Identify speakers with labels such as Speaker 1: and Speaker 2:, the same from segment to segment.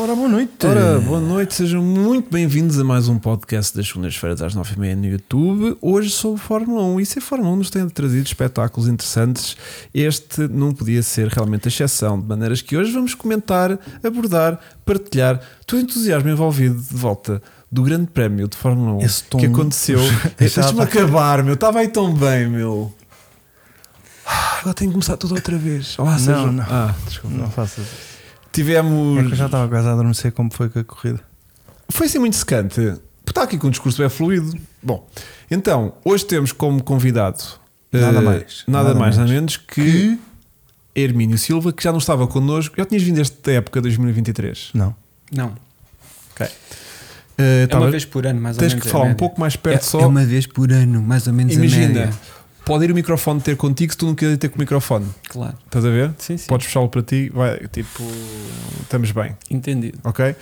Speaker 1: Ora, boa noite.
Speaker 2: Ora, boa noite, sejam muito bem-vindos a mais um podcast das segundas-feiras às nove e meia no YouTube. Hoje sobre Fórmula 1 e se a Fórmula 1 nos tem trazido espetáculos interessantes, este não podia ser realmente a exceção, de maneiras que hoje vamos comentar, abordar, partilhar todo o entusiasmo envolvido de volta do grande prémio de Fórmula 1
Speaker 1: Esse tom- tá-
Speaker 2: que aconteceu. Deixa-me acabar, meu, estava aí tão bem, meu. Ah, Agora tenho que começar tudo outra vez. Olá,
Speaker 1: Não,
Speaker 2: Sérgio.
Speaker 1: não.
Speaker 2: Ah, desculpa.
Speaker 1: Não faças isso. É que eu
Speaker 2: Tivemos.
Speaker 1: já estava quase a adormecer como foi com a corrida.
Speaker 2: Foi assim muito secante. Porque Está aqui com um discurso bem fluido. Bom, então, hoje temos como convidado
Speaker 1: Nada
Speaker 2: eh,
Speaker 1: mais,
Speaker 2: nada,
Speaker 1: nada
Speaker 2: mais,
Speaker 1: menos.
Speaker 2: nada menos que Hermínio Silva, que já não estava connosco. Já tinhas vindo esta época 2023.
Speaker 1: Não.
Speaker 3: Não,
Speaker 2: Ok.
Speaker 3: é uma vez por ano, mais ou
Speaker 2: Eh, tá tens
Speaker 3: menos.
Speaker 2: que
Speaker 3: é a
Speaker 2: falar um
Speaker 3: média.
Speaker 2: pouco mais perto
Speaker 3: é,
Speaker 2: só.
Speaker 3: É uma vez por ano, mais ou menos. a
Speaker 2: Imagina,
Speaker 3: média.
Speaker 2: pode ir o microfone ter contigo se tu não quiseres ter com o microfone.
Speaker 3: Claro.
Speaker 2: Estás a ver?
Speaker 3: Sim, sim.
Speaker 2: Podes fechá-lo para ti, vai, tipo, estamos bem,
Speaker 3: Entendido.
Speaker 2: ok?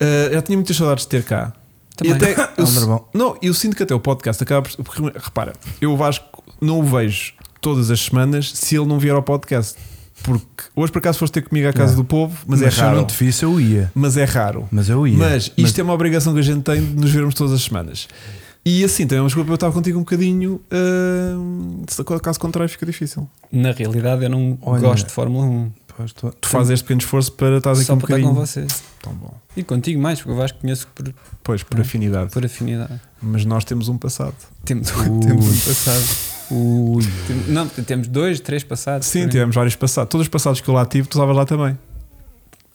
Speaker 2: Eh, já tinha muitas saudades de ter cá.
Speaker 3: Também. É
Speaker 2: E até eu,
Speaker 1: André, bom.
Speaker 2: não, eu sinto que até o podcast acaba por. Porque, repara, eu o Vasco não o vejo todas as semanas se ele não vier ao podcast. Porque hoje por acaso foste ter comigo à casa
Speaker 1: Não.
Speaker 2: do povo, mas, é
Speaker 1: se eu
Speaker 2: raro.
Speaker 1: não te visse, eu ia.
Speaker 2: Mas é raro.
Speaker 1: Mas eu ia.
Speaker 2: Mas isto é uma obrigação que a gente tem de nos vermos todas as semanas. E assim, também é uma desculpa para eu estar contigo um bocadinho. ah, se caso contrário, fica difícil.
Speaker 3: Na realidade, eu não
Speaker 1: Olha,
Speaker 3: gosto de Fórmula 1.
Speaker 2: é-
Speaker 1: Pois, tô-
Speaker 2: Tu fazes este pequeno esforço para estar aqui
Speaker 3: Só
Speaker 2: um
Speaker 3: para estar com
Speaker 2: bocadinho.
Speaker 3: vocês.
Speaker 2: Tão bom.
Speaker 3: E contigo mais, porque eu acho que conheço por,
Speaker 2: Pois,
Speaker 3: É.
Speaker 2: por afinidade.
Speaker 3: por afinidade.
Speaker 2: Mas nós temos um passado.
Speaker 3: Temos,
Speaker 1: Ui.
Speaker 3: temos um passado. Tem- não, temos dois, três passados.
Speaker 2: Sim,
Speaker 3: por aí.
Speaker 2: tivemos vários passados. Todos os passados que eu lá tive, tu estavas lá também.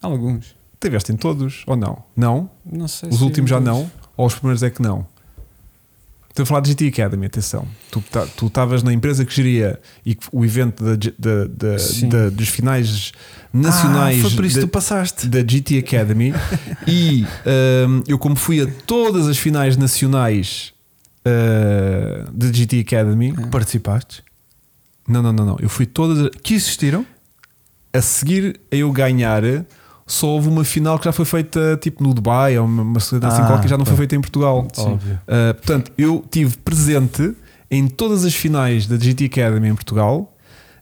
Speaker 3: Alguns.
Speaker 2: Tiveste em todos, ou não? Não?
Speaker 3: Não sei
Speaker 2: Os
Speaker 3: se
Speaker 2: últimos já
Speaker 3: alguns.
Speaker 2: não? Ou os primeiros é que não? Estou a falar de GT Academy, atenção. Tu ta- tu estavas na empresa que geria e que o evento da G- da- da-
Speaker 3: Sim.
Speaker 2: da- dos finais
Speaker 1: Ah,
Speaker 2: nacionais
Speaker 1: foi por isso que
Speaker 2: da,
Speaker 1: tu passaste.
Speaker 2: da GT Academy e hum, eu, como fui a todas as finais nacionais uh, da GT Academy,
Speaker 3: É.
Speaker 1: Participaste.
Speaker 2: não, não, não, não, eu fui todas
Speaker 1: Que existiram?
Speaker 2: a seguir a eu ganhar, só houve uma final que já foi feita tipo no Dubai ou uma, uma cidade assim
Speaker 1: Ah,
Speaker 2: qualquer, já não foi
Speaker 1: tá.
Speaker 2: feita em Portugal.
Speaker 1: Óbvio.
Speaker 2: Uh, portanto, eu tive presente em todas as finais da GT Academy em Portugal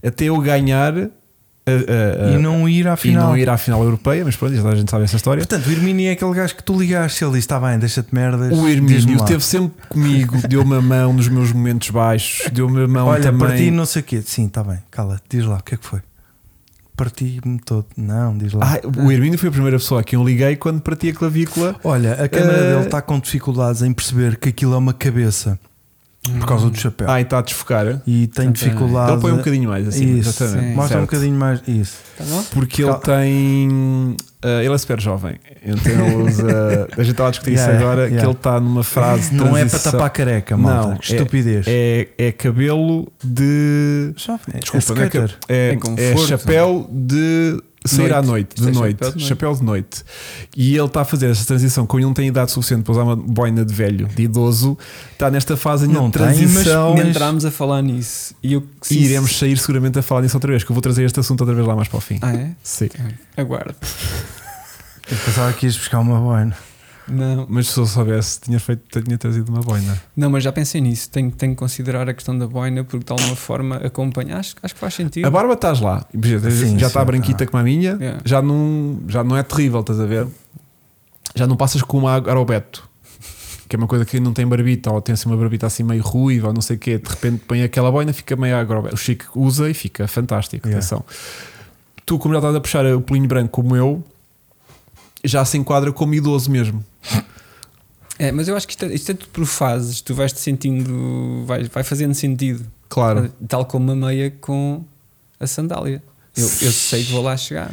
Speaker 2: até eu ganhar uh, uh, uh,
Speaker 1: e não ir à
Speaker 2: e
Speaker 1: final.
Speaker 2: não ir à final europeia, mas pronto, já toda a gente sabe essa história.
Speaker 1: Portanto, o Irmini é aquele gajo que tu ligaste. Ele disse: Está bem, deixa-te merdas.
Speaker 2: O
Speaker 1: diz-me
Speaker 2: Hermínio
Speaker 1: lá."
Speaker 2: esteve sempre comigo, deu-me a mão nos meus momentos baixos, deu-me a mão
Speaker 1: Olha,
Speaker 2: também.
Speaker 1: parti não sei o quê. Sim, está bem, cala-te, diz lá, o que é que foi? Parti-me todo. Não, diz lá.
Speaker 2: Ah, o Hermínio foi a primeira pessoa a quem eu liguei quando parti a clavícula.
Speaker 1: Olha, a câmera
Speaker 2: Eh,
Speaker 1: dele está com dificuldades em perceber que aquilo é uma cabeça por causa do chapéu.
Speaker 2: Ah, e está a desfocar.
Speaker 1: E tem
Speaker 3: Então,
Speaker 1: dificuldade.
Speaker 2: Ele põe um bocadinho mais assim,
Speaker 1: Isso,
Speaker 2: exatamente.
Speaker 3: sim.
Speaker 1: Mostra um
Speaker 2: Certo.
Speaker 1: bocadinho mais. Isso.
Speaker 3: Tá bom?
Speaker 2: Porque ele
Speaker 1: Cal-
Speaker 2: tem. ah, ele é super jovem. Então ele usa. a gente estava a discutir isso
Speaker 1: Yeah,
Speaker 2: agora.
Speaker 1: yeah.
Speaker 2: Que ele está numa frase. de
Speaker 1: Não é para
Speaker 2: transição.
Speaker 1: tapar careca, malta.
Speaker 2: Não,
Speaker 1: que estupidez.
Speaker 2: É, é cabelo de.
Speaker 1: Jovem, é-
Speaker 2: Desculpa,
Speaker 1: é
Speaker 2: não é, que-
Speaker 1: skater.
Speaker 2: é,
Speaker 3: É conforto.
Speaker 2: é chapéu de sair à noite,
Speaker 3: Noite.
Speaker 2: de
Speaker 3: Isto é
Speaker 2: noite,
Speaker 3: chapéu de noite.
Speaker 2: chapéu de noite. E ele está a fazer essa transição, como ele não tem idade suficiente para usar uma boina de velho, de idoso, está nesta fase ainda
Speaker 1: Não
Speaker 2: de
Speaker 1: tem, mas-
Speaker 2: transição.
Speaker 1: mas-
Speaker 3: Entramos a falar nisso. E eu
Speaker 2: E iremos sair seguramente a falar disso outra vez, que eu vou trazer este assunto outra vez lá mais para o fim.
Speaker 3: Ah, é?
Speaker 2: Sim.
Speaker 3: Aguardo.
Speaker 1: Eu pensava que ias buscar uma boina.
Speaker 3: Não,
Speaker 2: Mas se eu soubesse, tinha, feito, tinha trazido uma boina.
Speaker 3: Não, mas já pensei nisso. Tenho, tenho que considerar a questão da boina porque de alguma forma acompanha. Acho, acho que faz sentido.
Speaker 2: A barba estás lá, Imagina,
Speaker 1: Sim,
Speaker 2: já
Speaker 1: sim,
Speaker 2: está branquita
Speaker 1: tá.
Speaker 2: como a minha,
Speaker 3: Yeah.
Speaker 2: já, não, já não é terrível, estás a ver? Já não passas com uma arobeto, que é uma coisa que não tem barbita, ou tem assim uma barbita assim meio ruiva, ou não sei o quê, de repente põe aquela boina fica meio arobeto. O Chico usa e fica fantástico,
Speaker 1: Yeah.
Speaker 2: atenção. Tu, como já estás a puxar o pelinho branco como eu, já se enquadra como idoso mesmo.
Speaker 3: É, mas eu acho que isto é, isto é tudo por fases. Tu vais te sentindo, vais, vai fazendo sentido.
Speaker 2: Claro.
Speaker 3: Tal como a meia com a sandália. Eu, eu sei que vou lá chegar.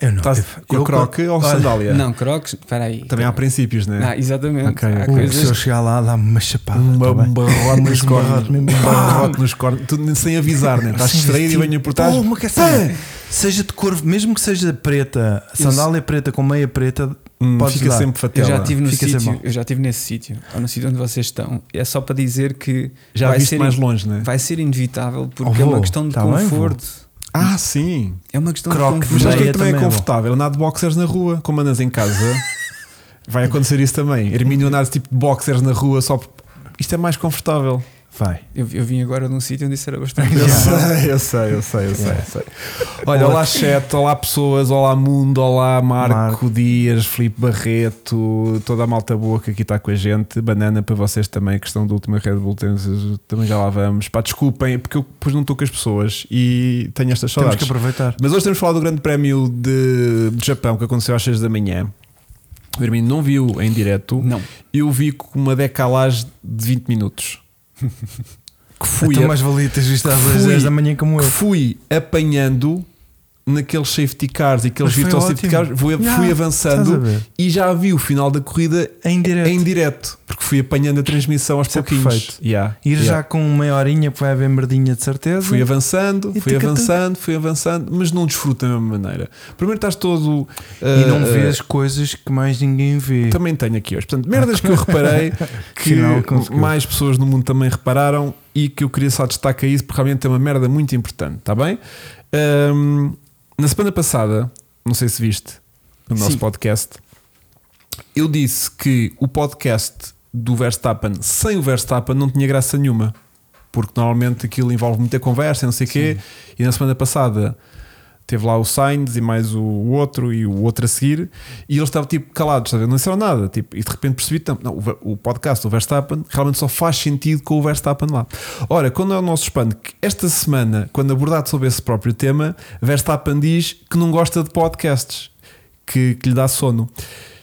Speaker 1: Eu não.
Speaker 2: Estás
Speaker 1: eu-
Speaker 2: com
Speaker 1: eu-
Speaker 2: a croque ou
Speaker 1: olha,
Speaker 2: sandália?
Speaker 3: Não, crocs, espera aí.
Speaker 2: Também há princípios, né?
Speaker 3: Não, exatamente.
Speaker 2: Ok,
Speaker 3: Há
Speaker 2: ok.
Speaker 1: ui, Se eu
Speaker 3: coisas
Speaker 1: chegar lá, dá-me uma chapada. tá
Speaker 2: Uma
Speaker 1: bem?
Speaker 2: barrote nos
Speaker 1: Mas um
Speaker 2: cornos.
Speaker 1: barrote mesmo.
Speaker 2: Um barrote nos cornos. Tu nem- sem avisar, né? Estás
Speaker 1: Sim,
Speaker 2: distraído e
Speaker 1: tipo,
Speaker 2: venho por trás.
Speaker 1: pô, uma caçada. Seja de cor, mesmo que seja preta, sandália é preta com meia preta,
Speaker 2: Hum,
Speaker 1: podes
Speaker 2: fica
Speaker 1: dar.
Speaker 2: sempre
Speaker 3: eu
Speaker 2: fatela.
Speaker 3: já tive no
Speaker 1: Fica sem
Speaker 3: sítio,
Speaker 1: mão.
Speaker 3: eu já tive nesse sítio, ou no sítio onde vocês estão. É só para dizer que
Speaker 2: Já
Speaker 3: vai,
Speaker 2: viste
Speaker 3: ser,
Speaker 2: mais longe, né?
Speaker 3: vai ser inevitável porque
Speaker 1: Oh,
Speaker 3: é
Speaker 1: vou.
Speaker 3: uma questão de
Speaker 1: Tá bem, vou.
Speaker 3: conforto.
Speaker 2: Ah, sim.
Speaker 3: é uma questão
Speaker 1: Croc,
Speaker 3: de
Speaker 2: Mas
Speaker 3: conforto.
Speaker 2: acho que
Speaker 1: Meia
Speaker 2: também é
Speaker 1: também é bom.
Speaker 2: confortável. Andar de boxers na rua, como andas em casa. Vai acontecer isso também. Hermínio andar tipo de boxers na rua só porque. Isto é mais confortável.
Speaker 1: Vai.
Speaker 3: Eu, eu vim agora de um sítio onde isso era bastante.
Speaker 2: Eu
Speaker 1: Yeah.
Speaker 2: sei, eu sei, eu sei, eu sei, eu sei. Olha, olá chat, olá pessoas, olá mundo, olá Marco,
Speaker 1: Marco.
Speaker 2: Dias, Filipe Barreto, toda a malta boa que aqui está com a gente. Banana para vocês também, a questão do último Red Bull, temos- também já lá vamos. Pá, desculpem, porque eu depois não estou com as pessoas e tenho estas
Speaker 1: Temos que
Speaker 2: saudades.
Speaker 1: aproveitar.
Speaker 2: Mas hoje temos falado do Grande Prémio de, de Japão que aconteceu às 6 da manhã. O Hermino não viu em direto,
Speaker 3: Não.
Speaker 2: eu vi com uma decalagem de 20 minutos. Que fui
Speaker 1: então
Speaker 2: a-
Speaker 1: mais valia teres visto às
Speaker 2: Fui.
Speaker 1: 10 da manhã como
Speaker 2: que
Speaker 1: eu.
Speaker 2: fui apanhando naqueles safety cars e aqueles
Speaker 1: Mas foi
Speaker 2: virtual safety
Speaker 1: ótimo.
Speaker 2: cars, fui,
Speaker 1: Yeah,
Speaker 2: fui
Speaker 1: Estás a
Speaker 2: avançando
Speaker 1: ver?
Speaker 2: e já vi o final da corrida
Speaker 1: Em direto.
Speaker 2: em direto, porque fui apanhando a transmissão aos
Speaker 1: Isso é
Speaker 2: pouquinhos.
Speaker 1: perfeito.
Speaker 2: Yeah,
Speaker 1: Ir
Speaker 2: yeah.
Speaker 1: já com meia horinha que vai haver merdinha de certeza.
Speaker 2: Fui avançando,
Speaker 1: E
Speaker 2: fui
Speaker 1: tica-tac.
Speaker 2: avançando, fui avançando, mas não desfruto da mesma maneira. Primeiro estás todo.
Speaker 1: e não
Speaker 2: ah, Então,
Speaker 1: vês coisas que mais ninguém vê.
Speaker 2: Também tenho aqui hoje. Portanto, merdas que eu reparei que
Speaker 1: Afinal, conseguiu.
Speaker 2: mais pessoas no mundo também repararam e que eu queria só destacar isso porque realmente é uma merda muito importante, está bem? Ahm, na semana passada, não sei se viste no nosso
Speaker 3: Sim.
Speaker 2: podcast, eu disse que o podcast do Verstappen sem o Verstappen não tinha graça nenhuma. Porque normalmente aquilo envolve muita conversa, e não sei o quê. E na semana passada teve lá o Sainz e mais o outro e o outro a seguir, e eles estavam tipo calados, estás a ver? não disseram nada. Tipo, e de repente percebi tam- não, o, Ver- o podcast do Verstappen realmente só faz sentido com o Verstappen lá. Ora, quando é o nosso espanto, que esta semana, quando abordado sobre esse próprio tema, Verstappen diz que não gosta de podcasts, que, que lhe dá sono.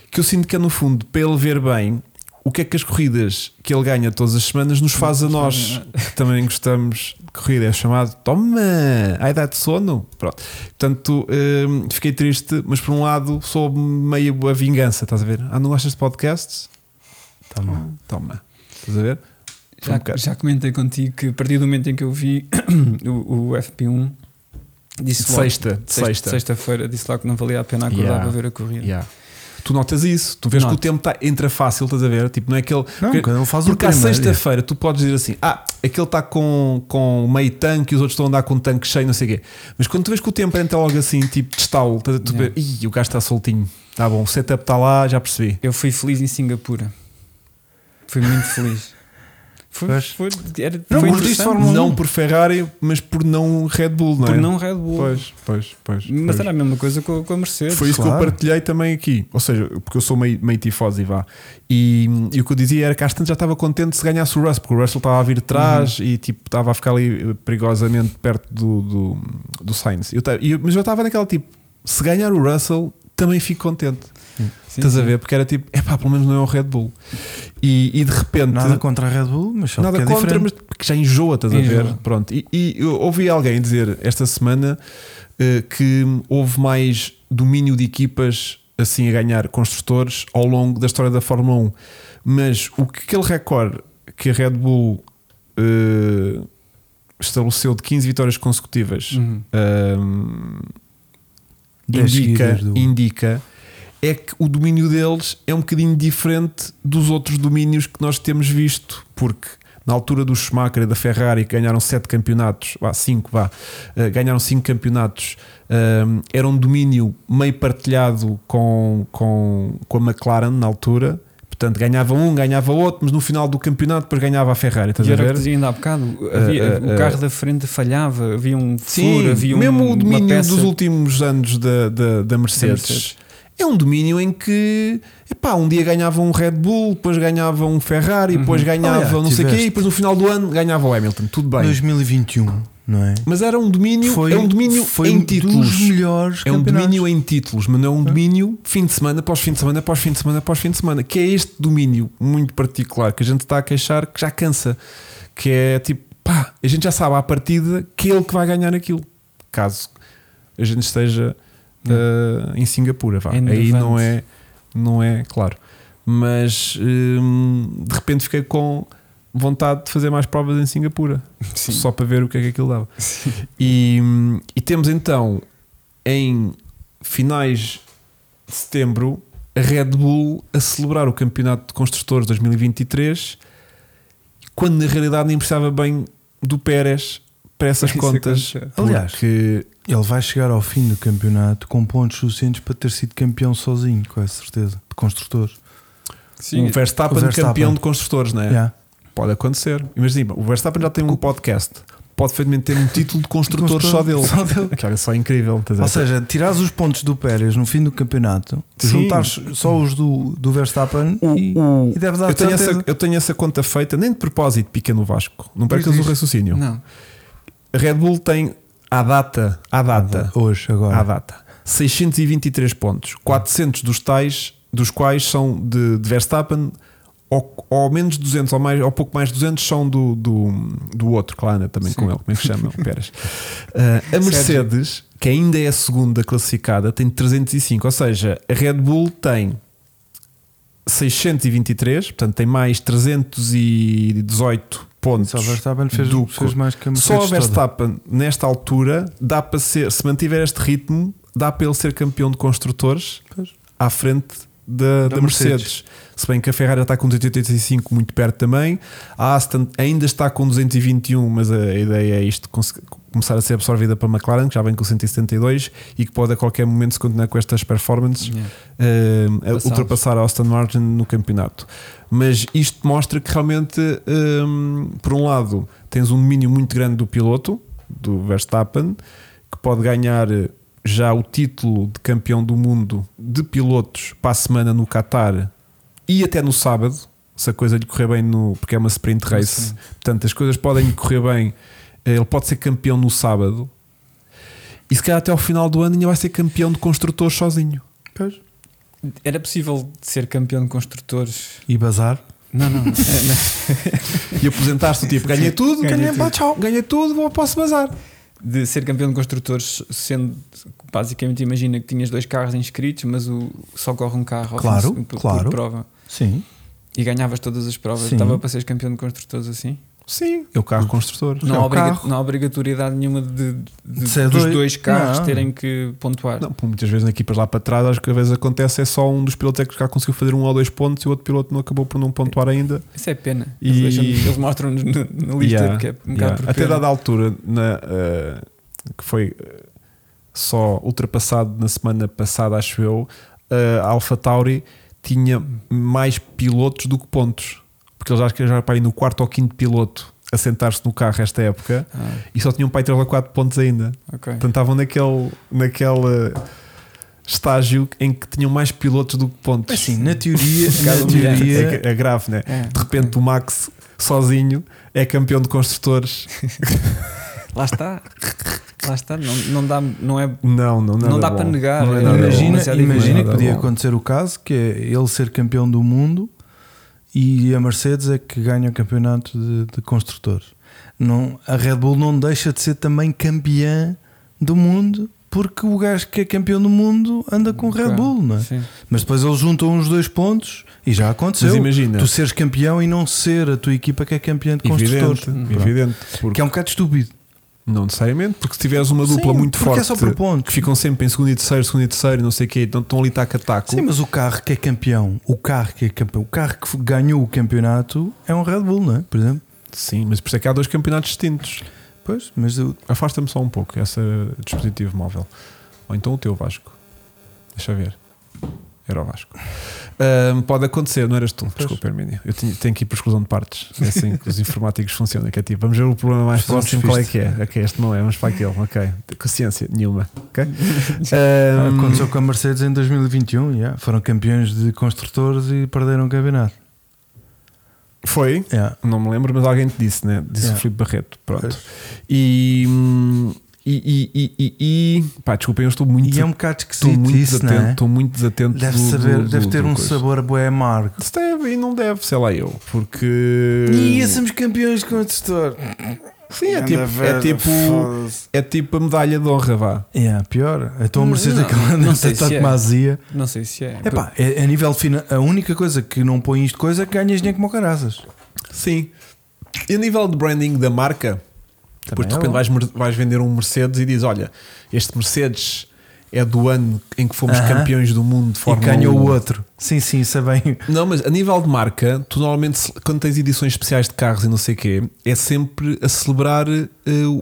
Speaker 2: Que eu sinto que é no fundo, para ele ver bem. O que é que as corridas que ele ganha todas as semanas nos faz a nós, que também gostamos de corrida, é chamado Toma, ai dá-te sono. Pronto. Portanto, hum, fiquei triste, mas por um lado sou meio a vingança, estás a ver? Ah, não gostas de podcasts?
Speaker 1: Tá bom.
Speaker 2: Toma, estás a ver? Foi um
Speaker 3: Já,
Speaker 2: bocado.
Speaker 3: já comentei contigo que a partir do momento em que eu vi o, o FP1, disse
Speaker 2: De
Speaker 3: logo-
Speaker 2: sexta, de
Speaker 3: sexta-
Speaker 2: sexta.
Speaker 3: Sexta-feira, disse logo que não valia a pena acordar
Speaker 2: Yeah.
Speaker 3: para ver a corrida.
Speaker 2: Yeah. Tu notas isso, tu vês
Speaker 3: Noto.
Speaker 2: que o tempo tá, entra fácil, estás a ver? Tipo, não é aquele.
Speaker 1: Não,
Speaker 2: porque-
Speaker 1: cada um faz
Speaker 2: porque
Speaker 1: o
Speaker 2: à
Speaker 1: tema.
Speaker 2: sexta-feira tu podes dizer assim: ah, aquele está com, com meio tanque e os outros estão a andar com um tanque cheio, não sei o quê. Mas quando tu vês que o tempo entra logo assim, tipo, de estalo, estás a- tu
Speaker 3: Yeah.
Speaker 2: vê, ih, o gajo está soltinho, está bom, o setup está lá, já percebi.
Speaker 3: Eu fui feliz em Singapura. Fui muito feliz. Foi,
Speaker 1: Pois.
Speaker 3: foi, era,
Speaker 1: Não,
Speaker 3: foi
Speaker 1: mas disse
Speaker 3: interessante.
Speaker 1: Fórmula um.
Speaker 2: Não por Ferrari, mas por não Red Bull, não é?
Speaker 3: por não Red Bull.
Speaker 2: Pois, pois, pois.
Speaker 3: Mas
Speaker 2: pois.
Speaker 3: era a mesma coisa com, com a Mercedes.
Speaker 2: Foi isso que
Speaker 1: Claro.
Speaker 2: eu partilhei também aqui. Ou seja, porque eu sou meio, meio tifós e vá. E, e o que eu dizia era que às tantas já estava contente se ganhasse o Russell, porque o Russell estava a vir de trás e tipo, estava a ficar ali eh, perigosamente perto do, do, do Sainz. Eu, ta- e eu- mas eu estava naquela tipo, se ganhar o Russell, também fico contente.
Speaker 3: Sim,
Speaker 2: Estás a
Speaker 3: sim.
Speaker 2: ver? Porque era tipo, é pá, pelo menos não é o Red Bull. E, e de repente.
Speaker 1: Nada contra a Red Bull, mas só
Speaker 2: Nada
Speaker 1: que é
Speaker 2: contra,
Speaker 1: diferente.
Speaker 2: mas que já enjoa, estás a
Speaker 3: Enjoa.
Speaker 2: ver? Pronto. E, e eu ouvi alguém dizer esta semana eh, que houve mais domínio de equipas assim a ganhar construtores ao longo da história da Fórmula 1. Mas o que aquele recorde que a Red Bull eh, estabeleceu de 15 vitórias consecutivas
Speaker 3: Uhum.
Speaker 2: ahm,
Speaker 1: Dez
Speaker 2: indica,
Speaker 1: seguidas
Speaker 3: um.
Speaker 1: do-
Speaker 2: indica é que o domínio deles é um bocadinho diferente dos outros domínios que nós temos visto, porque na altura do Schumacher e da Ferrari que ganharam sete campeonatos, vá, cinco, vá, eh, ganharam cinco campeonatos, ehm, era um domínio meio partilhado com, com, com a McLaren na altura, portanto ganhava um, ganhava outro, mas no final do campeonato depois ganhava a Ferrari, estás
Speaker 3: E
Speaker 2: a
Speaker 3: era o que
Speaker 2: ver?
Speaker 3: dizia ainda há bocado.
Speaker 1: Eh,
Speaker 3: Havia-
Speaker 2: ah,
Speaker 3: o
Speaker 2: ah.
Speaker 3: carro da frente falhava, havia um furo, havia um,
Speaker 2: mesmo o
Speaker 3: uma
Speaker 2: domínio
Speaker 3: peça.
Speaker 2: dos últimos anos da, da, da Mercedes.
Speaker 3: Da Mercedes.
Speaker 2: É um domínio em que epá, um dia ganhava um Red Bull, depois ganhava um Ferrari, depois ganhava
Speaker 1: Uhum. Aliás,
Speaker 2: não sei o quê, e
Speaker 1: tiveste-
Speaker 2: depois no final do ano ganhava o Hamilton. Tudo bem.
Speaker 1: 2021, não é?
Speaker 2: Mas era um domínio,
Speaker 1: Foi,
Speaker 2: é um domínio
Speaker 1: foi
Speaker 2: em
Speaker 1: um dos
Speaker 2: títulos.
Speaker 1: melhores
Speaker 2: É um
Speaker 1: campeonatos.
Speaker 2: domínio em títulos, mas não é um domínio fim de semana após fim de semana após fim de semana após fim de semana. Que é este domínio muito particular que a gente está a queixar que já cansa. Que é tipo, pá, a gente já sabe à partida que é ele que vai ganhar aquilo. Caso a gente esteja ah, em Singapura, vá.
Speaker 3: É
Speaker 2: Aí não
Speaker 3: enervante.
Speaker 2: é, não é claro. Mas hum, de repente fiquei com vontade de fazer mais provas em Singapura
Speaker 3: Sim.
Speaker 2: só para ver o que é que aquilo dava. E, hum, e temos então em finais de setembro a Red Bull a celebrar o Campeonato de Construtores 2023, quando na realidade nem precisava bem do Pérez para essas
Speaker 3: Isso
Speaker 2: contas.
Speaker 3: aconteceu.
Speaker 1: Aliás,
Speaker 2: porque
Speaker 1: Ele vai chegar ao fim do campeonato com pontos suficientes para ter sido campeão sozinho, com essa certeza, de construtores.
Speaker 3: Sim, Um
Speaker 2: o Verstappen,
Speaker 1: o Verstappen.
Speaker 2: campeão de construtores, não é?
Speaker 1: Yeah.
Speaker 2: Pode acontecer. Imagina, o Verstappen já tem um podcast. Pode perfeitamente ter um título de construtor só dele.
Speaker 1: Só dele.
Speaker 2: Que era só incrível. estás a
Speaker 1: Ou
Speaker 2: ver?
Speaker 1: seja, tirares os pontos do Pérez no fim do campeonato,
Speaker 2: Sim.
Speaker 1: juntares só os do, do Verstappen e, e deves dar
Speaker 2: eu, tenho
Speaker 1: certeza.
Speaker 2: essa, eu tenho essa conta feita, nem de propósito, pica no Vasco. Não percas
Speaker 1: Diz,
Speaker 2: o
Speaker 1: diz.
Speaker 2: raciocínio.
Speaker 3: Não.
Speaker 2: A Red Bull tem à data, à data,
Speaker 1: Hoje, agora.
Speaker 2: à data, 623 pontos, 400 dos tais, dos quais são de, de Verstappen, ou, ou menos 200, ou, mais, ou pouco mais 200 são do, do, do outro, que lá anda também com ele, como é que se chama? O Pérez. Ah, a Mercedes, que ainda é a segunda classificada, tem 305, ou seja, a Red Bull tem 623, portanto tem mais 318 pontos.
Speaker 1: Só o Verstappen fez,
Speaker 2: do
Speaker 1: fez
Speaker 2: que-
Speaker 1: mais que a
Speaker 2: Só o
Speaker 1: Mercedes toda.
Speaker 2: Verstappen, nesta altura, dá para ser, se mantiver este ritmo, dá para ele ser campeão de construtores
Speaker 1: Pois.
Speaker 2: à frente da,
Speaker 1: Da
Speaker 2: da Mercedes. Se bem que a Ferrari está com 285 muito perto também, a Aston ainda está com 221, mas a ideia é isto conse- começar a ser absorvida para a McLaren, que já vem com 172 e que pode a qualquer momento, se continuar com estas performances,
Speaker 3: Yeah.
Speaker 2: eh, a
Speaker 3: Passá-los.
Speaker 2: ultrapassar a Austin Martin no campeonato. Mas isto mostra que realmente, hum, por um lado, tens um domínio muito grande do piloto, do Verstappen, que pode ganhar eh, já o título de campeão do mundo de pilotos para a semana no Qatar e até no sábado, se a coisa lhe correr bem, no, porque é uma sprint race, portanto as coisas podem lhe correr bem. Eh, Ele pode ser campeão no sábado e se calhar até ao final do ano ainda vai ser campeão de construtores sozinho.
Speaker 1: Pois.
Speaker 3: Era possível ser campeão de construtores?
Speaker 1: E bazar.
Speaker 3: Não, não. não.
Speaker 2: E aposentaste o tipo, ganhei tudo,
Speaker 3: Ganhei
Speaker 2: ganhei,
Speaker 3: tudo.
Speaker 2: pá, tchau, ganhei tudo, vou, posso bazar.
Speaker 3: de ser campeão de construtores, sendo basicamente imagina que tinhas dois carros inscritos, mas o, só corre um carro ao
Speaker 1: Claro,
Speaker 3: fim de- por,
Speaker 1: claro.
Speaker 3: por prova
Speaker 1: Sim.
Speaker 3: e ganhavas todas as provas.
Speaker 1: Sim.
Speaker 3: Estava para seres campeão de construtores assim?
Speaker 2: Sim, é o carro construtor.
Speaker 3: Não,
Speaker 1: É
Speaker 3: há
Speaker 1: o
Speaker 3: obriga-
Speaker 1: carro.
Speaker 3: não há obrigatoriedade nenhuma de, de-
Speaker 1: De ser
Speaker 3: dos
Speaker 1: dois.
Speaker 3: dois carros
Speaker 1: Não.
Speaker 3: terem que pontuar.
Speaker 2: Não, pô, muitas vezes na equipas lá para trás, acho que às vezes acontece, é só um dos pilotos é que já conseguiu fazer um ou dois pontos e o outro piloto não acabou por não pontuar ainda.
Speaker 3: Isso é pena.
Speaker 2: E-
Speaker 3: Eles, deixam- eles mostram-nos na, na lista
Speaker 2: Yeah,
Speaker 3: porque é um bocado
Speaker 2: yeah.
Speaker 3: por
Speaker 2: Até
Speaker 3: pena.
Speaker 2: dada altura, na, eh, que foi eh, só ultrapassado na semana passada, acho eu, eh, a Alpha Tauri tinha mais pilotos do que pontos. Porque eles acho que já para aí no quarto ou quinto piloto a sentar-se no carro esta época
Speaker 3: Ah,
Speaker 2: e só tinham para aí 3 ou 4 pontos ainda.
Speaker 3: ok.
Speaker 2: Portanto, estavam naquele, naquele eh, estágio em que tinham mais pilotos do que pontos.
Speaker 1: Assim, na teoria,
Speaker 3: Cada
Speaker 1: na
Speaker 3: um
Speaker 1: teoria
Speaker 2: É, é grave, né?
Speaker 3: É.
Speaker 2: De repente o Max sozinho é campeão de construtores.
Speaker 3: Lá está. Lá está. Não, não, dá, não é
Speaker 2: Não, não,
Speaker 3: Não dá
Speaker 2: bom.
Speaker 3: para negar,
Speaker 2: Não é
Speaker 3: é
Speaker 2: nada
Speaker 1: imagina,
Speaker 3: bom, mas é
Speaker 1: imagina que
Speaker 2: diferente.
Speaker 1: podia
Speaker 2: Nada bom.
Speaker 1: acontecer o caso que é ele ser campeão do mundo e a Mercedes é que ganha o campeonato de, de construtores. Não, a Red Bull não deixa de ser também campeã do mundo porque o gajo que é campeão do mundo anda com o Red
Speaker 3: Claro.
Speaker 1: Bull, não é?
Speaker 3: Sim.
Speaker 1: Mas depois eles juntam os dois pontos e já aconteceu.
Speaker 2: Mas imagina,
Speaker 1: Tu seres campeão e não ser a tua equipa que é campeã de construtores.
Speaker 2: evidente, evidente
Speaker 1: Que
Speaker 2: porque
Speaker 1: é um bocado estúpido.
Speaker 2: não necessariamente, porque se tiveres uma dupla
Speaker 1: Sim,
Speaker 2: muito
Speaker 1: porque
Speaker 2: forte
Speaker 1: é só por
Speaker 2: que
Speaker 1: pontos.
Speaker 2: ficam sempre em segundo e terceiro, segundo e terceiro, não sei o quê, então estão ali taco a taco.
Speaker 1: Sim, mas o carro que é campeão, o carro que é campeão, o carro que ganhou o campeonato é um Red Bull, não é? Por exemplo.
Speaker 2: Sim, mas por isso é que há dois campeonatos distintos.
Speaker 1: Pois, mas eu-
Speaker 2: Afasta-me só um pouco esse dispositivo móvel. Ou então o teu Vasco. Deixa eu ver. Era o Vasco. Ahm, pode acontecer, não eras tu. Desculpa, Hermínio. Eu tenho, tenho que ir por exclusão de partes. É assim que os informáticos funcionam. Que é tipo, vamos ver o problema mais
Speaker 1: Estamos
Speaker 2: próximo, qual é
Speaker 1: fixe.
Speaker 2: que é. Ok, este não é, vamos para aquele. Ok. Consciência nenhuma. Ok. Ahm,
Speaker 1: Ah, aconteceu com a Mercedes em 2021, yeah. foram campeões de construtores e perderam o campeonato.
Speaker 2: foi.
Speaker 1: Yeah.
Speaker 2: Não me lembro, mas alguém te disse, né? Disse
Speaker 1: Yeah.
Speaker 2: o Filipe Barreto. Pronto.
Speaker 1: É. Pois.
Speaker 2: E. hum, E, e, e, e, e- Pá, desculpem, eu estou muito.
Speaker 1: E é um bocado
Speaker 2: Estou
Speaker 1: esquisito
Speaker 2: muito,
Speaker 1: isso, não
Speaker 2: desatento,
Speaker 1: é?
Speaker 2: estou muito desatento.
Speaker 1: Deve,
Speaker 2: do- do-
Speaker 1: saber,
Speaker 2: do-
Speaker 1: deve
Speaker 2: do
Speaker 1: ter um
Speaker 2: coisa.
Speaker 1: sabor bué amargo.
Speaker 2: Se deve e não deve, sei lá eu. Porque.
Speaker 1: E somos campeões de construtor.
Speaker 2: Sim, Hum. é tipo, é, tipo, é tipo a medalha de honra, vá.
Speaker 1: Yeah, pior. Então a Mercedes
Speaker 3: Hum, Não,
Speaker 1: aquela
Speaker 3: não
Speaker 1: não sei
Speaker 3: sei se é.
Speaker 1: tanto mazia.
Speaker 3: Não sei se é.
Speaker 1: Epá, é- a nível fina, a única coisa que não põe isto coisa é que ganhas dinheiro como caraças.
Speaker 2: Sim. E a nível de branding da marca, depois
Speaker 1: Também
Speaker 2: de
Speaker 1: é
Speaker 2: repente
Speaker 1: bom.
Speaker 2: vais, mer- vais vender um Mercedes e dizes: Olha, este Mercedes é do ano em que fomos
Speaker 1: Aham.
Speaker 2: campeões do mundo de
Speaker 1: E
Speaker 2: Fórmula
Speaker 1: ganhou o
Speaker 2: 1.
Speaker 1: outro. Sim, sim, isso é bem.
Speaker 2: Não, mas a nível de marca, tu normalmente se- quando tens edições especiais de carros e não sei o quê, é sempre a celebrar eh,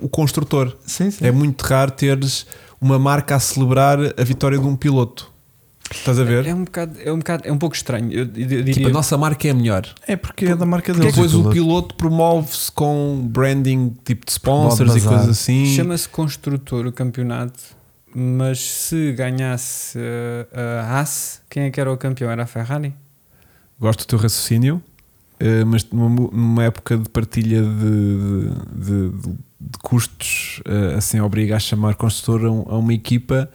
Speaker 2: o construtor.
Speaker 1: Sim, sim.
Speaker 2: É muito raro teres uma marca a celebrar a vitória de um piloto. Estás a ver?
Speaker 3: É um bocado, é um bocado, é um pouco estranho. Eu, eu diria,
Speaker 2: Tipo, a nossa marca é a melhor.
Speaker 1: É porque é da marca
Speaker 2: Porque
Speaker 1: deles.
Speaker 2: depois o
Speaker 1: aquilo.
Speaker 2: piloto promove-se com branding tipo de sponsors e
Speaker 1: bazar.
Speaker 2: coisas assim.
Speaker 3: Chama-se construtor o campeonato, mas se ganhasse uh, a Haas, quem é que era o campeão? Era a Ferrari?
Speaker 2: Gosto do teu raciocínio, eh, mas numa, mu- numa época de partilha de, de- de- de custos, eh, assim obriga a chamar construtor a, um- a uma equipa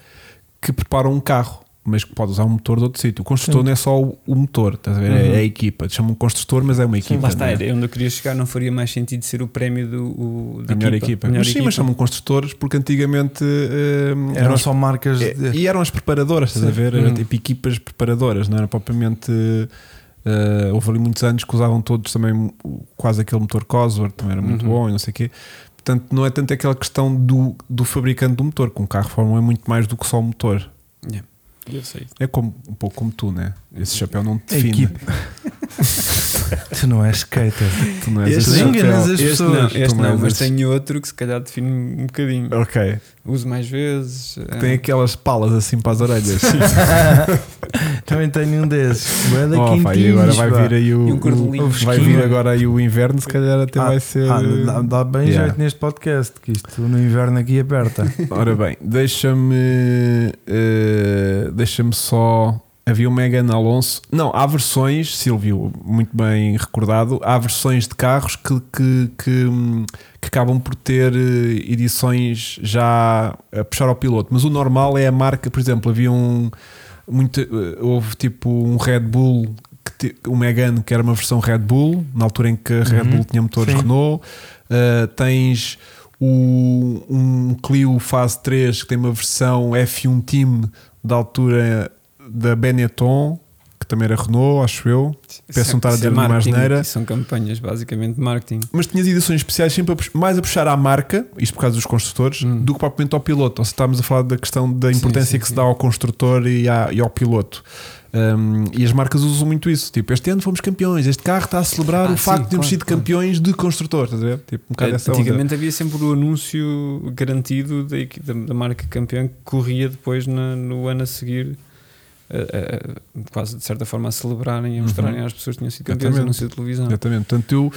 Speaker 2: que prepara um carro. Mas que pode usar um motor de outro sítio. O construtor
Speaker 1: Sim.
Speaker 2: não é só o, o motor, estás a ver? É-
Speaker 3: Uhum.
Speaker 2: É a equipa. Te chamam construtor, mas é uma equipa.
Speaker 3: Lá está,
Speaker 2: não é?
Speaker 3: era onde eu queria chegar, não faria mais sentido ser o prémio do, o, da
Speaker 2: A melhor equipa.
Speaker 3: Melhor
Speaker 2: mas sim, mas chamam construtores porque antigamente eh,
Speaker 1: Eram só marcas.
Speaker 2: É,
Speaker 1: de-
Speaker 2: e eram as preparadoras, estás a
Speaker 1: Sim.
Speaker 2: ver? Era
Speaker 3: Uhum.
Speaker 2: tipo equipas preparadoras, não era propriamente. eh, houve ali muitos anos que usavam todos também o- quase aquele motor Cosworth, também era muito
Speaker 3: Uhum.
Speaker 2: bom e não sei o quê. Portanto, não é tanto aquela questão do, do fabricante do motor, que um carro Fórmula 1 é muito mais do que só o motor.
Speaker 3: Yeah. Eu sei.
Speaker 2: É como, um pouco como tu, né? Esse chapéu não te
Speaker 1: A
Speaker 2: define.
Speaker 1: equipe. tu não és skater.
Speaker 2: Tu não és esse
Speaker 1: Este não,
Speaker 2: chapéu.
Speaker 1: enganas as
Speaker 2: Este
Speaker 1: pessoas.
Speaker 2: não,
Speaker 3: Não,
Speaker 2: tu
Speaker 3: é este
Speaker 2: não
Speaker 3: não,
Speaker 2: és
Speaker 3: mas
Speaker 2: esse-
Speaker 3: tenho outro que se calhar define um bocadinho.
Speaker 2: Ok.
Speaker 3: Uso mais vezes. eh,
Speaker 2: Tem aquelas palas assim para as orelhas.
Speaker 1: Também tenho um desses. Bué da
Speaker 2: Oh, pá, e
Speaker 1: quintinhos,
Speaker 2: agora vai
Speaker 1: pá.
Speaker 2: vir aí o,
Speaker 3: E um cordelinho.
Speaker 2: o- vai vir agora aí o inverno, se calhar até
Speaker 1: Ah,
Speaker 2: vai ser.
Speaker 1: ah, dá, dá bem
Speaker 2: Yeah.
Speaker 1: jeito neste podcast, que isto no inverno aqui aperta.
Speaker 2: Ora bem, deixa-me eh, deixa-me só. Havia o Megan Alonso. Não, há versões, Silvio, muito bem recordado. Há versões de carros que, que, que, hum, que acabam por ter eh, edições já a puxar ao piloto. Mas o normal é a marca, por exemplo, havia um. Muito, eh, houve tipo um Red Bull, que te- o Megan, que era uma versão Red Bull, na altura em que a Red
Speaker 1: Uhum.
Speaker 2: Bull tinha motores
Speaker 1: Sim.
Speaker 2: Renault. Eh, tens o, um Clio Fase 3 que tem uma versão F1 Team da altura da Benetton, que também era Renault, acho eu. Peço um
Speaker 3: isso é-
Speaker 2: não estar a
Speaker 3: isso é
Speaker 2: dizer nenhuma
Speaker 3: marketing,
Speaker 2: asneira. Um
Speaker 3: isso São campanhas, basicamente, de marketing.
Speaker 2: Mas tinhas edições especiais sempre a pux- mais a puxar à marca, isto por causa dos construtores,
Speaker 3: Hum.
Speaker 2: do que propriamente ao piloto. Ou se estamos a falar da questão da
Speaker 3: Sim,
Speaker 2: importância
Speaker 3: sim,
Speaker 2: que se
Speaker 3: sim.
Speaker 2: dá ao construtor e, à- e ao piloto. Um, e as marcas usam muito isso. Tipo, este ano fomos campeões, este carro está a celebrar
Speaker 3: Ah,
Speaker 2: o
Speaker 3: sim,
Speaker 2: facto de termos
Speaker 3: claro,
Speaker 2: sido
Speaker 3: claro.
Speaker 2: campeões de construtor. Estás a ver? Tipo, um bocado essa onda.
Speaker 3: Eh, Antigamente havia sempre o anúncio garantido da, equi- da, da marca campeã que corria depois na- no ano a seguir, a- a- a- quase de certa forma a celebrarem e a mostrarem
Speaker 2: Uhum.
Speaker 3: às pessoas que tinham sido campeões
Speaker 2: Exatamente.
Speaker 3: anúncio de televisão.
Speaker 2: Exatamente. Portanto, eu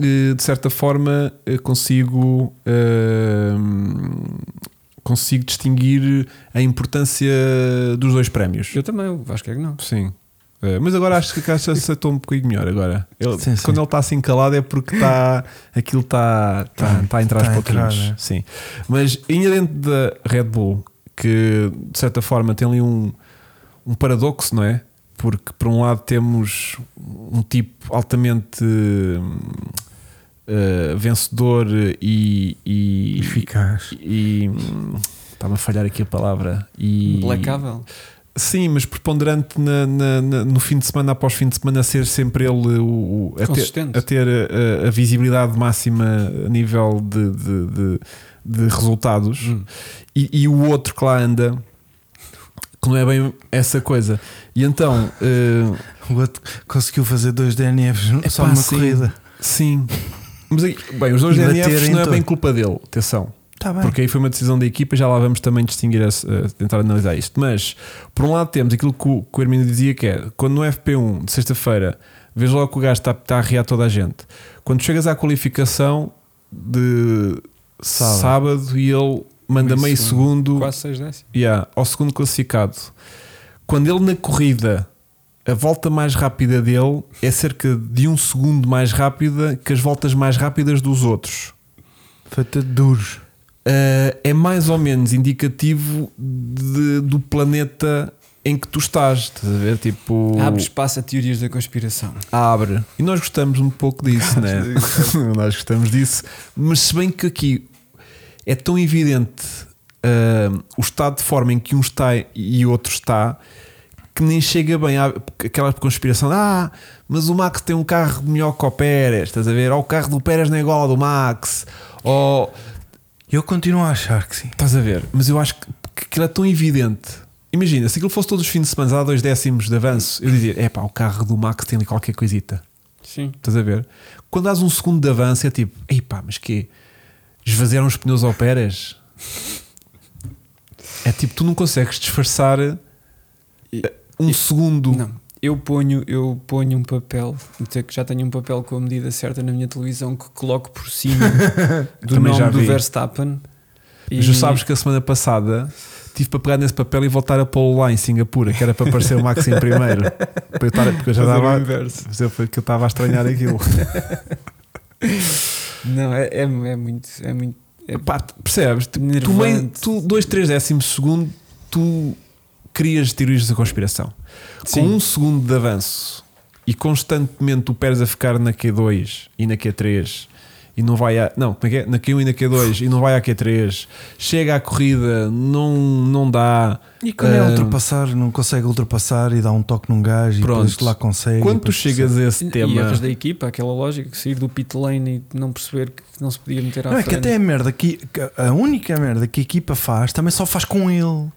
Speaker 2: eh, de certa forma eh, consigo ehm, consigo distinguir a importância dos dois prémios.
Speaker 3: Eu também, o Vasco é que não.
Speaker 2: Sim. Eh, mas agora acho que a caixa aceitou um bocadinho melhor agora. Ele-
Speaker 1: Sim, sim.
Speaker 2: Quando ele está assim calado é porque está aquilo está está, está a entrar aos
Speaker 1: Está Tá, a entrar,
Speaker 2: pouquinhos.
Speaker 1: né?
Speaker 2: Sim. Mas ainda dentro da Red Bull, que de certa forma tem ali um, um paradoxo, não é? Porque por um lado temos um tipo altamente hum, eh, vencedor e, e,
Speaker 1: Eficaz.
Speaker 2: e, hum, está-me a falhar aqui a palavra e
Speaker 3: Implacável.
Speaker 2: Sim, mas preponderante na- na- na- no fim de semana após fim de semana ser sempre ele o, o- a ter,
Speaker 3: Consistente.
Speaker 2: a, ter eh, a- a- a visibilidade máxima a nível de, de- de- de resultados
Speaker 3: Hum.
Speaker 2: e, e o outro que lá anda que não é bem essa coisa. E então, eh,
Speaker 1: O outro conseguiu fazer dois DNFs
Speaker 2: Epá,
Speaker 1: só numa
Speaker 2: sim.
Speaker 1: corrida.
Speaker 2: sim. Mas aí, bem, os dois
Speaker 1: E bater
Speaker 2: DNFs
Speaker 1: em
Speaker 2: não é
Speaker 1: todo.
Speaker 2: bem culpa dele, atenção.
Speaker 1: Está bem.
Speaker 2: Porque aí foi uma decisão da equipa, já lá vamos também distinguir, esse- eh, tentar analisar isto. Mas, por um lado, temos aquilo que o, que o Hermínio dizia que é quando no FP1 de sexta-feira vês logo que o gajo está, está a arriar toda a gente. Quando chegas à qualificação de sábado,
Speaker 1: Sábado.
Speaker 2: e ele manda
Speaker 3: Meio
Speaker 2: meio segundo,
Speaker 3: Quase 6 décimos.
Speaker 2: yeah, ao segundo classificado, quando ele na corrida. A volta mais rápida dele é cerca de um segundo mais rápida que as voltas mais rápidas dos outros.
Speaker 1: Foi tudo duros.
Speaker 2: Uh, é mais ou menos indicativo de- do planeta em que tu estás. Estás a ver? Tipo.
Speaker 3: Abre espaço a teorias da conspiração.
Speaker 2: abre. E nós gostamos um pouco disso, né? nós gostamos disso. Mas se bem que aqui é tão evidente uh, o estado de forma em que um está e outro está. Que nem chega bem à, aquela conspiração de, ah, mas o Max tem um carro melhor que o Pérez, estás a ver? Ou o carro do Pérez não é igual ao do Max, ou
Speaker 1: Eu continuo a achar que sim.
Speaker 2: Estás a ver? Mas eu acho que, que aquilo é tão evidente. Imagina, se aquilo fosse todos os fins de semana, há dois décimos de avanço, eu dizia: é pá, o carro do Max tem ali qualquer coisita.
Speaker 3: Sim.
Speaker 2: Estás a ver? Quando hás um segundo de avanço, é tipo: ei pá, mas quê? Esvaziaram os pneus ao Pérez? É tipo, tu não consegues disfarçar Um segundo.
Speaker 3: Não. Eu ponho, eu ponho um papel, até que já tenho um papel com a medida certa na minha televisão que coloco por cima do
Speaker 2: Também já
Speaker 3: nome do
Speaker 2: vi.
Speaker 3: Verstappen.
Speaker 2: Mas tu sabes que a semana passada tive para pegar nesse papel e voltar a pô-lo lá em Singapura, que era para aparecer o Max em primeiro. Para eu estar- porque eu já
Speaker 3: fazer o
Speaker 2: estava.
Speaker 3: inverso.
Speaker 2: mas eu- Porque eu estava a estranhar aquilo.
Speaker 3: Não, é, é, é muito. É muito é
Speaker 2: Pá, percebes? Tipo, Tu,
Speaker 3: Nervante.
Speaker 2: meio, tu, dois, três décimos de segundo, tu crias teorias da conspiração.
Speaker 3: Sim.
Speaker 2: Com um segundo de avanço e constantemente tu perdes a ficar na Q2 e na Q3 e não vai a. Não, como é que é? Na Q1 e na Q2 e não vai à Q3. Chega à corrida, não, não dá.
Speaker 1: E quando é
Speaker 2: Ah,
Speaker 1: ultrapassar, não consegue ultrapassar e dá um toque num gajo
Speaker 2: Pronto.
Speaker 1: e depois lá consegue. e
Speaker 2: Quando tu
Speaker 1: depois
Speaker 2: chegas a esse
Speaker 3: E- E
Speaker 2: tema.
Speaker 3: erros da equipa, aquela lógica, que sair do pit lane e não perceber que não se podia meter à
Speaker 1: Não, é
Speaker 3: frente.
Speaker 1: que até a merda que que a única merda que a equipa faz também só faz com ele.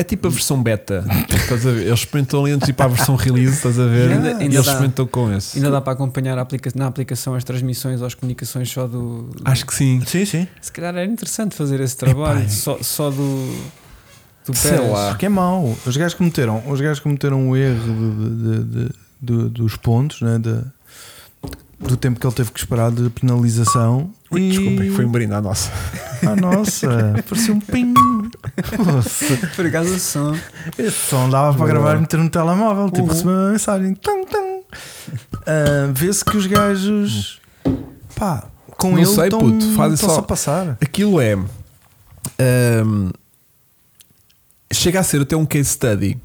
Speaker 2: É tipo a versão beta. estás a ver? Eles experimentam ali antes de ir para a versão release, estás a ver?
Speaker 3: E
Speaker 2: e
Speaker 3: ainda- ainda
Speaker 2: eles
Speaker 3: dá.
Speaker 2: experimentam com esse.
Speaker 3: Ainda dá para acompanhar a aplica- na aplicação as transmissões ou as comunicações só do.
Speaker 2: Acho que sim.
Speaker 1: Sim, sim.
Speaker 3: Se calhar era interessante fazer esse trabalho
Speaker 1: Epá,
Speaker 3: só, só do. do
Speaker 2: é. Sei
Speaker 3: Pérez.
Speaker 2: lá.
Speaker 1: Porque é mau. Os gajos que meteram, os gajos que meteram o erro de- de- de- de- dos pontos, né, da- do tempo que ele teve que esperar de penalização.
Speaker 2: Ui,
Speaker 1: e-
Speaker 2: Desculpem, foi um brinde à nossa.
Speaker 1: Ah, nossa, parecia um ping. Nossa,
Speaker 3: Por acaso o som.
Speaker 1: esse som dava para
Speaker 2: Boa.
Speaker 1: gravar e meter no telemóvel. Tipo,
Speaker 3: Uhum.
Speaker 1: receber uma mensagem. Tum, tum. Ah, Vê-se que os gajos. Pá, com
Speaker 2: Não
Speaker 1: ele
Speaker 2: sei,
Speaker 1: tão-
Speaker 2: puto, fazem
Speaker 1: tão só
Speaker 2: só-
Speaker 1: a passar.
Speaker 2: Aquilo é. ahm, chega a ser até um case study.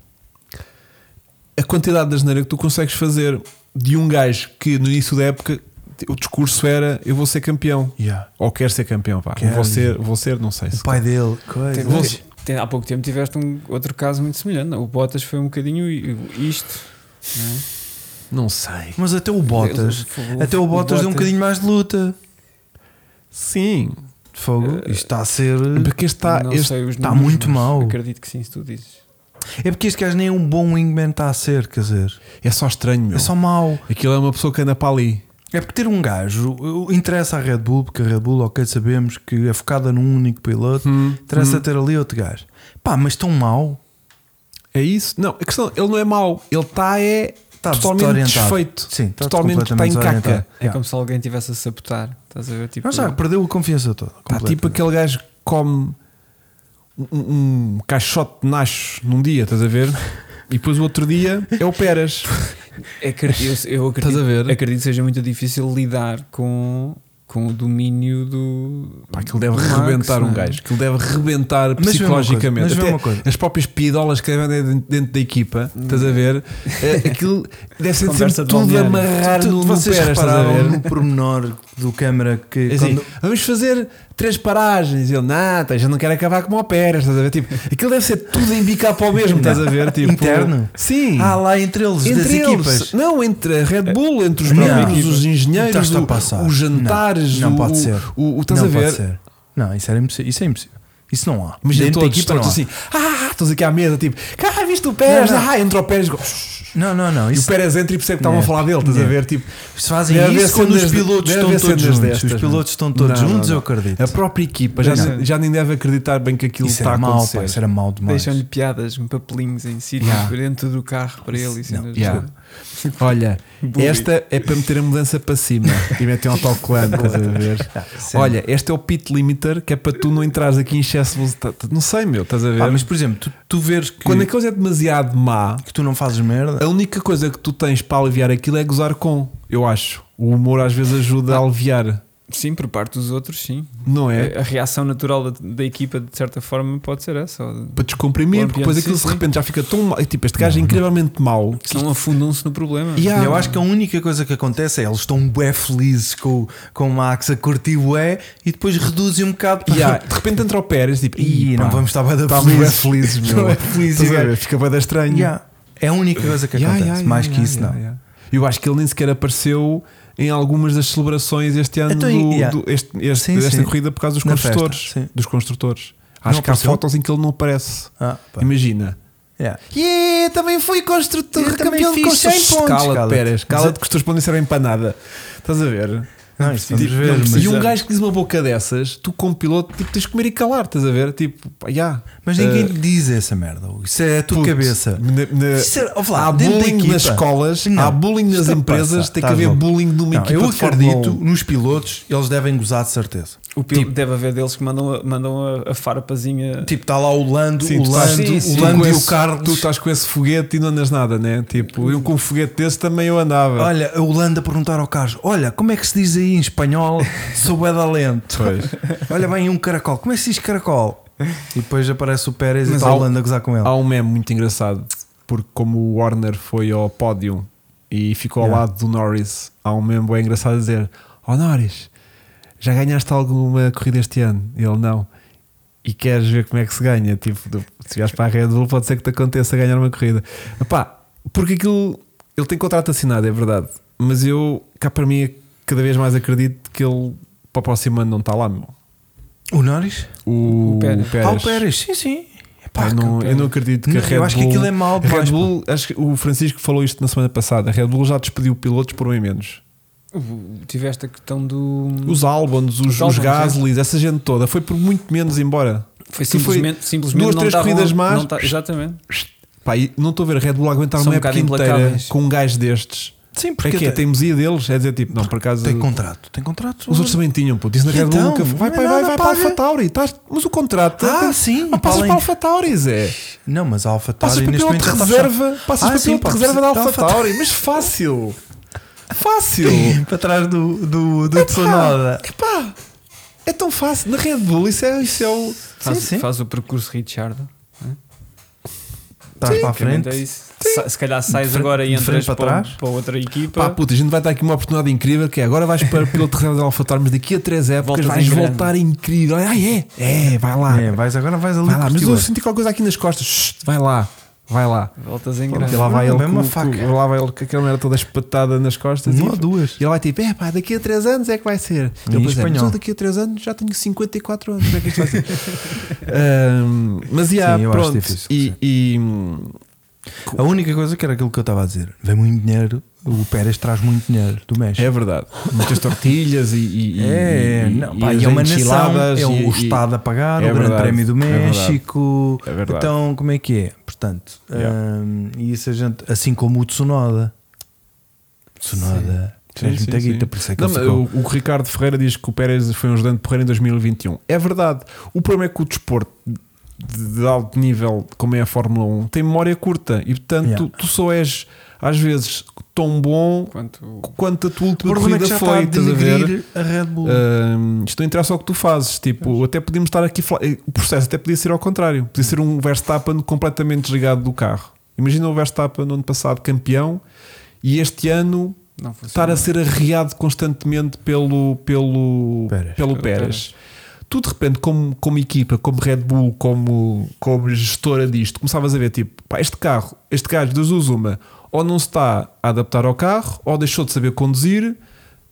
Speaker 2: A quantidade de asneira que tu consegues fazer de um gajo que no início da época o discurso era eu vou ser campeão.
Speaker 1: Yeah.
Speaker 2: Ou quer ser campeão, pá.
Speaker 1: Quero.
Speaker 2: Vou ser, vou ser, não sei
Speaker 1: O
Speaker 2: se.
Speaker 1: pai dele, coisa.
Speaker 3: Tem-
Speaker 2: Vou-
Speaker 3: tem- há pouco tempo tiveste um outro caso muito semelhante. não? O Bottas foi um bocadinho i- isto. não é?
Speaker 2: Não sei.
Speaker 1: Mas até o Bottas.
Speaker 3: Ele-
Speaker 1: Até o Bottas deu um bocadinho mais de luta.
Speaker 2: Sim.
Speaker 1: De fogo. Isto está a ser.
Speaker 2: Eh, é Porque este está.
Speaker 3: não
Speaker 2: este- tá
Speaker 3: sei os
Speaker 1: está
Speaker 3: números,
Speaker 1: muito
Speaker 3: mas
Speaker 1: mau.
Speaker 3: Acredito que sim, se tu dizes.
Speaker 1: É porque este gajo nem é um bom wingman está a ser, quer dizer.
Speaker 2: é só estranho, meu.
Speaker 1: É só mau.
Speaker 2: Aquilo é uma pessoa que anda para ali.
Speaker 1: É porque ter um gajo eu- interessa à Red Bull, porque a Red Bull, ok, sabemos que é focada num único piloto,
Speaker 2: Hum,
Speaker 1: interessa ter ali outro gajo. Pá, mas tão mau.
Speaker 2: É isso? Não, a questão, ele não é mau. Ele está é
Speaker 1: Está
Speaker 2: totalmente
Speaker 1: Tá desorientado.
Speaker 2: desfeito.
Speaker 1: Sim, está
Speaker 2: totalmente está em
Speaker 1: completamente
Speaker 2: caca.
Speaker 1: desorientado.
Speaker 3: É
Speaker 1: Yeah.
Speaker 3: como se alguém tivesse a sabotar. Estás a ver? Tipo,
Speaker 1: Não, já perdeu a confiança toda.
Speaker 2: Está tipo aquele gajo que come um, um- um caixote de nachos num dia, estás a ver? E depois o outro dia é o Peras.
Speaker 3: É que eu, eu acredito,
Speaker 2: Estás a ver?
Speaker 3: acredito que seja muito difícil lidar com, com o domínio do.
Speaker 2: Pá, aquilo deve
Speaker 3: do Max,
Speaker 2: rebentar
Speaker 3: não
Speaker 2: um
Speaker 3: é?
Speaker 2: gajo. Aquilo deve rebentar
Speaker 1: Mas vê uma coisa,
Speaker 2: psicologicamente.
Speaker 1: mas vê
Speaker 2: Até
Speaker 1: uma coisa.
Speaker 2: As próprias piadolas que devem ter dentro, dentro da equipa, estás a ver? Eh, Aquilo deve ser sempre
Speaker 3: Conversa de
Speaker 2: tudo
Speaker 3: balneário.
Speaker 2: amarrar
Speaker 1: Tu-
Speaker 2: no, no
Speaker 1: vocês
Speaker 2: Peras, estás a
Speaker 1: repararam
Speaker 2: ver?
Speaker 1: no Um pormenor do câmara que
Speaker 2: um É assim,
Speaker 1: quando-
Speaker 2: Vamos fazer três paragens. Ele, nada, já não quero acabar como o Pérez, estás a ver? Tipo, aquilo deve ser tudo em bicar para o mesmo, estás a ver? Tipo,
Speaker 1: Interno?
Speaker 2: Sim.
Speaker 1: Ah, lá entre eles, das
Speaker 2: entre
Speaker 1: equipas. É,
Speaker 2: eles, não, entre a Red Bull, entre os
Speaker 1: Não.
Speaker 2: membros, os engenheiros,
Speaker 1: Estás-te a
Speaker 2: o-
Speaker 1: passar.
Speaker 2: os jantares,
Speaker 1: Não, não
Speaker 2: o-
Speaker 1: pode ser.
Speaker 2: O, o- estás
Speaker 1: não
Speaker 2: a
Speaker 1: pode
Speaker 2: ver?
Speaker 1: ser. Não, isso, era impossível. isso é impossível. Isso não há.
Speaker 2: Imagina
Speaker 1: Dentro da
Speaker 2: todos,
Speaker 1: equipa não
Speaker 2: todos
Speaker 1: há.
Speaker 2: assim, ah, estás aqui à mesa, tipo, ah, viste o Pérez,
Speaker 1: Não, não.
Speaker 2: ah, entra o Pérez, e
Speaker 1: Não, não, não.
Speaker 2: o
Speaker 1: Isso,
Speaker 2: Pérez entra e percebe que estavam
Speaker 1: Não.
Speaker 2: a falar dele, estás a
Speaker 1: Não.
Speaker 2: ver? Tipo,
Speaker 1: se fazem
Speaker 2: Deve haver
Speaker 1: isso quando os
Speaker 2: cenas-
Speaker 1: pilotos
Speaker 2: deve
Speaker 1: estão
Speaker 2: haver
Speaker 1: todos
Speaker 2: cenas
Speaker 1: juntos.
Speaker 2: destas,
Speaker 1: os
Speaker 2: mano.
Speaker 1: pilotos estão todos
Speaker 2: Não, não,
Speaker 1: juntos,
Speaker 2: não. É
Speaker 1: eu acredito.
Speaker 2: a própria equipa já,
Speaker 1: Não.
Speaker 2: já nem deve acreditar bem que aquilo
Speaker 1: isso
Speaker 2: está
Speaker 1: era
Speaker 2: a
Speaker 1: mau,
Speaker 2: acontecer.
Speaker 1: pá, isso é era mau demais.
Speaker 3: Deixam-lhe piadas, um papelinhos em sítios
Speaker 1: Yeah.
Speaker 3: dentro do carro para ele. E cenas do
Speaker 2: Yeah.
Speaker 3: género.
Speaker 2: Olha,
Speaker 3: Bully.
Speaker 2: esta é para meter a mudança para cima e meter um autocolante, estás a ver?
Speaker 1: Ah, Sim.
Speaker 2: Olha, este é o pit limiter que é para tu não entrares aqui em excesso de velocidade. Não sei, meu, estás a ver?
Speaker 1: Pá, Ah, mas por exemplo, tu, tu vês que,
Speaker 2: Quando a coisa é demasiado má,
Speaker 1: que tu não fazes merda,
Speaker 2: a única coisa que tu tens para aliviar aquilo é gozar com, eu acho. O humor às vezes ajuda a aliviar,
Speaker 3: Sim, por parte dos outros, sim.
Speaker 2: não é?
Speaker 3: A reação natural da, da equipa, de certa forma, pode ser essa. ou-
Speaker 2: Para descomprimir,
Speaker 3: O
Speaker 2: porque depois
Speaker 3: ambiente,
Speaker 2: aquilo
Speaker 3: sim,
Speaker 2: de repente já fica tão mal. e, Tipo, este gajo é incrivelmente mau. que
Speaker 3: Senão afundam-se no problema.
Speaker 2: E há-
Speaker 1: eu acho que a única coisa que acontece é eles estão bué felizes com, com o Max a curtir bué e depois reduzem um bocado para
Speaker 2: E há- de repente entra o Pérez tipo,
Speaker 1: Ih,
Speaker 2: "Ih, pá,
Speaker 1: não vamos estar bué da
Speaker 2: estamos bué
Speaker 1: felizes.
Speaker 2: felizes, meu.
Speaker 1: Não é feliz,
Speaker 2: Estás a
Speaker 1: yeah.
Speaker 2: ver? Fica bué da estranho.
Speaker 1: Yeah. É a única coisa que
Speaker 2: Yeah,
Speaker 1: acontece,
Speaker 2: yeah,
Speaker 1: mais
Speaker 2: yeah,
Speaker 1: que isso
Speaker 2: yeah,
Speaker 1: não.
Speaker 2: yeah. Eu acho que ele nem sequer apareceu em algumas das celebrações este ano
Speaker 1: Então,
Speaker 2: do,
Speaker 1: yeah.
Speaker 2: do- este, este-
Speaker 1: Sim,
Speaker 2: desta
Speaker 1: sim.
Speaker 2: corrida por causa dos
Speaker 1: Na
Speaker 2: construtores.
Speaker 1: festa, sim.
Speaker 2: dos construtores. Acho que há
Speaker 1: apareceu?
Speaker 2: fotos em que ele não aparece.
Speaker 1: Ah, pá. é,
Speaker 2: Imagina.
Speaker 1: Yeah.
Speaker 2: Yeah, também fui construtor,
Speaker 1: Eu também
Speaker 2: campeão de
Speaker 1: fiz 100
Speaker 2: construção.
Speaker 1: pontos.
Speaker 2: Cala-te,
Speaker 1: Cala-te.
Speaker 2: Pérez. Cala-te que os teus pontos eram empanada. Estás a ver?
Speaker 1: Não, isso vamos
Speaker 2: Tipo,
Speaker 1: ver,
Speaker 2: não
Speaker 1: mas,
Speaker 2: precisa. e um gajo que diz uma boca dessas, tu como piloto tipo, tens de comer e calar, estás a ver? Tipo, pá, já.
Speaker 1: mas
Speaker 2: Eh,
Speaker 1: ninguém lhe diz essa merda. Hugo. Isso é a tua
Speaker 2: Puto,
Speaker 1: cabeça.
Speaker 2: na- na-
Speaker 1: Isso é- ó, Flá,
Speaker 2: Eh, há
Speaker 1: dentro da
Speaker 2: bullying
Speaker 1: equipa.
Speaker 2: nas escolas,
Speaker 1: Não.
Speaker 2: há bullying nas
Speaker 1: Isto é
Speaker 2: empresas,
Speaker 1: passar,
Speaker 2: tem que
Speaker 1: estás
Speaker 2: haver
Speaker 1: louco.
Speaker 2: bullying numa
Speaker 1: Não,
Speaker 2: equipa um-
Speaker 1: eu
Speaker 2: de Fórmula
Speaker 1: acredito
Speaker 2: 1.
Speaker 1: nos pilotos, eles devem gozar de certeza.
Speaker 3: O pil- Deve haver deles que mandam, a- mandam a, a farpazinha.
Speaker 1: Tipo, está lá o Lando,
Speaker 2: Sim,
Speaker 1: o
Speaker 2: tu
Speaker 1: Lando,
Speaker 2: estás-
Speaker 3: sim,
Speaker 1: o
Speaker 3: sim.
Speaker 2: tu
Speaker 1: Lando
Speaker 2: com
Speaker 1: e o
Speaker 2: esse-
Speaker 1: Carlos.
Speaker 2: Tu estás com esse foguete e não andas nada, né? Tipo, eu com um foguete desse também eu andava.
Speaker 1: Olha, a Holanda a perguntar ao Carlos: Olha, como é que se diz aí em espanhol? Sou bué da lento.
Speaker 2: Pois.
Speaker 1: Olha bem, um caracol. Como é que se diz caracol? E depois aparece o Pérez e
Speaker 2: Mas
Speaker 1: está a
Speaker 2: há-
Speaker 1: Holanda a gozar com ele.
Speaker 2: Há um meme muito engraçado, porque como o Warner foi ao pódio e ficou
Speaker 1: Yeah.
Speaker 2: ao lado do Norris, há um meme bem engraçado a dizer: Ó Norris, já ganhaste alguma corrida este ano? E Ele não. E queres ver como é que se ganha? Tipo, do- se vieres para a Red Bull, pode ser que te aconteça ganhar uma corrida. Epá, porque aquilo. Ele tem contrato assinado, é verdade. Mas eu, cá para mim, cada vez mais acredito que ele para o próximo ano não está lá, meu.
Speaker 1: O Norris?
Speaker 2: O,
Speaker 3: O Pérez.
Speaker 1: Ah, o Pérez, sim, sim. Epá,
Speaker 2: eu, não,
Speaker 1: que-
Speaker 2: eu não acredito que
Speaker 1: Não,
Speaker 2: a Red
Speaker 1: eu acho que
Speaker 2: Bull-
Speaker 1: aquilo é mau,
Speaker 2: a Red
Speaker 1: mas-
Speaker 2: Bull, acho que o Francisco falou isto na semana passada. A Red Bull já despediu pilotos por bem menos.
Speaker 3: O- Tiveste a questão do.
Speaker 1: Hum.
Speaker 2: Os Albons, os,
Speaker 3: Os
Speaker 2: os,
Speaker 3: Albons,
Speaker 1: é.
Speaker 2: Gaslys, essa gente toda foi por muito menos embora.
Speaker 3: Foi
Speaker 2: que foi
Speaker 3: simplesmente. simplesmente
Speaker 2: duas,
Speaker 3: não
Speaker 2: três
Speaker 1: tá
Speaker 3: estavam-
Speaker 2: corridas mais.
Speaker 3: não ta- exatamente.
Speaker 2: Pá, e não estou a ver a Red Bull aguentar
Speaker 3: São
Speaker 2: uma
Speaker 3: um
Speaker 2: época
Speaker 3: bocado
Speaker 2: inteira
Speaker 3: implacáveis.
Speaker 2: com um gajo destes.
Speaker 1: Sim,
Speaker 2: Porque
Speaker 1: porque
Speaker 2: é que é? A
Speaker 1: tem,
Speaker 2: teimosia deles é dizer tipo, não, por acaso.
Speaker 1: tem contrato. Tem contrato.
Speaker 2: Os outros também tinham, puto. Isso na
Speaker 1: E
Speaker 2: Red Bull
Speaker 1: então?
Speaker 2: nunca foi. Vai,
Speaker 1: Não é
Speaker 2: vai, vai,
Speaker 1: nada,
Speaker 2: vai para a
Speaker 1: paga.
Speaker 2: Alfa Tauri. Estás- Mas o contrato.
Speaker 1: Ah,
Speaker 2: tem-
Speaker 1: sim.
Speaker 2: Ah, passas para a
Speaker 1: além-
Speaker 2: é. Alfa Tauri, Zé.
Speaker 1: Não, mas a Alfa
Speaker 2: Passas
Speaker 1: Tauri
Speaker 2: para piloto
Speaker 1: neste momento
Speaker 2: de
Speaker 1: já está fechada.
Speaker 2: reserva. Passas
Speaker 1: Ah,
Speaker 2: para
Speaker 1: sim,
Speaker 2: piloto de
Speaker 1: pode
Speaker 2: reserva da
Speaker 1: ser. Da
Speaker 2: Alfa
Speaker 1: Alfa Tauri.
Speaker 2: Tauri. Mas fácil. Fácil.
Speaker 1: Para trás do, do, do
Speaker 2: Epá,
Speaker 1: Tsunoda.
Speaker 2: epá, é tão fácil. Na Red Bull, isso é, isso é o.
Speaker 3: Faz,
Speaker 1: sim.
Speaker 3: faz o percurso Richard.
Speaker 1: Estás Tá para a frente.
Speaker 3: É isso. Sa- se calhar sais
Speaker 1: frente-
Speaker 3: agora e
Speaker 1: de frente
Speaker 3: entras para,
Speaker 1: para
Speaker 3: para,
Speaker 1: trás.
Speaker 3: outra
Speaker 2: Pá,
Speaker 3: equipa.
Speaker 2: puta, a gente vai dar aqui uma oportunidade incrível que é agora vais para o piloto de reserva da AlphaTauri, mas daqui a três épocas
Speaker 3: Voltas
Speaker 2: vais
Speaker 3: em grande.
Speaker 2: voltar incrível. Ai, é, é, vai lá.
Speaker 1: É, vais agora, vais ali.
Speaker 2: vai lá, mas
Speaker 1: curtir
Speaker 2: eu
Speaker 1: lá.
Speaker 2: senti qualquer coisa aqui nas costas. Shhh, vai lá, vai lá.
Speaker 3: Voltas em
Speaker 2: Pronto,
Speaker 3: grande.
Speaker 2: e lá vai
Speaker 1: Não,
Speaker 2: ele com,
Speaker 1: mesmo a faca.
Speaker 2: com- lá vai ele com aquela merda toda espetada nas costas
Speaker 1: Uma
Speaker 2: e-
Speaker 1: ou duas.
Speaker 2: E ele vai tipo, é pá, daqui a 3 anos é que vai ser.
Speaker 1: Em
Speaker 2: Ele pensa,
Speaker 1: espanhol.
Speaker 2: mas eu daqui a 3 anos já tenho 54 anos, como é que isto vai ser? Ahm, mas já,
Speaker 1: Sim, eu acho
Speaker 2: pronto.
Speaker 1: difícil,
Speaker 2: e,
Speaker 1: sim.
Speaker 2: e, hum,
Speaker 1: A única coisa que era aquilo que eu estava a dizer. Vem muito dinheiro. O Pérez traz muito dinheiro do México.
Speaker 2: é verdade. Muitas tortilhas e. e- e-
Speaker 1: É,
Speaker 2: e-
Speaker 1: não, pá,
Speaker 2: e
Speaker 1: e é
Speaker 2: as
Speaker 1: uma nação,
Speaker 2: enchiladas
Speaker 1: é
Speaker 2: e-
Speaker 1: o
Speaker 2: e-
Speaker 1: Estado a pagar,
Speaker 2: é
Speaker 1: o Grande
Speaker 2: verdade,
Speaker 1: Prémio do
Speaker 2: é verdade.
Speaker 1: México.
Speaker 2: É verdade.
Speaker 1: então, como é que é? Portanto,
Speaker 2: Yeah.
Speaker 1: hum, e isso a gente, assim como o Tsunoda, Tsunoda, tens
Speaker 2: Sim,
Speaker 1: muita
Speaker 2: sim,
Speaker 1: guita,
Speaker 2: sim.
Speaker 1: por isso é que
Speaker 2: Não,
Speaker 1: ele
Speaker 2: mas
Speaker 1: ficou.
Speaker 2: o, o Ricardo Ferreira diz que o Pérez foi um ajudante de Porreira em 2021. É verdade. O problema é que o desporto de, de alto nível, como é a Fórmula 1, tem memória curta e, portanto,
Speaker 1: Yeah.
Speaker 2: tu só és às vezes tão bom
Speaker 3: Quanto
Speaker 2: quanto a tua
Speaker 1: O
Speaker 2: última
Speaker 1: problema é
Speaker 2: corrida
Speaker 1: que já
Speaker 2: foi.
Speaker 1: está a
Speaker 2: Estás a ver?
Speaker 1: denegrir a Red Bull.
Speaker 2: Hum, isto não interessa ao que tu fazes. Tipo, até podíamos estar aqui. a falar- O processo até podia ser ao contrário. Podia ser um Verstappen completamente desligado do carro. Imagina o Verstappen no ano passado campeão e este ano
Speaker 3: não funciona.
Speaker 2: estar a ser arreado constantemente pelo, pelo,
Speaker 1: Pérez.
Speaker 2: pelo
Speaker 3: Pelo
Speaker 2: Pérez. Tu de repente, como, como equipa, como Red Bull, como, como gestora disto, começavas a ver tipo, pá, este carro, este gajo das duas uma, ou não se está a adaptar ao carro, ou deixou de saber conduzir.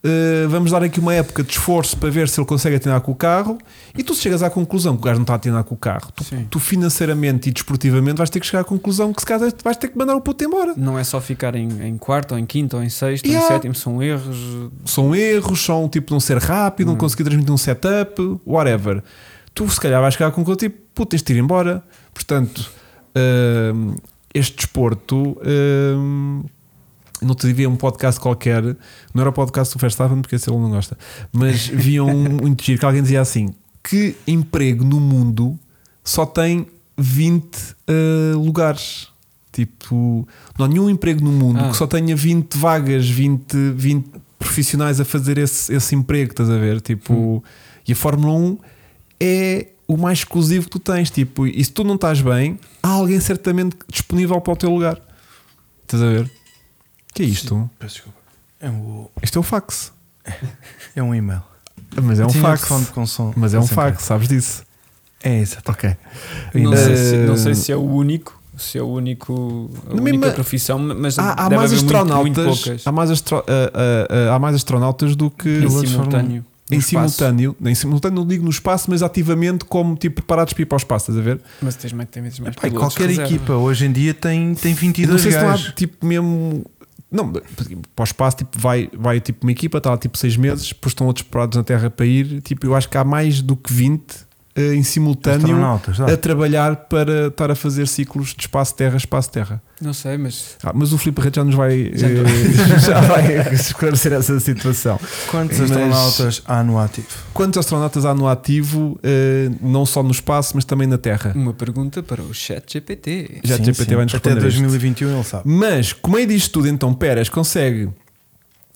Speaker 2: eh, vamos dar aqui uma época de esforço para ver se ele consegue atinar com o carro. E tu chegas à conclusão que o gajo não está a atinar com o carro. Tu,
Speaker 3: Sim.
Speaker 2: tu financeiramente e desportivamente vais ter que chegar à conclusão que se calhar vais ter que mandar o puto embora.
Speaker 3: Não é só ficar em, em quarto, ou em quinto, ou em sexto, ou em
Speaker 2: Yeah.
Speaker 3: sétimo, são erros.
Speaker 2: são erros, são tipo não ser rápido, não conseguir transmitir um setup, whatever. Tu se calhar vais chegar com aquele tipo, puta, tens de ir embora. Portanto, hum, este desporto. hum, não te vi um podcast qualquer, não era o podcast do Verstappen, porque esse ele não gosta, mas via um, um giro que alguém dizia assim: que emprego no mundo só tem 20 ah, lugares? Tipo, não há nenhum emprego no mundo
Speaker 3: Ah.
Speaker 2: que só tenha 20 vagas, 20, 20 profissionais a fazer esse, esse emprego, estás a ver? Tipo, e a Fórmula 1 é o mais exclusivo que tu tens. Tipo, e se tu não estás bem, há alguém certamente disponível para o teu lugar. Estás a ver? Que é isto?
Speaker 1: Peço desculpa. É um,
Speaker 2: Isto é um fax.
Speaker 1: é um e-mail.
Speaker 2: Mas é um
Speaker 1: Tinha
Speaker 2: fax.
Speaker 1: telefone com som.
Speaker 2: Mas é um
Speaker 1: Sem
Speaker 2: fax, sabes disso?
Speaker 1: querer. É isso.
Speaker 2: Ok.
Speaker 3: Não,
Speaker 2: Eh,
Speaker 3: sei se, não sei se é o único, se é o único, a
Speaker 2: Na
Speaker 3: única
Speaker 2: mesma-
Speaker 3: profissão, mas
Speaker 2: Ah, Há, há
Speaker 3: deve
Speaker 2: mais
Speaker 3: haver muito- muito
Speaker 2: astronautas.
Speaker 3: poucas.
Speaker 2: há, mais astro- ah, ah, ah, há mais astronautas do que
Speaker 3: em
Speaker 1: pilotos
Speaker 3: simultâneo. no
Speaker 2: em
Speaker 3: espaço.
Speaker 2: simultâneo. Em simultâneo, não digo no espaço, mas ativamente como tipo preparados para ir para o espaço, estás a ver?
Speaker 3: Mas tens mais, tem vezes mais
Speaker 1: Epá, e
Speaker 3: pilotos
Speaker 1: qualquer
Speaker 3: reserva.
Speaker 1: equipa hoje em dia tem, tem
Speaker 2: E não
Speaker 1: 22
Speaker 2: sei se não há
Speaker 1: gajos.
Speaker 2: tipo mesmo Não, para o espaço tipo, vai, vai tipo uma equipa, está lá tipo 6 meses, depois estão outros parados na Terra para ir. Tipo, eu acho que há mais do que 20 eh, em simultâneo
Speaker 1: Astronautas, dá.
Speaker 2: a trabalhar para estar a fazer ciclos de espaço-terra, espaço-terra.
Speaker 3: Não sei, mas
Speaker 2: Ah, mas o Filipe Rede já nos vai,
Speaker 3: Já
Speaker 2: eh, já vai esclarecer essa situação.
Speaker 1: Quantos
Speaker 2: Mas-
Speaker 1: astronautas há no ativo?
Speaker 2: Quantos astronautas há no ativo, eh, não só no espaço, mas também na Terra?
Speaker 3: uma pergunta para o chat GPT.
Speaker 2: Já
Speaker 1: Sim,
Speaker 2: GPT
Speaker 1: sim.
Speaker 2: vai nos
Speaker 1: Até
Speaker 2: responder isto.
Speaker 1: 2021 ele sabe.
Speaker 2: Mas, como é disto tudo, então Pérez consegue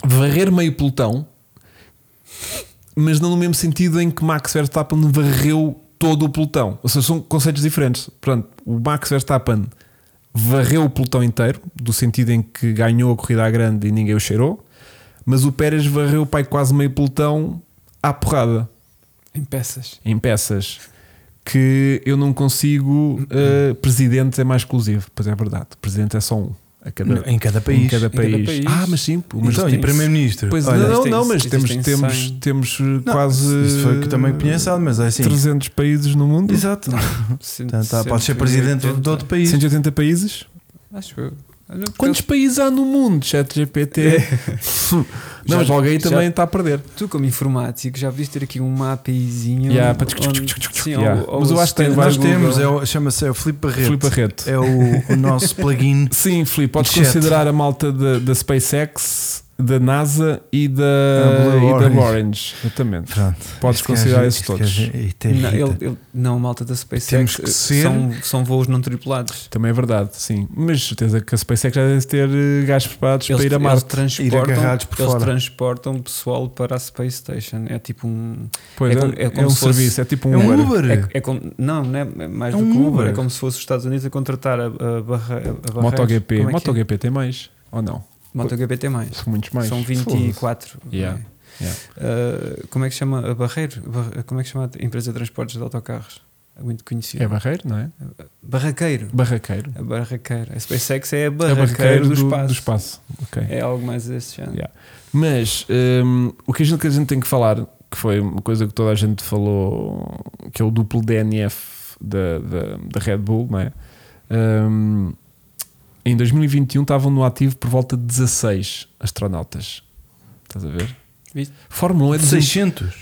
Speaker 2: varrer meio pelotão, mas não no mesmo sentido em que Max Verstappen varreu todo o pelotão. Ou seja, são conceitos diferentes. Portanto, o Max Verstappen varreu o pelotão inteiro, do sentido em que ganhou a corrida à grande e ninguém o cheirou, mas o Pérez varreu pai quase meio pelotão à porrada
Speaker 3: Em peças.
Speaker 2: em peças que eu não consigo. eh, presidente é mais exclusivo, pois é verdade. Presidente é só um a cada,
Speaker 1: Em cada
Speaker 2: em
Speaker 1: país.
Speaker 2: cada
Speaker 3: cada
Speaker 2: país.
Speaker 3: país.
Speaker 2: Ah, mas sim, pô, mas
Speaker 1: Então, e
Speaker 3: tem-se-
Speaker 1: primeiro-ministro?
Speaker 2: pois,
Speaker 1: Olha,
Speaker 2: não,
Speaker 3: existem-
Speaker 2: não, mas temos,
Speaker 3: existem
Speaker 2: temos,
Speaker 3: cem-
Speaker 2: temos eh,
Speaker 1: Não,
Speaker 2: quase
Speaker 1: Isso foi que também conheçado, mas é assim.
Speaker 2: 300 países no mundo,
Speaker 1: Exato.
Speaker 2: Uhum.
Speaker 3: Cento-
Speaker 2: Tá,
Speaker 1: Portanto, há- pode ser
Speaker 3: 180.
Speaker 1: presidente de outro país.
Speaker 2: 180 países.
Speaker 3: Acho eu. Ah, não,
Speaker 2: Quantos países há no mundo? Chat GPT. não,
Speaker 3: Já-
Speaker 2: mas logo aí
Speaker 3: já-
Speaker 2: também está a perder.
Speaker 3: Tu, como informático, já devias ter aqui um mapazinho.
Speaker 2: Yeah,
Speaker 3: onde-
Speaker 2: pá, tchuc, tchuc,
Speaker 3: onde-
Speaker 2: tchuc, tchuc,
Speaker 3: sim,
Speaker 2: yeah.
Speaker 3: ou- ou
Speaker 2: Mas eu acho que tem
Speaker 3: assistente
Speaker 1: Nós
Speaker 3: do
Speaker 1: temos,
Speaker 3: Google.
Speaker 1: é o- chama-se é o Filipe Barreto.
Speaker 2: Filipe Arrete.
Speaker 1: É o, o nosso plugin.
Speaker 2: Sim, Filipe, podes
Speaker 1: Chat.
Speaker 2: considerar a malta da, da SpaceX, da NASA e da,
Speaker 1: A Blue
Speaker 2: e
Speaker 1: Orange.
Speaker 2: da Ah, Orange. Exatamente.
Speaker 1: Pronto.
Speaker 2: Podes
Speaker 1: Este
Speaker 2: considerar
Speaker 1: gajo-
Speaker 2: esses
Speaker 1: este
Speaker 2: todos.
Speaker 1: gajo- eita,
Speaker 2: é
Speaker 3: Não,
Speaker 1: irrita.
Speaker 3: ele- ele- não, a malta da SpaceX eh,
Speaker 1: Temos que ser-
Speaker 3: são, são voos não tripulados.
Speaker 2: Também é verdade, sim. Mas certeza que a SpaceX já deve ter eh, gajos preparados para ir a Marte.
Speaker 1: agarrados por
Speaker 3: transportam, eles
Speaker 1: fora.
Speaker 3: transportam pessoal para a Space Station. É tipo um.
Speaker 2: Pois
Speaker 3: É
Speaker 2: é,
Speaker 3: como- é
Speaker 2: é
Speaker 3: como
Speaker 2: um
Speaker 3: se fosse-
Speaker 2: serviço, é tipo um
Speaker 1: É
Speaker 2: Uber.
Speaker 1: um Uber.
Speaker 3: É, é como, não, não é é mais
Speaker 1: É
Speaker 3: do
Speaker 1: um
Speaker 3: que o Uber.
Speaker 1: Uber.
Speaker 3: É como se fosse os Estados Unidos a contratar a, a, barra, a barra,
Speaker 2: MotoGP.
Speaker 3: como é que é?
Speaker 2: MotoGP tem mais? Ou não?
Speaker 3: MotoGP tem mais.
Speaker 2: São muitos mais.
Speaker 3: São
Speaker 2: Foda-se.
Speaker 3: 24.
Speaker 2: Yeah,
Speaker 3: não é?
Speaker 2: yeah.
Speaker 3: Ah, como é que chama a Barreiro? Barre- Como é que chama a empresa de transportes de autocarros? É muito conhecida.
Speaker 2: É barreiro, não é?
Speaker 3: Barraqueiro.
Speaker 2: Barraqueiro.
Speaker 3: A Barraqueira. A SpaceX é a
Speaker 2: É
Speaker 3: Barraqueiro,
Speaker 2: barraqueiro
Speaker 3: do, espaço.
Speaker 2: do espaço. Ok.
Speaker 3: É algo mais desse género.
Speaker 2: Yeah. Mas hum, o que a, gente, que a gente tem que falar, que foi uma coisa que toda a gente falou, que é o duplo DNF da, da, da Red Bull, não é? Hum, em 2021 estavam no ativo por volta de 16 astronautas. Estás a ver?
Speaker 3: Viste?
Speaker 2: Fórmula 1 é de
Speaker 1: 600?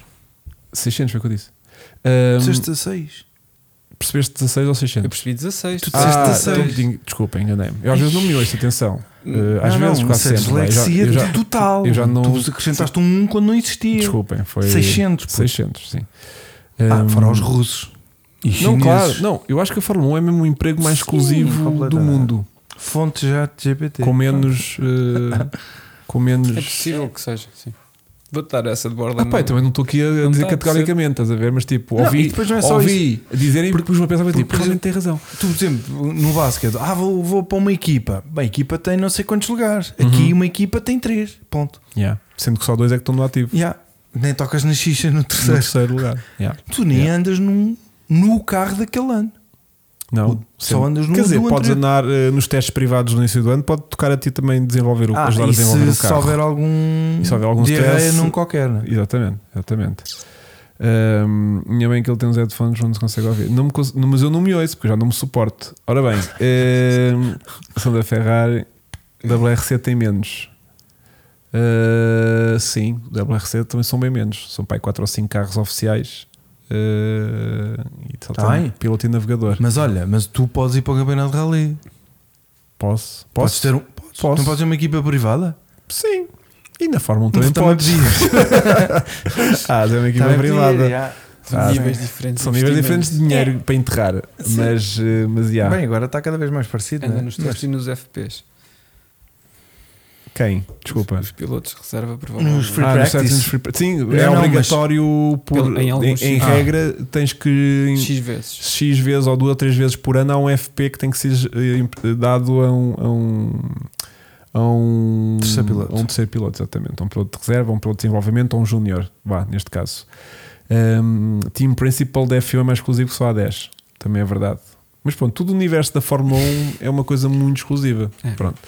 Speaker 2: 600 foi o que eu disse. Hum,
Speaker 1: Disseste 16?
Speaker 2: percebeste 16 ou 600?
Speaker 3: Eu percebi 16.
Speaker 1: Tu disseste
Speaker 2: Ah,
Speaker 1: 16.
Speaker 2: então, ding- desculpa, enganei-me. Eu às vezes não me ouço, atenção. Uh, às
Speaker 1: Não, não,
Speaker 2: vezes, quase
Speaker 1: isso é
Speaker 2: sempre. não é? Eu já-
Speaker 1: Dislexia
Speaker 2: eu já-
Speaker 1: total.
Speaker 2: eu já não-
Speaker 1: Tu acrescentaste um 1 quando não existia.
Speaker 2: Desculpem, foi
Speaker 1: 600. pô.
Speaker 2: 600, sim.
Speaker 1: Ah,
Speaker 2: Hum,
Speaker 1: foram os russos. E
Speaker 2: Não,
Speaker 1: chineses.
Speaker 2: claro, não, eu acho que a Fórmula 1 é mesmo um emprego mais
Speaker 1: Sim,
Speaker 2: exclusivo do
Speaker 1: completamente.
Speaker 2: mundo,
Speaker 1: Fonte já de GPT.
Speaker 2: com menos. eh, com menos.
Speaker 3: É possível que seja, sim. Vou-te dar essa de é? borda.
Speaker 2: Ah,
Speaker 1: é?
Speaker 2: pá, eu também não estou aqui a dizer
Speaker 3: está a
Speaker 2: categoricamente, estás a ver? Mas tipo,
Speaker 1: Não, e
Speaker 2: ouvi,
Speaker 1: depois não é só
Speaker 2: ouvi dizerem porque pus uma pensava
Speaker 1: porque,
Speaker 2: tipo,
Speaker 1: por
Speaker 2: realmente tem razão.
Speaker 1: Tu, por exemplo, no basquete, ah, vou, vou para uma equipa. Bem, a equipa tem não sei quantos lugares. Aqui
Speaker 2: Uhum.
Speaker 1: uma equipa tem três. Ponto.
Speaker 2: Yeah. Sendo que só dois é que estão no ativo.
Speaker 1: Já. Nem tocas na xixa no
Speaker 2: No
Speaker 1: terceiro.
Speaker 2: terceiro lugar. Yeah.
Speaker 1: Tu nem andas num, no carro daquele ano.
Speaker 2: Não,
Speaker 1: Só
Speaker 2: sempre.
Speaker 1: andas no
Speaker 2: Quer dizer,
Speaker 1: do
Speaker 2: podes eh,
Speaker 1: anterior.
Speaker 2: ajudar
Speaker 1: Ah,
Speaker 2: a
Speaker 1: e
Speaker 2: desenvolver
Speaker 1: se,
Speaker 2: o
Speaker 1: se
Speaker 2: carro.
Speaker 1: houver algum,
Speaker 2: E se houver algum
Speaker 1: diarreia
Speaker 2: stress-
Speaker 1: num qualquer, né?
Speaker 2: Exatamente, exatamente. Ahm, ainda bem que ele tem uns headphones onde se consegue ouvir. Não me cons- não- mas eu não me ouço porque eu já não me suporto. Ora bem, ahm, são da Ferrari, WRC tem menos. Ah, sim, WRC também são bem menos. São pai 4 ou 5 carros oficiais ah, e só
Speaker 1: Tá
Speaker 2: tem
Speaker 1: bem.
Speaker 2: piloto e navegador.
Speaker 1: Mas olha, mas tu podes ir para o campeonato de rally.
Speaker 2: Posso?
Speaker 1: Podes
Speaker 2: Posso?
Speaker 1: ter um. podes.
Speaker 2: Posso.
Speaker 1: Não podes ter uma equipa privada?
Speaker 2: Sim. E na Fórmula 1 também podes.
Speaker 1: podias.
Speaker 2: Ah, tem uma equipa
Speaker 1: Também
Speaker 2: privada.
Speaker 1: podias, já.
Speaker 3: São
Speaker 2: Ah,
Speaker 3: níveis
Speaker 1: sim.
Speaker 3: diferentes.
Speaker 2: São níveis diferentes de dinheiro para enterrar.
Speaker 1: É. Sim.
Speaker 2: Mas, eh, mas já.
Speaker 1: Bem, agora está cada vez mais parecido.
Speaker 2: é?
Speaker 3: Anda
Speaker 1: né?
Speaker 3: nos
Speaker 1: Mas-
Speaker 3: testes e nos FPs.
Speaker 2: Quem? Desculpa.
Speaker 3: Os pilotos de reserva,
Speaker 1: Nos
Speaker 3: provavelmente.
Speaker 1: free
Speaker 2: Ah, nos
Speaker 1: practice.
Speaker 2: Estados Unidos free pra- Sim, é
Speaker 1: não,
Speaker 2: obrigatório por,
Speaker 3: Pelo- em
Speaker 2: em,
Speaker 3: alguns
Speaker 2: em
Speaker 3: sítios.
Speaker 2: regra
Speaker 1: Ah.
Speaker 2: tens que em X.
Speaker 3: X vezes.
Speaker 2: vezes ou duas ou três vezes por ano há um FP que tem que ser eh, imp- dado a um, a um a um
Speaker 1: Terceiro piloto.
Speaker 2: a um terceiro piloto, exatamente, a um piloto de reserva, a um piloto de desenvolvimento ou um júnior, vá, neste caso. Um, team principal da F1 é mais exclusivo que só há 10, também é verdade. Mas pronto, todo o universo da Fórmula 1 é uma coisa muito exclusiva.
Speaker 3: É.
Speaker 2: Pronto.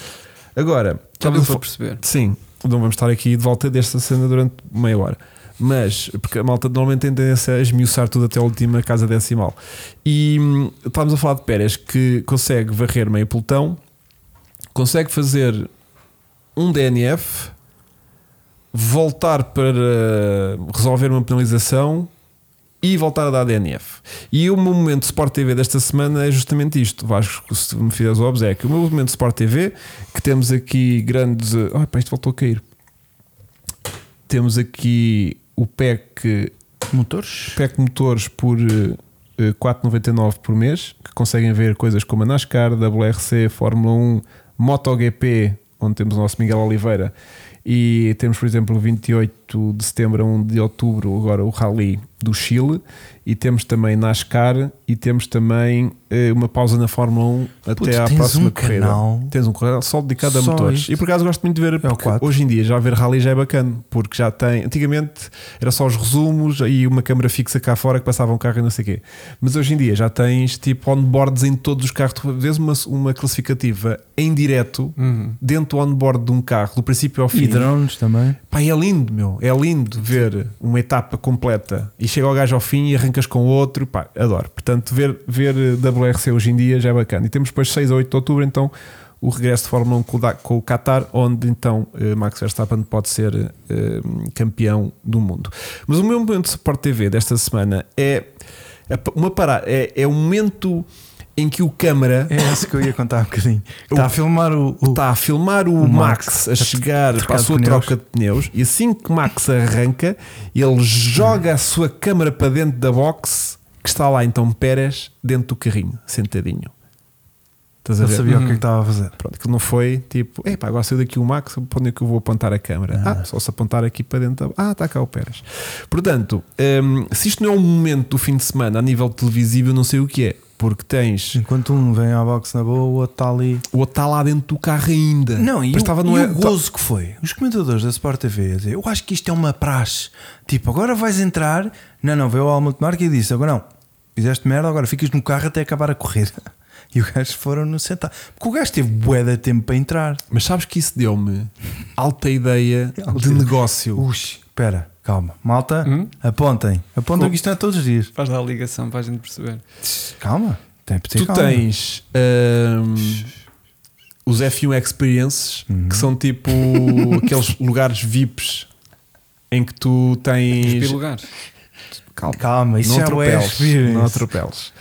Speaker 2: Agora,
Speaker 3: Já
Speaker 2: estava a
Speaker 3: deu
Speaker 2: fa-
Speaker 3: para perceber.
Speaker 2: Sim, não vamos estar aqui de volta desta cena durante meia hora. Mas, porque a malta normalmente tem tendência a esmiuçar tudo até a última casa decimal. E hum, estávamos a falar de Pérez que consegue varrer meio pelotão, consegue fazer um DNF, voltar para resolver uma penalização e voltar a dar DNF. E o meu momento de Sport TV desta semana é justamente isto. Vasco, se me fizeres o obsequio, o meu momento de Sport TV, que temos aqui grandes. Ah, pá, isto voltou a cair. Temos aqui o PEC
Speaker 1: Motores?
Speaker 2: PEC Motores por eh, eh, 4,99 por mês, que conseguem ver coisas como a NASCAR, WRC, Fórmula 1, MotoGP, onde temos o nosso Miguel Oliveira, e temos, por exemplo, 28 de setembro a 1 de outubro, agora o Rally do Chile, e temos também NASCAR, e temos também eh, uma pausa na Fórmula 1 até
Speaker 1: Puto,
Speaker 2: à
Speaker 1: tens
Speaker 2: próxima
Speaker 1: um
Speaker 2: corrida.
Speaker 1: canal.
Speaker 2: Tens um canal só dedicado a
Speaker 1: Só
Speaker 2: motores.
Speaker 1: isto. É
Speaker 2: E por acaso gosto muito de ver,
Speaker 1: o
Speaker 2: porque
Speaker 1: quatro.
Speaker 2: hoje em dia já ver rally já é bacana, porque já tem. Antigamente era só os resumos e uma câmera fixa cá fora que passava um carro e não sei o quê. Mas hoje em dia já tens tipo onboards em todos os carros. Tu vês uma, uma classificativa em direto,
Speaker 3: Uhum.
Speaker 2: dentro do onboard de um carro, do princípio ao fim.
Speaker 1: E drones também.
Speaker 2: Pá, é lindo, meu. É lindo ver uma etapa completa e chega o gajo ao fim e arrancas com outro. Pá, adoro. Portanto, ver, ver WRC hoje em dia já é bacana. E temos depois 6 a 8 de outubro, então, o regresso de Fórmula 1 com o Da- com o Qatar, onde então eh, Max Verstappen pode ser eh, campeão do mundo. Mas o meu momento de Sport TV desta semana é, é pa- uma parada, é, é o momento em que o câmara.
Speaker 1: É esse que eu ia contar um bocadinho.
Speaker 2: O-
Speaker 1: Está a filmar o. o-
Speaker 2: Está a filmar o,
Speaker 1: O
Speaker 2: Max,
Speaker 1: Max
Speaker 2: a
Speaker 1: a
Speaker 2: chegar
Speaker 1: trocar
Speaker 2: para a
Speaker 1: de
Speaker 2: sua
Speaker 1: pneus.
Speaker 2: troca de pneus e assim que Max arranca, ele joga a sua câmara para dentro da box que está lá então Pérez dentro do carrinho, sentadinho. Estás a
Speaker 1: Ele
Speaker 2: ver?
Speaker 1: sabia o que é que estava a fazer.
Speaker 2: Pronto, aquilo não foi tipo, epá, agora saiu daqui o Max, para onde é que eu vou apontar a câmera? Ah, só se apontar aqui para dentro. da- Ah, está cá o Pérez. Portanto, hum, se isto não é um momento do fim de semana a nível televisivo, eu não sei o que é, porque tens.
Speaker 1: Enquanto um vem à boxe na boa, o outro está ali.
Speaker 2: O outro está lá dentro do carro ainda.
Speaker 1: Não, e,
Speaker 2: Depois
Speaker 1: o,
Speaker 2: estava
Speaker 1: e
Speaker 2: é-
Speaker 1: o gozo que foi? Os comentadores da Sport TV a dizer, eu acho que isto é uma praxe. Tipo, agora vais entrar. Não, não, veio o Almut Marca e disse: agora não, fizeste merda, agora ficas no carro até acabar a corrida. E os gajos foram no sentar. Porque o gajo teve bué de tempo para entrar.
Speaker 2: Mas sabes que isso deu-me alta ideia de negócio.
Speaker 1: Ux, espera, calma. Malta, apontem. Apontem que isto não é todos os dias.
Speaker 3: Faz lá a ligação para a gente perceber.
Speaker 1: Calma. Tem que ter
Speaker 2: Tu
Speaker 1: calma.
Speaker 2: tens ahm, os F1 Experiences,
Speaker 1: Uhum.
Speaker 2: que são tipo aqueles lugares VIPs em que tu tens.
Speaker 3: Os lugares.
Speaker 2: Calma,
Speaker 1: Calma, isso
Speaker 2: não
Speaker 1: já é
Speaker 2: atropeles,
Speaker 1: experience.
Speaker 2: não atropeles.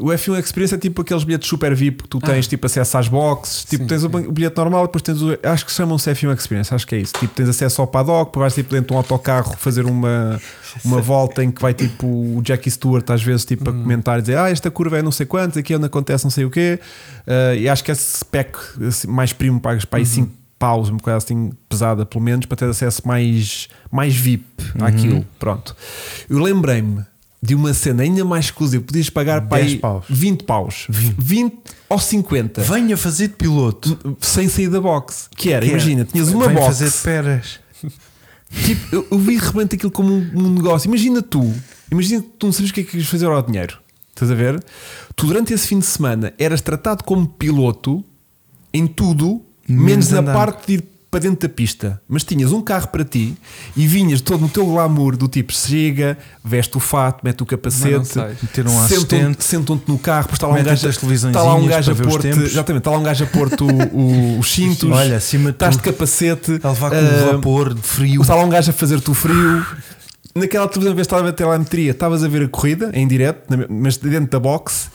Speaker 2: O F1 Experience é tipo aqueles bilhetes super VIP que tu tens tipo acesso às boxes, tipo
Speaker 3: Ah. Sim,
Speaker 2: tens o
Speaker 3: sim.
Speaker 2: ban- o bilhete normal, depois tens o, acho que chamam-se F1 Experience, acho que é isso. Tipo tens acesso ao paddock, depois vais tipo dentro de um autocarro fazer uma, uma volta em que vai tipo o Jackie Stewart às vezes tipo a
Speaker 3: Hum.
Speaker 2: comentar e dizer ah esta curva é não sei quantos, aqui é onde acontece não sei o quê. Ah, e acho que esse pack assim, mais primo pagas para aí
Speaker 3: Uhum.
Speaker 2: 5 paus, uma coisa assim pesada pelo menos, para ter acesso mais, mais VIP
Speaker 3: Uhum.
Speaker 2: àquilo. Pronto. Eu lembrei-me de uma cena ainda mais exclusiva, podias pagar para
Speaker 1: 10
Speaker 2: aí
Speaker 1: paus.
Speaker 2: 20 paus, 20, ou 50,
Speaker 1: Venha fazer de piloto.
Speaker 2: sem sair da box. Que era,
Speaker 1: Que é,
Speaker 2: imagina, tinhas uma
Speaker 1: vem
Speaker 2: box.
Speaker 1: fazer de peras.
Speaker 2: Tipo, eu, eu vi de repente aquilo como um, um negócio. Imagina tu, imagina que tu não sabes o que é que queres fazer ao dinheiro. Estás a ver? Tu durante esse fim de semana eras tratado como piloto em tudo, menos,
Speaker 1: Menos
Speaker 2: na
Speaker 1: andar.
Speaker 2: parte de ir para dentro da pista. Mas tinhas um carro para ti e vinhas todo no teu glamour do tipo chega, veste o fato, mete o capacete,
Speaker 3: sai.
Speaker 1: Ter um
Speaker 2: sentam-
Speaker 1: assistente.
Speaker 2: sentam-te no carro, pois está lá um
Speaker 1: Metem-te
Speaker 2: gajo,
Speaker 1: as
Speaker 2: está lá um
Speaker 1: televisõezinhas
Speaker 2: gajo a
Speaker 1: para ver os
Speaker 2: pôr-te,
Speaker 1: tempos.
Speaker 2: exatamente, está lá um gajo a pôr-te o- o- os cintos,
Speaker 1: Olha, acima de
Speaker 2: estás de
Speaker 1: tudo,
Speaker 2: capacete,
Speaker 1: A levar com um
Speaker 2: ah,
Speaker 1: vapor de frio.
Speaker 2: Está lá um gajo a fazer-te o frio. Naquela televisão que estava a ver telemetria, estavas a ver a corrida em direto, na- mas dentro da box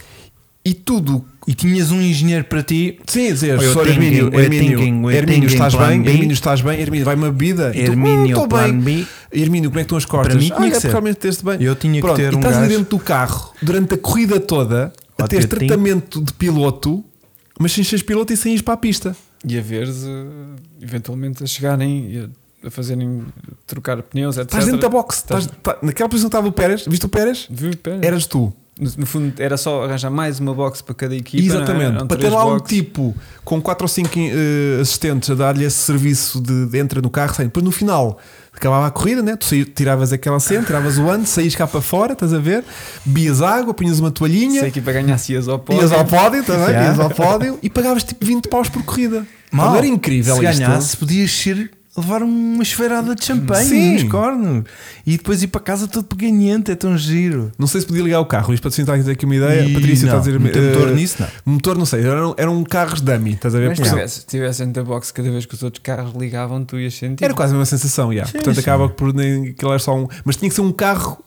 Speaker 2: e tudo.
Speaker 1: E tinhas um engenheiro para ti.
Speaker 2: Sim, dizer,
Speaker 1: We're
Speaker 2: senhor
Speaker 1: um thinking,
Speaker 2: Hermínio,
Speaker 1: we're
Speaker 2: Hermínio,
Speaker 1: thinking, we're
Speaker 2: Hermínio,
Speaker 1: thinking,
Speaker 2: estás
Speaker 1: plan
Speaker 2: bem?
Speaker 1: B.
Speaker 2: Hermínio, estás bem? Hermínio, vai uma bebida? E tu,
Speaker 1: Hermínio,
Speaker 2: "Ah, estou
Speaker 1: plan
Speaker 2: bem. Hermínio, como é que estão as cordas?
Speaker 1: mim tinha
Speaker 2: "Ah,
Speaker 1: que
Speaker 2: é
Speaker 1: ser.
Speaker 2: realmente deste bem.
Speaker 1: Eu tinha que
Speaker 2: Pronto,
Speaker 1: ter
Speaker 2: e
Speaker 1: um
Speaker 2: estás ali
Speaker 1: gajo-
Speaker 2: dentro do carro, durante a corrida toda, a
Speaker 1: Hot
Speaker 2: teres
Speaker 1: gatinho.
Speaker 2: tratamento de piloto, mas sem seres piloto e sem ir para a pista.
Speaker 3: E a veres, eh, eventualmente, a chegarem e a, a fazerem trocar pneus, etc.
Speaker 2: Estás dentro da box.
Speaker 3: Estás-
Speaker 2: estás- tá- naquela posição que estava o Pérez, viste o Pérez?
Speaker 3: Viu, pera.
Speaker 2: Eras tu.
Speaker 3: No, no fundo, era só arranjar mais uma box para cada equipa. não é?
Speaker 2: Exatamente,
Speaker 3: Eram
Speaker 2: para ter
Speaker 3: três
Speaker 2: lá um
Speaker 3: boxes.
Speaker 2: tipo com 4 ou 5 assistentes a dar-lhe esse serviço de, de entra no carro, sai. depois no final acabava a corrida, né? tu saí- tiravas aquela cena, tiravas o ano, saís cá para fora, estás a ver? Bias água, punhas uma
Speaker 3: Se a
Speaker 2: toalhinha,
Speaker 3: equipa ganhasse ias ao pódio.
Speaker 2: ias ao pódio também,
Speaker 1: Yeah.
Speaker 2: ias ao pódio e pagavas tipo 20 paus por corrida.
Speaker 1: Mal.
Speaker 2: Mal. Era incrível
Speaker 1: Se
Speaker 2: isto.
Speaker 1: ganhasse, podias ser levar uma esferada de champanhe
Speaker 2: Sim.
Speaker 1: nos cornos e depois ir para casa todo peganhento, é tão giro.
Speaker 2: Não sei se podia ligar o carro. Isto Patrícia está a dizer aqui uma ideia.
Speaker 1: E
Speaker 2: Patrícia está a
Speaker 1: não,
Speaker 2: dizer.
Speaker 1: não tem motor
Speaker 2: eh,
Speaker 1: nisso, não.
Speaker 2: Motor, não sei. Eram, eram carros dummy, estás a ver?
Speaker 3: Mas
Speaker 2: Porque-
Speaker 3: tivesse, tivesse box cada vez que os outros carros ligavam, tu ias sentir.
Speaker 2: Era quase uma sensação, yeah.
Speaker 1: Tipo, Sim,
Speaker 2: portanto
Speaker 1: sim.
Speaker 2: acaba por nem aquilo era só um. Mas tinha que ser um carro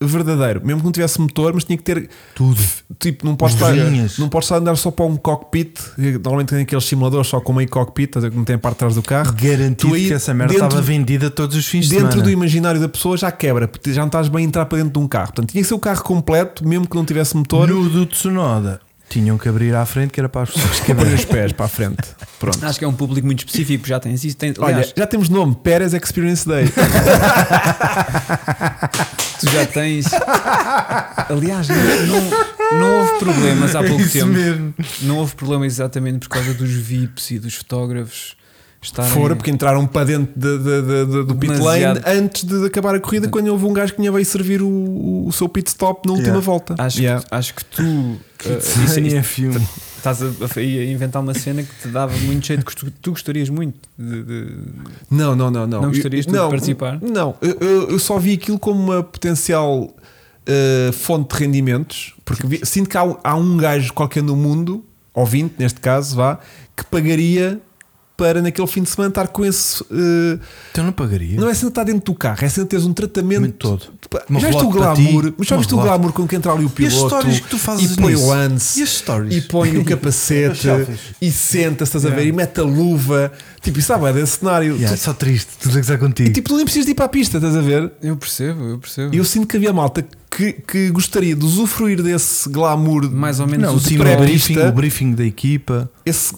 Speaker 2: verdadeiro, mesmo que não tivesse motor, mas tinha que ter
Speaker 1: Tudo.
Speaker 2: tipo, não podes estar,
Speaker 1: vidrinhos.
Speaker 2: não podes andar só para um cockpit. Normalmente tem aqueles simuladores só com meio cockpit, estás a ver, que não tem a parte de trás do carro.
Speaker 1: Garantido
Speaker 2: Tu aí,
Speaker 1: que essa merda
Speaker 2: dentro-
Speaker 1: estava vendida todos os fins de
Speaker 2: Dentro
Speaker 1: semana.
Speaker 2: do imaginário da pessoa já quebra, porque já não estás bem a entrar para dentro de um carro. Portanto, tinha que ser o carro completo, mesmo que não tivesse motor,
Speaker 1: No do Tsunoda tinham que abrir à frente que era para as pessoas
Speaker 2: que põe
Speaker 1: quebrarem.
Speaker 2: os pés para a frente. Pronto.
Speaker 3: Acho que é um público muito específico, já tens isso. Tens,
Speaker 2: Olha,
Speaker 3: aliás,
Speaker 2: já temos nome: Pérez Experience Day.
Speaker 3: tu já tens. aliás, não, não, não houve problemas há pouco tempo.
Speaker 1: mesmo.
Speaker 3: Não houve problema exatamente por causa dos VIPs e dos fotógrafos estarem.
Speaker 2: Fora, porque entraram para dentro de- de- de- de- do pit lane
Speaker 3: Demasiado.
Speaker 2: antes de acabar a corrida, quando houve um gajo que tinha veio servir o, o seu pit stop na última
Speaker 1: Yeah.
Speaker 2: volta.
Speaker 3: Acho,
Speaker 2: Yeah.
Speaker 3: que, acho que tu eh, isso- isso-
Speaker 1: Design é filme.
Speaker 3: estás a, a- a inventar uma cena que te dava muito jeito, que tu, tu gostarias muito de, de-
Speaker 2: Não, não, não, não.
Speaker 3: Não
Speaker 2: Eu-
Speaker 3: gostarias tu de participar?
Speaker 2: Não, eu, eu- eu só vi aquilo como uma potencial uh, fonte de rendimentos, porque vi- sinto que há, um- há um gajo qualquer no mundo, ou 20 neste caso, vá, que pagaria para naquele fim de semana estar com esse. uh,
Speaker 1: Então não pagaria.
Speaker 2: não é sendo estar dentro do carro, é sendo teres um tratamento.
Speaker 1: Momento todo.
Speaker 2: Pá,
Speaker 1: Uma
Speaker 2: já viste o
Speaker 1: relógio para
Speaker 2: glamour,
Speaker 1: ti,
Speaker 2: mas já
Speaker 1: uma
Speaker 2: viste o
Speaker 1: relógio.
Speaker 2: glamour com que entra ali o
Speaker 1: E as
Speaker 2: piloto
Speaker 1: histórias que tu fazes
Speaker 2: e põe
Speaker 1: nisso?
Speaker 2: o lance
Speaker 1: E as stories?
Speaker 2: e põe o capacete
Speaker 1: selfies?
Speaker 2: e senta estás a ver e mete a luva tipo isso sabe é desse cenário
Speaker 1: Yeah,
Speaker 2: Tu-
Speaker 1: só triste, tudo a gozar
Speaker 2: e
Speaker 1: contigo.
Speaker 2: tipo tu nem precisas de ir para a pista estás a ver
Speaker 3: Eu percebo, eu percebo.
Speaker 2: e eu sinto que havia malta que, que gostaria de usufruir desse glamour
Speaker 3: Mais ou menos
Speaker 1: não,
Speaker 3: o
Speaker 1: sim,
Speaker 2: tipo pré-pista-
Speaker 1: o, briefing, o briefing da equipa.
Speaker 2: esse,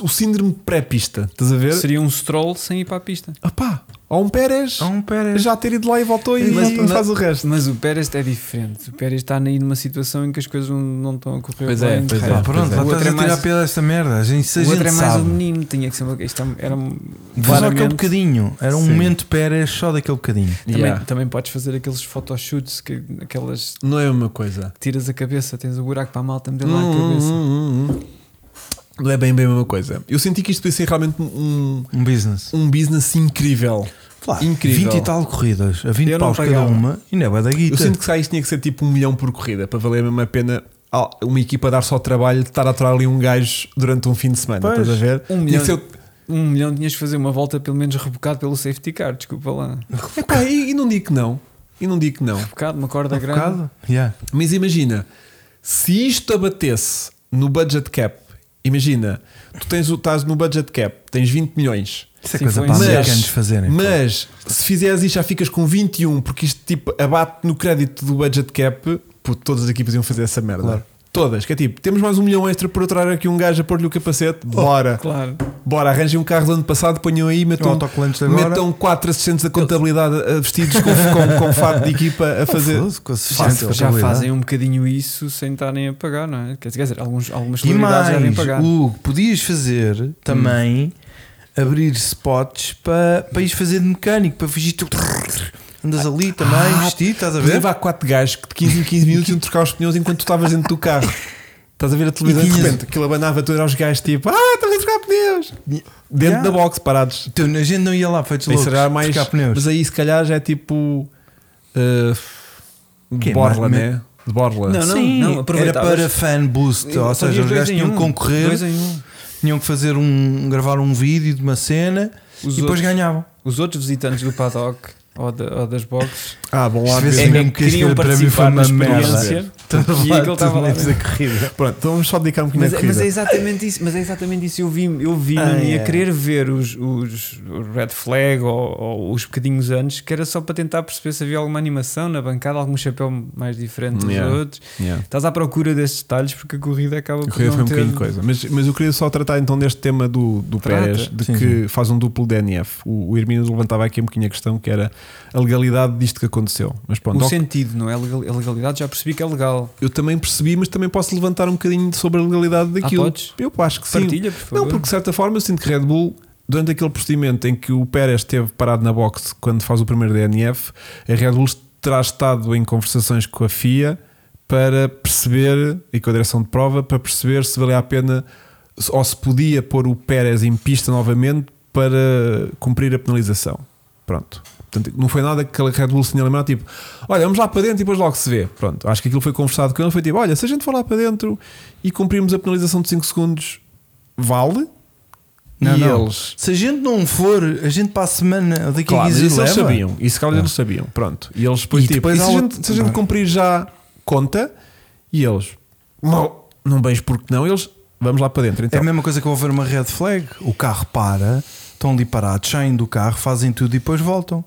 Speaker 2: o síndrome pré-pista estás a ver
Speaker 3: seria um stroll sem ir para a pista.
Speaker 2: opá ou um Pérez
Speaker 1: Há um Pérez.
Speaker 2: já ter ido lá e voltou e,
Speaker 3: Mas-
Speaker 2: e faz o resto
Speaker 3: Mas o Pérez é diferente. O Pérez está aí numa situação em que as coisas não- não estão a correr
Speaker 2: Pois
Speaker 3: bem.
Speaker 2: é, pois
Speaker 1: Pá,
Speaker 2: é,
Speaker 1: pronto,
Speaker 3: O
Speaker 1: lá
Speaker 3: outro
Speaker 1: estás
Speaker 3: é
Speaker 1: a tirar
Speaker 3: mais-
Speaker 1: pela esta merda. A gente, se a
Speaker 3: O outro
Speaker 1: gente
Speaker 3: é mais
Speaker 1: sabe.
Speaker 3: um menino, tinha que ser uma. Isto era um-
Speaker 1: Vê só aquele
Speaker 3: claramente-
Speaker 1: bocadinho. Era um
Speaker 2: Sim.
Speaker 1: momento Pérez só daquele bocadinho.
Speaker 3: é Também,
Speaker 2: Yeah.
Speaker 3: também podes fazer aqueles photoshoots, que, aquelas.
Speaker 2: não é uma coisa
Speaker 3: Tiras a cabeça, tens o buraco para a malta, meter lá a
Speaker 2: Hum,
Speaker 3: cabeça.
Speaker 2: hum, hum, hum. Não é bem, bem a mesma coisa. Eu senti que isto podia ser realmente um,
Speaker 1: Um business.
Speaker 2: um business incrível.
Speaker 1: Claro,
Speaker 2: Incrível.
Speaker 1: 20 e tal corridas, a 20
Speaker 3: Eu não
Speaker 1: paus cada
Speaker 3: pagava.
Speaker 1: uma, e não é bué da guita.
Speaker 2: Eu sinto que se calhar isto tinha que ser tipo um milhão por corrida para valer mesmo a pena ah, uma equipa dar só trabalho de estar a aturar ali um gajo durante um fim de semana.
Speaker 1: Pois.
Speaker 2: Estás a ver?
Speaker 3: Um
Speaker 2: Tinha
Speaker 3: milhão,
Speaker 2: que ser-
Speaker 3: um milhão tinhas que fazer uma volta pelo menos rebocado pelo safety car, desculpa lá.
Speaker 2: Epá, e, e não digo que não. E não digo que não.
Speaker 3: Rebocado, uma corda
Speaker 1: Um
Speaker 3: grande.
Speaker 1: bocado? Yeah.
Speaker 2: Mas imagina, se isto abatesse no budget cap, imagina, tu tens, o- estás no budget cap, tens 20 milhões.
Speaker 1: Isso é
Speaker 3: Sim,
Speaker 1: coisa
Speaker 3: foi um
Speaker 1: para
Speaker 3: isso.
Speaker 1: americanos fazerem. pá.
Speaker 2: Mas se fizeres isto já ficas com 21, porque isto tipo abate no crédito do budget cap, puto, todas as equipas iam fazer essa merda.
Speaker 1: Claro.
Speaker 2: Todas, que é tipo, temos mais um milhão extra por aturar aqui um gajo a pôr-lhe o capacete, bora,
Speaker 1: Oh,
Speaker 3: Claro.
Speaker 2: bora, arranjem um carro do ano passado, ponham aí,
Speaker 1: O
Speaker 2: metam,
Speaker 1: autocolantes agora.
Speaker 2: metam quatro assistentes da contabilidade eh, vestidos com, com, com fato de equipa a fazer.
Speaker 1: Foda-se, com assistência
Speaker 3: Já,
Speaker 1: de
Speaker 3: já
Speaker 1: contabilidade.
Speaker 3: fazem um bocadinho isso sem estarem a pagar, não é? Quer dizer, quer dizer, alguns, algumas
Speaker 1: E
Speaker 3: celebridades já vêm
Speaker 1: mais,
Speaker 3: pagar.
Speaker 1: o que podias fazer também abrir spots para, para ires fazer de mecânico, para fingir tu andas ali também,
Speaker 2: Ah,
Speaker 1: vestido, estás a
Speaker 2: Podia
Speaker 1: ver?
Speaker 2: levar quatro gajos que de 15 em 15 minutos iam trocar os pneus enquanto tu estavas dentro do carro. Estás a ver a televisão e de
Speaker 1: tinhas-
Speaker 2: repente aquilo abanava tu era os gajos tipo, ah, estás a trocar pneus! Dentro
Speaker 1: Yeah.
Speaker 2: da box, parados.
Speaker 1: Então, a gente não ia lá feitos
Speaker 2: Isso
Speaker 1: loucos,
Speaker 2: era mais.
Speaker 1: trocar pneus.
Speaker 2: Mas aí se calhar já é tipo. Uh,
Speaker 1: Quê?
Speaker 2: Borla,
Speaker 1: Ma-
Speaker 2: né? De Borla.
Speaker 3: Não, não,
Speaker 1: Sim,
Speaker 3: não,
Speaker 1: era
Speaker 3: aproveitavas.
Speaker 1: para fan boost, ou
Speaker 3: Fazias
Speaker 1: seja, os
Speaker 3: dois
Speaker 1: gajos
Speaker 3: em
Speaker 1: tinham
Speaker 3: um,
Speaker 1: que concorrer,
Speaker 3: dois em um.
Speaker 1: tinham que fazer um, gravar um vídeo de uma cena
Speaker 3: Os
Speaker 1: e depois
Speaker 3: outros.
Speaker 1: ganhavam.
Speaker 3: Os outros visitantes do paddock ou, da- ou das boxes
Speaker 2: Ah, bom, lá
Speaker 1: Às vezes
Speaker 2: ver.
Speaker 3: é que
Speaker 1: mesmo que este
Speaker 3: queriam
Speaker 1: grande prémio foi
Speaker 3: participar
Speaker 1: uma
Speaker 3: da
Speaker 1: merda.
Speaker 3: experiência.
Speaker 1: Estava
Speaker 3: E
Speaker 1: lá
Speaker 3: aquele estava lá
Speaker 1: tudo menos
Speaker 3: dentro.
Speaker 1: a corrida.
Speaker 2: Pronto, então vamos só dedicar um bocadinho
Speaker 3: Mas,
Speaker 2: à
Speaker 3: é-
Speaker 2: corrida.
Speaker 3: mas é exatamente isso, mas é exatamente isso. Eu vi, eu vi
Speaker 1: Ah,
Speaker 3: e
Speaker 1: é.
Speaker 3: a querer ver os, os red flag ou, ou os bocadinhos antes, que era só para tentar perceber se havia alguma animação na bancada, algum chapéu mais diferente dos
Speaker 2: Yeah.
Speaker 3: outros.
Speaker 2: Yeah.
Speaker 3: Estás à procura desses detalhes porque a corrida acaba
Speaker 2: A
Speaker 3: por
Speaker 2: corrida foi um
Speaker 3: não ter...
Speaker 2: bocadinho de coisa. Mas, mas eu queria só tratar então deste tema do, do
Speaker 3: Trata.
Speaker 2: Pérez, de
Speaker 1: Sim,
Speaker 2: que faz um duplo DNF. O, o Hermínio levantava aqui um bocadinho a questão que era a legalidade disto que aconteceu. Mas pronto,
Speaker 3: O
Speaker 2: ok,
Speaker 3: sentido, não é? A legal- a legalidade já percebi que é legal.
Speaker 2: eu também percebi, mas também posso levantar um bocadinho sobre a legalidade daquilo.
Speaker 3: Ah, podes?
Speaker 2: eu acho que sim.
Speaker 3: Partilha, por favor.
Speaker 2: Não, porque de certa forma eu sinto que Red Bull, durante aquele procedimento em que o Pérez esteve parado na boxe quando faz o primeiro DNF, a Red Bull terá estado em conversações com a FIA para perceber, e com a direção de prova, para perceber se valia a pena se- ou se podia pôr o Pérez em pista novamente para cumprir a penalização. Pronto. Portanto, não foi nada que aquela Red Bull se tinha lembrado, tipo, olha, vamos lá para dentro e depois logo se vê. Pronto, acho que aquilo foi conversado com ele, foi tipo, olha, se a gente for lá para dentro e cumprirmos a penalização de 5 segundos, vale?
Speaker 1: Não,
Speaker 2: e
Speaker 1: não.
Speaker 2: eles...
Speaker 1: Se a gente não for, a gente para a semana ou daqui a
Speaker 2: Claro, mas
Speaker 1: 15
Speaker 2: isso
Speaker 1: leva.
Speaker 2: eles sabiam. Isso calhar eles sabiam. Pronto. E eles depois,
Speaker 1: E
Speaker 2: tipo,
Speaker 1: depois
Speaker 2: e
Speaker 1: há
Speaker 2: se, a
Speaker 1: outro-
Speaker 2: gente, se a gente
Speaker 1: Não.
Speaker 2: cumprir já conta, e eles, não, não beijo porque não, eles, vamos lá para dentro.
Speaker 1: É
Speaker 2: Então,
Speaker 1: a mesma coisa que houver uma red flag. O carro para, estão ali parados, saem do carro, fazem tudo e depois voltam.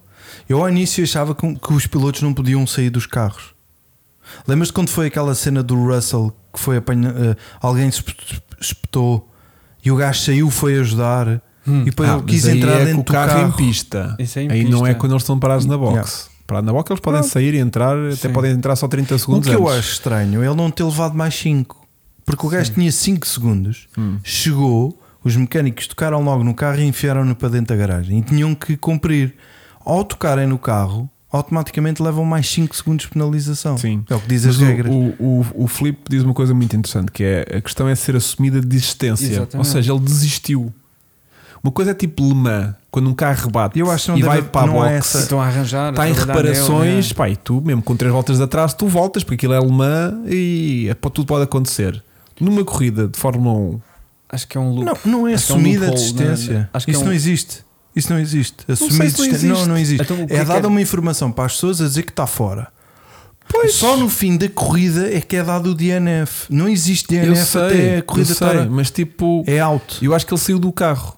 Speaker 1: Eu ao início achava que, um, que os pilotos não podiam sair dos carros. Lembras-te quando foi aquela cena do Russell que foi apanha, eh, alguém se esp- espetou e o gajo saiu, foi ajudar e depois
Speaker 2: Ah,
Speaker 1: ele quis
Speaker 2: mas aí
Speaker 1: entrar
Speaker 2: é
Speaker 1: dentro
Speaker 2: com
Speaker 1: do carro.
Speaker 2: em pista.
Speaker 3: Isso é em
Speaker 2: aí não é
Speaker 3: pista.
Speaker 2: quando eles estão parados na box. Parados na box eles podem sair e entrar, até
Speaker 3: Sim.
Speaker 2: podem entrar só 30
Speaker 1: O
Speaker 2: segundos
Speaker 1: que eu
Speaker 2: antes.
Speaker 1: acho estranho é ele não ter levado mais 5. Porque o gajo tinha 5 segundos, chegou, os mecânicos tocaram logo no carro e enfiaram-no para dentro da garagem. E tinham que cumprir. Ao tocarem no carro, automaticamente levam mais 5 segundos de penalização.
Speaker 2: Sim.
Speaker 1: É o que diz
Speaker 2: Mas
Speaker 1: as
Speaker 2: o,
Speaker 1: regras.
Speaker 2: o, o, o Filipe diz uma coisa muito interessante que é a questão é ser assumida de desistência.
Speaker 3: Exatamente.
Speaker 2: Ou seja, ele desistiu. Uma coisa é tipo Le Mans, quando um carro rebate
Speaker 1: Eu acho que não
Speaker 2: e vai
Speaker 1: deve-
Speaker 2: para a
Speaker 1: não é
Speaker 2: boxe,
Speaker 1: essa-
Speaker 3: Estão a arranjar.
Speaker 2: está
Speaker 3: a
Speaker 2: em
Speaker 3: trabalhar nele,
Speaker 2: reparações,
Speaker 3: né?
Speaker 2: pá, e tu mesmo com três voltas de atrás, tu voltas porque aquilo é alemã e é- tudo pode acontecer. Numa corrida de Fórmula 1,
Speaker 3: Acho que é um loop.
Speaker 1: Não, não é
Speaker 3: Acho que é um
Speaker 1: assumida a
Speaker 3: loophole, não
Speaker 1: desistência.
Speaker 3: é? Acho que é
Speaker 1: Isso
Speaker 3: um-
Speaker 1: não existe. Isso não existe. Assumir
Speaker 2: sei se não
Speaker 1: desistência. Não,
Speaker 2: existe.
Speaker 1: não existe.
Speaker 3: Então, o que
Speaker 1: é
Speaker 3: é que
Speaker 1: dada
Speaker 3: é-
Speaker 1: uma informação para as pessoas a dizer que está fora. Só no fim da corrida é que é dado o DNF. Não existe
Speaker 2: eu
Speaker 1: DNF até
Speaker 2: sei,
Speaker 1: a corrida
Speaker 2: eu sei,
Speaker 1: estar.
Speaker 2: mas tipo,
Speaker 1: É out.
Speaker 2: eu acho que ele saiu do carro.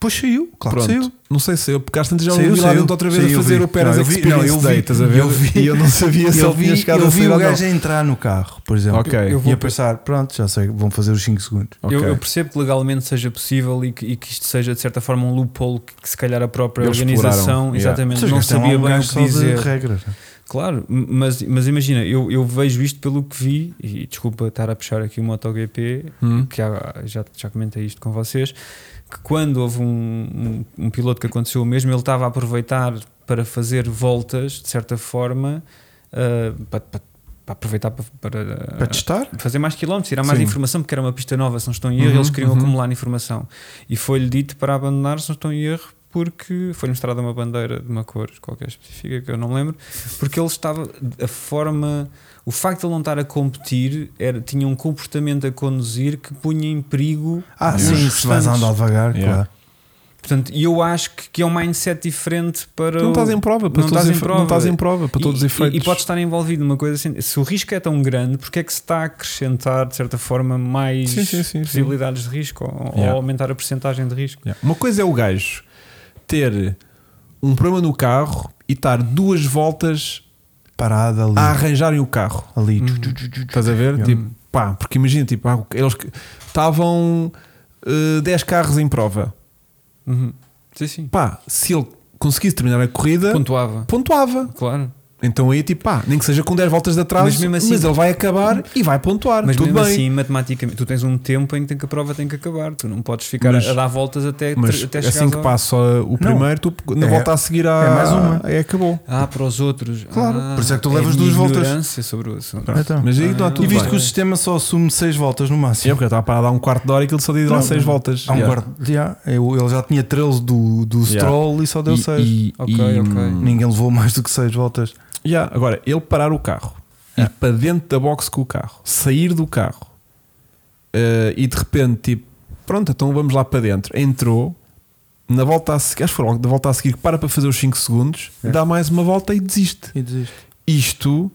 Speaker 1: Pois saiu, claro
Speaker 2: Pronto,
Speaker 1: que saiu.
Speaker 2: não sei se eu, porque às tantas já
Speaker 1: Saiu,
Speaker 2: ouvi lá
Speaker 1: saiu.
Speaker 2: dentro outra vez
Speaker 1: Sim,
Speaker 2: a
Speaker 1: eu
Speaker 2: fazer
Speaker 1: vi.
Speaker 2: o Paris
Speaker 1: Não, eu vi-
Speaker 2: Experience
Speaker 1: não, eu vi.
Speaker 2: Day, estás a ver?
Speaker 1: Eu vi.
Speaker 2: E eu não sabia se
Speaker 1: eu
Speaker 2: ele tinha
Speaker 1: vi,
Speaker 2: chegado
Speaker 1: eu
Speaker 2: a
Speaker 1: vi
Speaker 2: sair
Speaker 1: o
Speaker 2: ou
Speaker 1: gajo a
Speaker 2: não.
Speaker 1: entrar no carro, por exemplo.
Speaker 2: Ok. Eu- eu
Speaker 1: E
Speaker 3: vou-
Speaker 1: a pensar, pronto, já sei, vão fazer os 5 segundos.
Speaker 2: Ok.
Speaker 3: Eu, eu percebo que legalmente seja possível e que, e que isto seja de certa forma um loophole que, que se calhar a própria
Speaker 2: Eles exploraram,
Speaker 3: organização
Speaker 2: yeah.
Speaker 1: Mas
Speaker 3: exatamente,
Speaker 1: vocês
Speaker 3: não
Speaker 1: gastam lá
Speaker 3: sabia
Speaker 1: um
Speaker 3: bem o
Speaker 1: gajo
Speaker 3: que
Speaker 1: só de
Speaker 3: dizer.
Speaker 1: regras. né?
Speaker 3: Claro, m- mas, mas imagina, eu, eu vejo isto pelo que vi, e desculpa estar a puxar aqui o MotoGP,
Speaker 2: Hum.
Speaker 3: que há- já, já comentei isto com vocês, que quando houve um, um, um piloto que aconteceu o mesmo, ele estava a aproveitar para fazer voltas, de certa forma, ah, para, para- para aproveitar para, para-
Speaker 1: Para testar?
Speaker 3: fazer mais quilómetros, tirar mais
Speaker 2: Sim.
Speaker 3: informação, porque era uma pista nova, se não estou em erro,
Speaker 2: Uhum,
Speaker 3: eles queriam
Speaker 2: uhum.
Speaker 3: acumular informação. E foi-lhe dito para abandonar, se não estou em erro, porque foi-lhe mostrada uma bandeira de uma cor qualquer específica, que eu não me lembro, porque ele estava, a forma, o facto de ele não estar a competir, era, tinha um comportamento a conduzir que punha em perigo.
Speaker 1: Ah,
Speaker 2: Os
Speaker 1: sim, se vais
Speaker 3: restantes.
Speaker 1: andar devagar,
Speaker 2: Yeah.
Speaker 1: claro.
Speaker 3: Portanto, e eu acho que, que é um mindset diferente para.
Speaker 2: Tu não estás
Speaker 3: o-
Speaker 2: em prova, para
Speaker 3: não
Speaker 2: todos os
Speaker 3: estás em
Speaker 2: efe-
Speaker 3: prova.
Speaker 2: não estás em prova, para todos os
Speaker 3: E-
Speaker 2: efeitos.
Speaker 3: E, e pode estar envolvido numa coisa assim. Se o risco é tão grande, porque é que se está a acrescentar, de certa forma, mais
Speaker 2: Sim, sim, sim,
Speaker 3: possibilidades de risco ou, ou
Speaker 2: Yeah.
Speaker 3: aumentar a porcentagem de risco?
Speaker 2: Yeah. Uma coisa é o gajo ter um problema no carro e estar duas voltas
Speaker 1: Parada ali.
Speaker 2: a arranjarem o carro.
Speaker 1: ali.
Speaker 2: Estás a ver?
Speaker 1: Hum. Yeah.
Speaker 2: Tipo, pá, porque imagina, tipo, ah, eles que- estavam eh, 10 carros em prova.
Speaker 3: Uhum. Sim, sim.
Speaker 2: Pá, se ele conseguisse terminar a corrida,
Speaker 3: Pontuava,
Speaker 2: pontuava.
Speaker 3: claro.
Speaker 2: Então aí, tipo, pá, nem que seja com 10 voltas de atraso, mas,
Speaker 3: Mas mesmo assim-
Speaker 2: ele vai acabar e vai pontuar.
Speaker 3: Mas
Speaker 2: tudo
Speaker 3: mesmo
Speaker 2: bem.
Speaker 3: assim, matematicamente, tu tens um tempo em que tem que a prova tem que acabar. Tu não podes ficar
Speaker 2: Mas-
Speaker 3: a dar voltas até,
Speaker 2: mas
Speaker 3: até chegar
Speaker 2: assim que passa o primeiro, tu na
Speaker 1: É-
Speaker 2: volta a seguir à-
Speaker 1: é mais uma.
Speaker 2: É acabou.
Speaker 3: Ah, para os outros.
Speaker 1: Claro.
Speaker 3: Ah,
Speaker 1: Por isso é que tu
Speaker 3: a
Speaker 1: levas
Speaker 3: minha
Speaker 1: duas voltas.
Speaker 3: ignorância sobre o assunto.
Speaker 1: Então.
Speaker 2: Mas aí está
Speaker 3: Ah.
Speaker 2: tudo
Speaker 1: E visto
Speaker 2: bem.
Speaker 1: que o sistema só assume 6 voltas no
Speaker 2: Sim,
Speaker 1: máximo.
Speaker 2: porque eu estava parado há um quarto de hora e aquilo só deu lá
Speaker 1: Não,
Speaker 2: 6 voltas.
Speaker 1: Há um
Speaker 2: Yeah.
Speaker 1: guarda- yeah, eu- Ele já tinha 13 do, do
Speaker 2: Yeah.
Speaker 1: Stroll e só deu 6.
Speaker 2: E, e,
Speaker 3: Ok,
Speaker 2: e, hum.
Speaker 3: ok.
Speaker 1: Ninguém levou mais do que 6 voltas.
Speaker 2: Yeah, Agora, ele parar o carro, ir para dentro da box com o carro, sair do carro eh, e de repente, tipo, pronto, então vamos lá para dentro. Entrou, na volta a seguir, acho que foi logo da volta a seguir, que para para fazer os 5 segundos, dá mais uma volta e desiste.
Speaker 1: E desiste.
Speaker 2: Isto,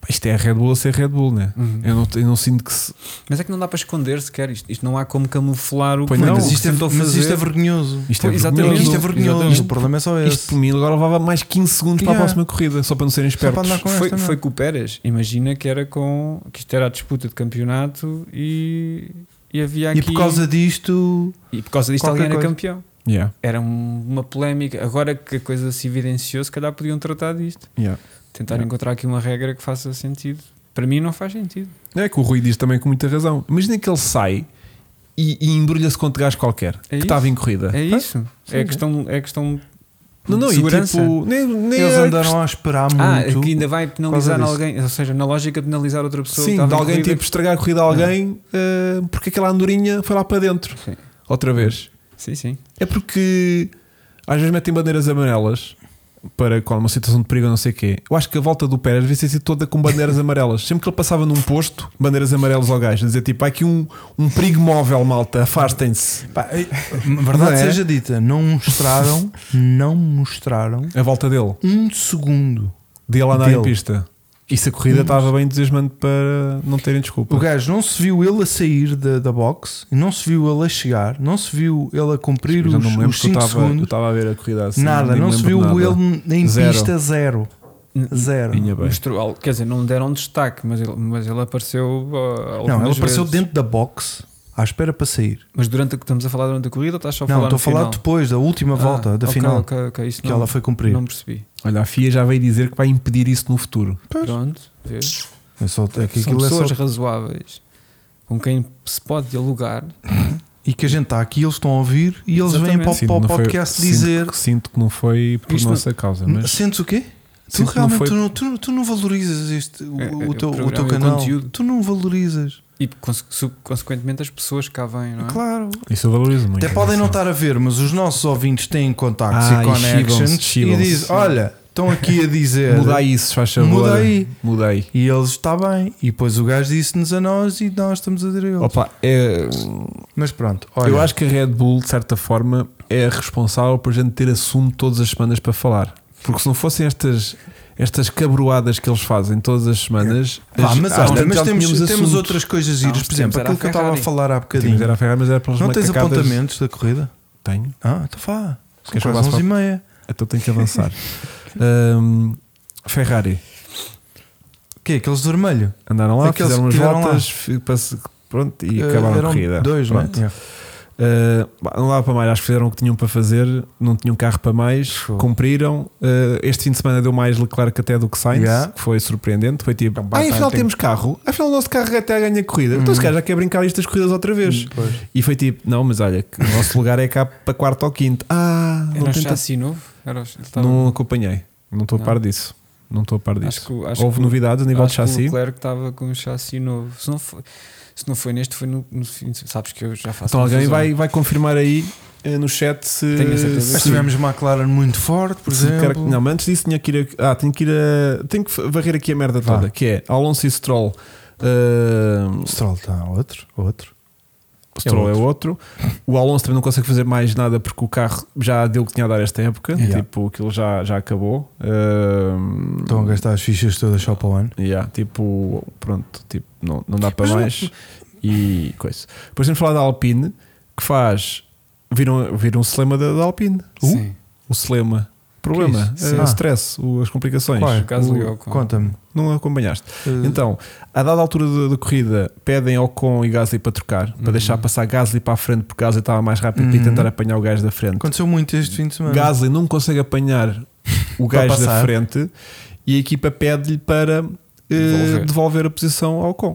Speaker 2: pá, isto é a Red Bull a ser Red Bull, né?
Speaker 3: Uhum.
Speaker 2: Eu, não, eu não sinto que se.
Speaker 3: Mas é que não dá para esconder sequer isto. Isto não há como camuflar o
Speaker 2: Pois
Speaker 3: que
Speaker 2: não,
Speaker 3: o
Speaker 1: mas,
Speaker 3: que
Speaker 1: isto é,
Speaker 3: se tentou
Speaker 1: mas isto é
Speaker 3: fazer.
Speaker 1: vergonhoso.
Speaker 2: Isto é vergonhoso.
Speaker 3: Pois, exatamente.
Speaker 1: Isto é vergonhoso.
Speaker 2: Exatamente.
Speaker 1: O problema é só esse.
Speaker 2: Isto por mim agora levava mais 15 segundos para
Speaker 1: Yeah.
Speaker 2: a próxima corrida, só para não serem
Speaker 1: Só para
Speaker 2: espertos.
Speaker 1: andar com
Speaker 3: foi,
Speaker 1: esta, não é?
Speaker 3: foi com o Pérez. Imagina que era com que isto era a disputa de campeonato e, e havia aqui
Speaker 1: E por causa disto.
Speaker 3: e por causa disto
Speaker 1: qualquer
Speaker 3: alguém era
Speaker 1: coisa.
Speaker 3: campeão.
Speaker 2: Yeah,
Speaker 3: Era um- uma polémica. Agora que a coisa se evidenciou, se calhar podiam tratar disto.
Speaker 2: yeah.
Speaker 3: Tentar
Speaker 1: É.
Speaker 2: Yeah.
Speaker 3: encontrar aqui uma regra que faça sentido. Para mim não faz sentido.
Speaker 2: É que o Rui diz também com muita razão. Imagina que ele sai e, e embrulha-se com outro gajo qualquer que
Speaker 3: isso.
Speaker 2: estava em corrida.
Speaker 3: É isso.
Speaker 1: sim.
Speaker 3: É questão, é questão
Speaker 2: Não, não,
Speaker 3: de
Speaker 2: e
Speaker 3: segurança.
Speaker 2: tipo, nem, nem
Speaker 1: Eles
Speaker 2: era quest-
Speaker 1: andaram a esperar muito.
Speaker 3: ah, que ainda vai penalizar
Speaker 1: disso.
Speaker 3: alguém, ou seja, na lógica de penalizar outra pessoa.
Speaker 2: Sim,
Speaker 3: que estava
Speaker 2: de
Speaker 3: em
Speaker 2: alguém
Speaker 3: corrida. É.
Speaker 2: tipo estragar a corrida a alguém eh, porque aquela andorinha foi lá para dentro
Speaker 3: Sim.
Speaker 2: outra vez.
Speaker 3: Sim, sim.
Speaker 2: É porque às vezes metem bandeiras amarelas para quando uma situação de perigo ou não sei o quê. Eu acho que a volta do Pérez devia ter sido toda com bandeiras amarelas. Sempre que ele passava num posto, bandeiras amarelas ao gajo, a dizer tipo, há aqui um, um perigo móvel, malta, afastem-se.
Speaker 1: Pá, eh, verdade
Speaker 2: Não é?
Speaker 1: seja dita, não mostraram, não mostraram
Speaker 2: A volta dele,
Speaker 1: um segundo.
Speaker 2: de ele andar em
Speaker 1: Dele.
Speaker 2: pista. Isso a corrida estava bem entusiasmante para não terem desculpa.
Speaker 1: O gajo não se viu ele a sair da, da box, não se viu ele a chegar, não se viu ele a cumprir
Speaker 2: Eu já
Speaker 1: os
Speaker 2: não me lembro que eu
Speaker 1: 5
Speaker 2: estava- eu
Speaker 1: segundos.
Speaker 2: estava a ver a corrida assim.
Speaker 1: nada,
Speaker 2: nem
Speaker 1: não
Speaker 2: me
Speaker 1: se viu
Speaker 2: lembro de nada.
Speaker 1: ele em
Speaker 2: Zero.
Speaker 1: pista zero. Zero.
Speaker 2: Vinha bem.
Speaker 3: Mostrou algo- quer dizer, não deram destaque, mas ele, mas ele apareceu. ah,
Speaker 1: Não, ele
Speaker 3: algumas
Speaker 1: apareceu
Speaker 3: vezes.
Speaker 1: dentro da box à espera para sair.
Speaker 3: Mas durante a, estamos a falar durante a corrida ou estás só a
Speaker 1: não,
Speaker 3: falar
Speaker 1: estou
Speaker 3: no
Speaker 1: a falar
Speaker 3: final? Ah,
Speaker 1: depois da última volta, da
Speaker 3: ok,
Speaker 1: final,
Speaker 3: ok, ok, isso
Speaker 1: que
Speaker 3: não,
Speaker 1: ela foi cumprir.
Speaker 3: não percebi.
Speaker 2: Olha, a FIA já veio dizer que vai impedir isso no futuro.
Speaker 3: Pronto, vês?
Speaker 1: É só, é que
Speaker 3: São
Speaker 1: aquilo é só-
Speaker 3: pessoas razoáveis com quem se pode dialogar.
Speaker 1: E que a gente está aqui, eles estão a ouvir e eles vêm
Speaker 3: Exatamente.
Speaker 1: para, o-
Speaker 2: Sinto
Speaker 1: para
Speaker 2: que
Speaker 1: o
Speaker 2: não foi-
Speaker 1: podcast
Speaker 2: sinto
Speaker 1: dizer.
Speaker 2: que- Sinto que não foi por
Speaker 3: Isto não-
Speaker 2: nossa causa, mas
Speaker 1: Sentes o quê? Tu
Speaker 2: Sinto que não
Speaker 1: realmente
Speaker 2: foi-
Speaker 1: tu, não, tu, não- tu não valorizas este, o,
Speaker 3: É, é,
Speaker 1: o
Speaker 3: o
Speaker 1: teu, o
Speaker 3: programa
Speaker 1: teu
Speaker 3: e o
Speaker 1: canal.
Speaker 3: conteúdo.
Speaker 1: Tu não valorizas.
Speaker 3: E conse- su- consequentemente as pessoas que cá vêm, não é?
Speaker 1: Claro.
Speaker 2: isso eu valorizo muito.
Speaker 1: Até podem não
Speaker 2: atenção.
Speaker 1: estar a ver, mas os nossos ouvintes têm contactos
Speaker 2: é, Ah,
Speaker 1: e
Speaker 2: e
Speaker 1: connections
Speaker 2: chibam-se,
Speaker 1: e
Speaker 2: chibam-se.
Speaker 1: dizem: Olha, estão aqui a dizer.
Speaker 2: Mudai isso, faz favor.
Speaker 1: Muda aí.
Speaker 2: Mudei.
Speaker 1: E eles está bem. E depois o gajo disse-nos a nós e nós estamos a dizer a eles.
Speaker 2: Opa, é-
Speaker 1: Mas pronto, olha,
Speaker 2: eu acho que a Red Bull, de certa forma, é responsável por a gente ter assunto todas as semanas para falar. Porque se não fossem estas, estas cabroadas que eles fazem todas as semanas,
Speaker 1: É. Vá,
Speaker 2: as-
Speaker 1: mas,
Speaker 2: às
Speaker 1: olha,
Speaker 2: tantas
Speaker 1: mas
Speaker 2: já
Speaker 1: temos,
Speaker 2: tínhamos
Speaker 1: temos
Speaker 2: assunto.
Speaker 1: outras coisas giras.
Speaker 3: Não,
Speaker 1: Por exemplo,
Speaker 3: temos era
Speaker 1: aquilo que eu estava a
Speaker 3: Ferrari.
Speaker 1: falar há
Speaker 2: Tínhamos
Speaker 1: bocadinho.
Speaker 2: era a Ferrari, mas era pelas
Speaker 1: Não tens
Speaker 2: macacadas-
Speaker 1: apontamentos da corrida?
Speaker 2: Tenho.
Speaker 1: Ah, então vá. São
Speaker 2: Queres que eu
Speaker 1: quase
Speaker 2: vá
Speaker 1: 11 e meia.
Speaker 2: Então tenho que avançar. Hum, Ferrari.
Speaker 1: O quê? é Aqueles de vermelho?
Speaker 2: Andaram lá,
Speaker 1: Aqueles
Speaker 2: fizeram umas
Speaker 1: que tiveram
Speaker 2: voltas, fi- passe- pronto, e
Speaker 1: Eh,
Speaker 2: acabaram
Speaker 1: eram
Speaker 2: a corrida.
Speaker 1: dois, não é?
Speaker 2: Pronto.
Speaker 1: Yeah.
Speaker 2: Uh, bah, não dava para mais, acho que fizeram o que tinham para fazer, não tinham carro para mais,
Speaker 1: Show.
Speaker 2: cumpriram. Uh, este fim de semana deu mais Leclerc até do que Sainz,
Speaker 1: Yeah.
Speaker 2: que foi surpreendente. Foi
Speaker 3: Então,
Speaker 2: tipo,
Speaker 1: Pá,
Speaker 2: ah, afinal
Speaker 1: tem-
Speaker 2: temos carro, afinal o nosso carro até ganha corrida. Então
Speaker 1: Uhum.
Speaker 2: se calhar já quer brincar isto das corridas outra vez.
Speaker 3: Uhum.
Speaker 1: Pois.
Speaker 2: E foi tipo, não, mas olha, que o nosso lugar é cá para quarto ou quinto. Ah,
Speaker 3: Era
Speaker 2: não,
Speaker 3: um
Speaker 2: tenta...
Speaker 3: chassi novo? Era, o- ele estava-
Speaker 2: não acompanhei, não estou a
Speaker 3: Não.
Speaker 2: par disso. Não estou a par disso.
Speaker 3: acho que, o- acho
Speaker 2: Houve
Speaker 3: que o-
Speaker 2: novidades a nível de
Speaker 3: acho que
Speaker 2: chassi.
Speaker 3: O Leclerc estava com um chassi novo. Se não foi, se não foi neste, foi no, no fim. Sabes que eu já faço.
Speaker 2: Então alguém
Speaker 3: confusão.
Speaker 2: vai, vai confirmar aí eh, no chat se.
Speaker 3: Tenho a certeza
Speaker 1: Mas
Speaker 2: se-
Speaker 1: tivemos uma McLaren muito forte, por
Speaker 2: se o cara-
Speaker 1: exemplo.
Speaker 2: não, mas antes disso tinha que ir a. Ah, tenho que ir a. Tenho que varrer aqui a merda
Speaker 1: Vá. É
Speaker 2: toda, que é Alonso e Stroll. Ahm,
Speaker 1: Stroll está outro, outro.
Speaker 2: Stroll é outro. O Alonso também não consegue fazer mais nada porque o carro já deu o que tinha a dar esta época.
Speaker 1: Yeah.
Speaker 2: Tipo, aquilo já, já acabou. Ahm,
Speaker 1: Estão a gastar as fichas todas só para o ano.
Speaker 2: Ah, Yeah, tipo, pronto, tipo, não, não dá para
Speaker 1: Mas não-
Speaker 2: mais. E coisa. Depois temos de falar da Alpine, que faz. Viram, viram o um celema da, da Alpine? Uh,
Speaker 3: Sim.
Speaker 2: o celema. Problema,
Speaker 1: isso?
Speaker 2: eh,
Speaker 1: Sim.
Speaker 2: o stress, o- as complicações.
Speaker 1: Qual é?
Speaker 3: O Gasly
Speaker 1: O-
Speaker 3: ou o Ocon?
Speaker 1: Conta-me.
Speaker 2: Não acompanhaste.
Speaker 1: Eh,
Speaker 2: Então, a dada altura da, da corrida, pedem Ocon e Gasly para trocar, para deixar passar Gasly para a frente, porque Gasly estava mais rápido para
Speaker 1: Uhum.
Speaker 2: ir tentar apanhar o gajo da frente.
Speaker 1: aconteceu muito este fim de semana.
Speaker 2: Gasly não consegue apanhar o
Speaker 1: Para
Speaker 2: gajo da
Speaker 1: passar.
Speaker 2: frente e a equipa pede-lhe para eh,
Speaker 3: Devolver.
Speaker 2: devolver. a posição ao Ocon.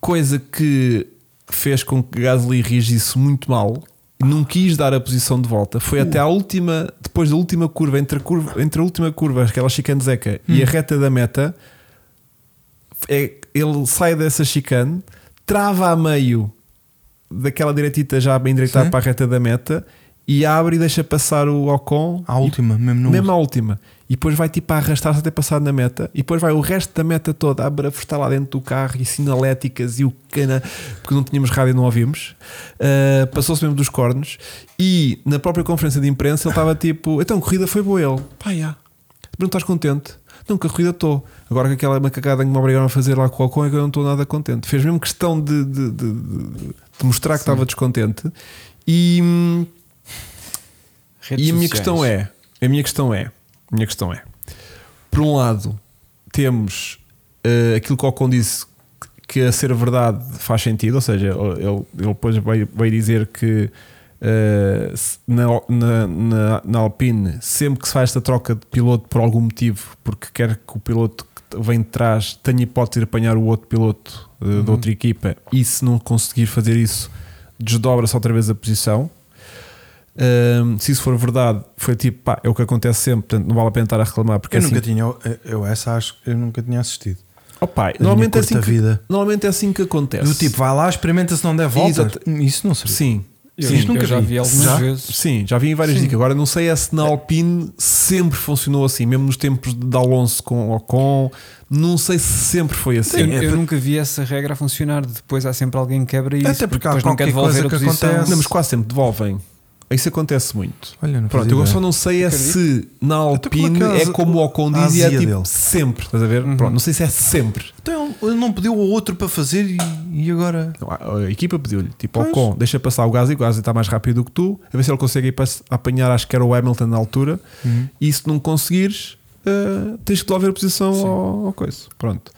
Speaker 2: Coisa que fez com que Gasly reagisse muito mal, não quis dar a posição de volta.
Speaker 1: Uh.
Speaker 2: Foi até a última, depois da última curva, entre a, curva, entre a última curva, aquela chicane de Zeca, e a
Speaker 1: Uhum.
Speaker 2: reta da meta, é- ele sai dessa chicane, trava a meio daquela direitita já bem endireitada
Speaker 1: Sim.
Speaker 2: para a reta da meta e abre e deixa passar o Ocon
Speaker 1: À última, mesmo
Speaker 2: e,
Speaker 1: no.
Speaker 2: mesmo a última e depois vai tipo a arrastar-se até passar na meta e depois vai o resto da meta toda a brafustar lá dentro do carro e sinaléticas e o cana porque não tínhamos rádio e não ouvimos Uh, passou-se mesmo dos cornos e na própria conferência de imprensa ele estava tipo então a corrida foi boa ele pá já não estás contente não, que a corrida estou. Agora que aquela macacada que me obrigaram a fazer lá com o Ocon é que eu não estou nada contente. Fez mesmo questão de, de- de- de- de mostrar que estava descontente. E, hum,
Speaker 3: Redes
Speaker 2: e a minha
Speaker 3: sociais.
Speaker 2: questão é, a minha questão é, a minha questão é, por um lado temos eh, aquilo que o Ocon disse que a ser verdade faz sentido, ou seja, ele, ele depois vai, vai dizer que eh, se- na, na, na, na Alpine sempre que se faz esta troca de piloto por algum motivo, porque quer que o piloto que vem de trás tenha hipótese de apanhar o outro piloto eh,
Speaker 3: Uhum.
Speaker 2: de outra equipa e se não conseguir fazer isso desdobra-se outra vez a posição um, se isso for verdade, foi tipo, pá, é o que acontece sempre, portanto não vale a pena estar a reclamar. Porque
Speaker 1: Eu
Speaker 2: é
Speaker 1: nunca
Speaker 2: assim,
Speaker 1: tinha. eu- Eu essa acho que eu nunca tinha assistido.
Speaker 2: Opa,
Speaker 1: Na minha
Speaker 2: normalmente, é
Speaker 1: curta
Speaker 2: assim que,
Speaker 1: vida. tipo,
Speaker 2: normalmente é assim que acontece.
Speaker 1: Do tipo, vai lá, experimenta se não der volta.
Speaker 2: Exato.
Speaker 1: Isso não sei.
Speaker 2: Sim,
Speaker 3: Eu,
Speaker 1: Sim,
Speaker 3: eu
Speaker 1: nunca
Speaker 3: já
Speaker 1: vi.
Speaker 3: vi, algumas
Speaker 2: Já?
Speaker 3: vezes.
Speaker 2: Sim, já vi em várias
Speaker 3: Sim.
Speaker 2: dicas. Agora, não sei é se na Alpine sempre funcionou assim, mesmo nos tempos de Alonso com Ocon, não sei se sempre foi assim.
Speaker 3: eu,
Speaker 1: é
Speaker 3: eu
Speaker 1: por-
Speaker 3: nunca vi essa regra a funcionar. Depois há sempre alguém que quebra isso.
Speaker 1: Até porque há
Speaker 3: depois não quer
Speaker 1: qualquer
Speaker 3: devolver
Speaker 1: coisa
Speaker 3: a
Speaker 1: que
Speaker 3: posição.
Speaker 1: acontece.
Speaker 2: Não, mas quase sempre devolvem. Isso acontece muito.
Speaker 1: Olha, não
Speaker 2: Pronto,
Speaker 1: fazia
Speaker 2: eu
Speaker 1: ideia.
Speaker 2: só não sei é
Speaker 3: Acredito.
Speaker 2: se na
Speaker 1: Até como
Speaker 2: Alpine
Speaker 1: aquela-
Speaker 2: é como o Ocon
Speaker 1: Então, a
Speaker 2: diz e é
Speaker 1: azia
Speaker 2: tipo
Speaker 1: dele.
Speaker 2: sempre, estás a ver?
Speaker 3: Uhum.
Speaker 2: Pronto, não sei se é sempre.
Speaker 1: Então ele não pediu ao outro para fazer e, e agora.
Speaker 2: Não, A a equipa pediu-lhe, tipo,
Speaker 1: Pois.
Speaker 2: Ocon, deixa passar o Gasly, o Gasly está mais rápido que tu, a ver se ele consegue ir pass- apanhar, acho que era o Hamilton na altura,
Speaker 1: Uhum.
Speaker 2: e se não conseguires, eh, tens que devolver a posição
Speaker 3: Sim.
Speaker 2: ao, ao coisa. Pronto.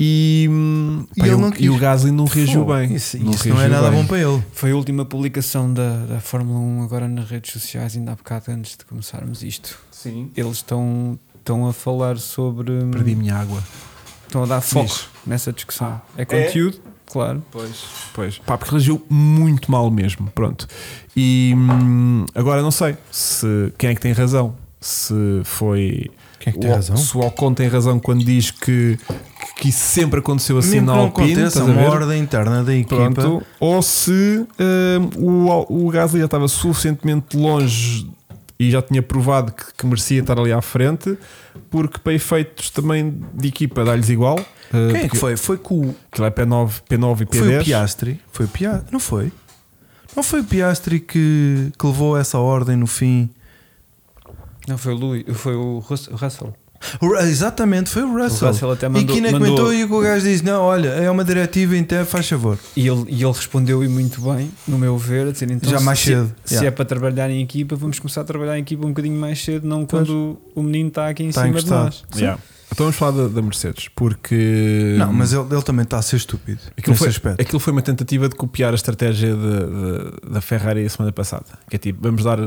Speaker 2: E, hum,
Speaker 1: E
Speaker 2: pá,
Speaker 1: ele
Speaker 2: eu-
Speaker 1: não quis.
Speaker 2: e o Gasly não reagiu
Speaker 1: Pô,
Speaker 2: bem.
Speaker 1: Isso, isso não, é
Speaker 2: reagiu
Speaker 1: nada
Speaker 2: bem.
Speaker 1: bom para ele.
Speaker 3: Foi a última publicação da, da Fórmula 1 agora nas redes sociais, ainda há bocado antes de começarmos isto.
Speaker 2: Sim.
Speaker 3: Eles estão, estão a falar sobre. hum,
Speaker 2: Perdi a minha água.
Speaker 3: Estão a dar foco
Speaker 2: Diz.
Speaker 3: nessa discussão. É conteúdo, claro.
Speaker 2: Pois, pois. Pá, porque reagiu muito mal mesmo. Pronto. E hum, agora não sei se quem é que tem razão. Se foi.
Speaker 1: Quem é que tem
Speaker 2: o-
Speaker 1: razão?
Speaker 2: Se o Ocon tem razão quando diz que, que isso sempre aconteceu assim
Speaker 1: Mesmo
Speaker 2: na
Speaker 1: que não
Speaker 2: Alpine,
Speaker 1: aconteça,
Speaker 2: estás a
Speaker 1: uma
Speaker 2: ver?
Speaker 1: ordem interna da equipa.
Speaker 2: Pronto. Ou se hum, o, Al- o Gasly já estava suficientemente longe e já tinha provado que, que merecia estar ali à frente, porque para efeitos também de equipa dá-lhes igual. Uh,
Speaker 1: Quem é
Speaker 2: porque
Speaker 1: que foi? Foi com o-
Speaker 2: Aquilo é P9, P9 e P10.
Speaker 1: Foi o Piastri. Foi o Pia... Não foi? Não foi o Piastri que, que levou essa ordem no fim?
Speaker 3: Não, foi o Louis, foi o Rus- o Russell.
Speaker 1: O- Exatamente, foi o Russell.
Speaker 3: O Russell até mandou-
Speaker 1: e é que
Speaker 3: mandou-
Speaker 1: comentou e o gajo diz: Não, olha, é uma diretiva interna, faz favor.
Speaker 3: E ele, e ele respondeu e muito bem, no meu ver, a dizer então
Speaker 1: Já
Speaker 3: se,
Speaker 1: mais cedo,
Speaker 3: se
Speaker 1: yeah.
Speaker 3: é para trabalhar em equipa, vamos começar a trabalhar em equipa um bocadinho mais cedo, não
Speaker 1: Pois.
Speaker 3: quando o menino está aqui em
Speaker 1: Está
Speaker 3: cima de
Speaker 1: encostado.
Speaker 3: nós.
Speaker 2: Yeah. Então vamos falar da, da Mercedes, porque
Speaker 1: Não, mas ele, ele também está a ser estúpido
Speaker 2: aquilo,
Speaker 1: nesse
Speaker 2: É foi,
Speaker 1: aspecto.
Speaker 2: aquilo foi uma tentativa de copiar a estratégia de- de- da Ferrari a semana passada. Que é tipo, vamos dar.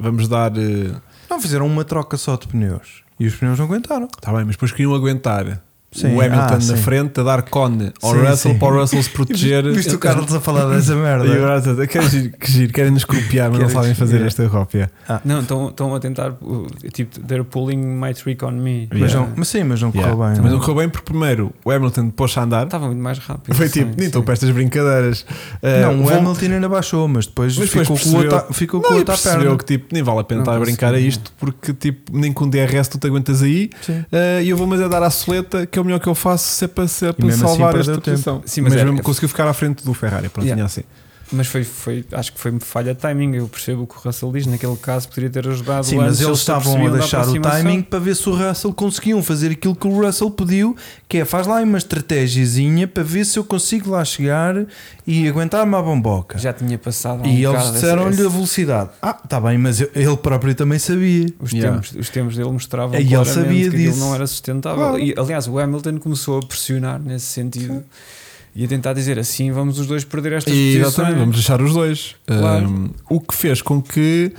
Speaker 2: Vamos dar. eh, Está
Speaker 1: Não fizeram uma troca só de pneus e os pneus não aguentaram.
Speaker 2: tá bem, mas depois queriam aguentar
Speaker 1: Sim,
Speaker 2: o Hamilton
Speaker 1: ah,
Speaker 2: na
Speaker 1: sim.
Speaker 2: frente a dar cone ao
Speaker 1: Sim,
Speaker 2: Russell
Speaker 1: sim.
Speaker 2: para o Russell se proteger.
Speaker 1: Viste o Carlos a falar dessa
Speaker 2: E
Speaker 1: merda.
Speaker 2: agora, tá, que giro, que giro, querem nos copiar, mas não
Speaker 1: Querem-
Speaker 2: sabem fazer
Speaker 1: yeah.
Speaker 2: esta cópia.
Speaker 3: Não, estão estão a tentar, uh, tipo, they're pulling my trick on me.
Speaker 1: Mas,
Speaker 2: Yeah.
Speaker 1: não, mas sim, mas não
Speaker 2: Yeah.
Speaker 1: correu bem.
Speaker 2: Mas não
Speaker 1: não. é? Tá.
Speaker 2: correu bem porque primeiro o Hamilton pôs-se a andar.
Speaker 3: Estava muito mais rápido.
Speaker 2: Foi
Speaker 3: sim,
Speaker 2: tipo, nem estou
Speaker 3: sim.
Speaker 2: para estas brincadeiras. Eh,
Speaker 1: Não, o
Speaker 2: vou-
Speaker 1: Hamilton ainda baixou, mas depois
Speaker 2: Mas
Speaker 1: ficou
Speaker 2: depois
Speaker 1: com o outro
Speaker 2: percebeu-
Speaker 1: à- ficou com
Speaker 2: Não,
Speaker 1: o
Speaker 2: e
Speaker 1: outro à
Speaker 2: percebeu
Speaker 1: perna.
Speaker 2: que tipo, nem vale a pena
Speaker 3: Não
Speaker 2: estar a brincar a
Speaker 3: conseguia.
Speaker 2: isto porque tipo, nem com DRS tu te aguentas aí
Speaker 1: Sim.
Speaker 2: eh, e eu vou mas é dar à soleta que é o melhor que eu faço se é para, se é para
Speaker 1: mesmo assim
Speaker 2: salvar
Speaker 1: perdeu
Speaker 2: esta
Speaker 1: tempo.
Speaker 2: posição.
Speaker 3: Sim,
Speaker 2: mas
Speaker 3: mas é-
Speaker 2: mesmo conseguiu ficar à frente do Ferrari, pronto,
Speaker 3: Yeah.
Speaker 2: tinha assim.
Speaker 3: Mas foi, foi, acho que foi falha de timing. Eu percebo o que o Russell diz. Naquele caso, poderia ter ajudado
Speaker 1: Sim,
Speaker 3: antes,
Speaker 1: mas
Speaker 3: se
Speaker 1: eles
Speaker 3: se
Speaker 1: estavam a
Speaker 3: apercebiam da
Speaker 1: deixar o
Speaker 3: aproximação.
Speaker 1: timing para ver se o Russell conseguiam fazer aquilo que o Russell pediu, que é faz lá uma estratégiazinha para ver se eu consigo lá chegar e aguentar-me à bomboca.
Speaker 3: Já tinha passado. há um
Speaker 1: e eles
Speaker 3: bocado esse-
Speaker 1: disseram-lhe
Speaker 3: esse-
Speaker 1: a velocidade. Ah, está bem, mas eu- ele próprio também sabia.
Speaker 3: Os,
Speaker 2: Yeah.
Speaker 3: tempos, os tempos dele mostravam
Speaker 1: E ele
Speaker 3: claramente
Speaker 1: sabia
Speaker 3: que aquilo
Speaker 1: disso.
Speaker 3: não era sustentável.
Speaker 1: Claro.
Speaker 3: E, aliás, o Hamilton começou a pressionar nesse sentido e a tentar dizer assim: vamos os dois perder estas
Speaker 2: E
Speaker 3: posições.
Speaker 2: exatamente, vamos deixar os dois.
Speaker 3: Claro.
Speaker 2: Um, o que fez com que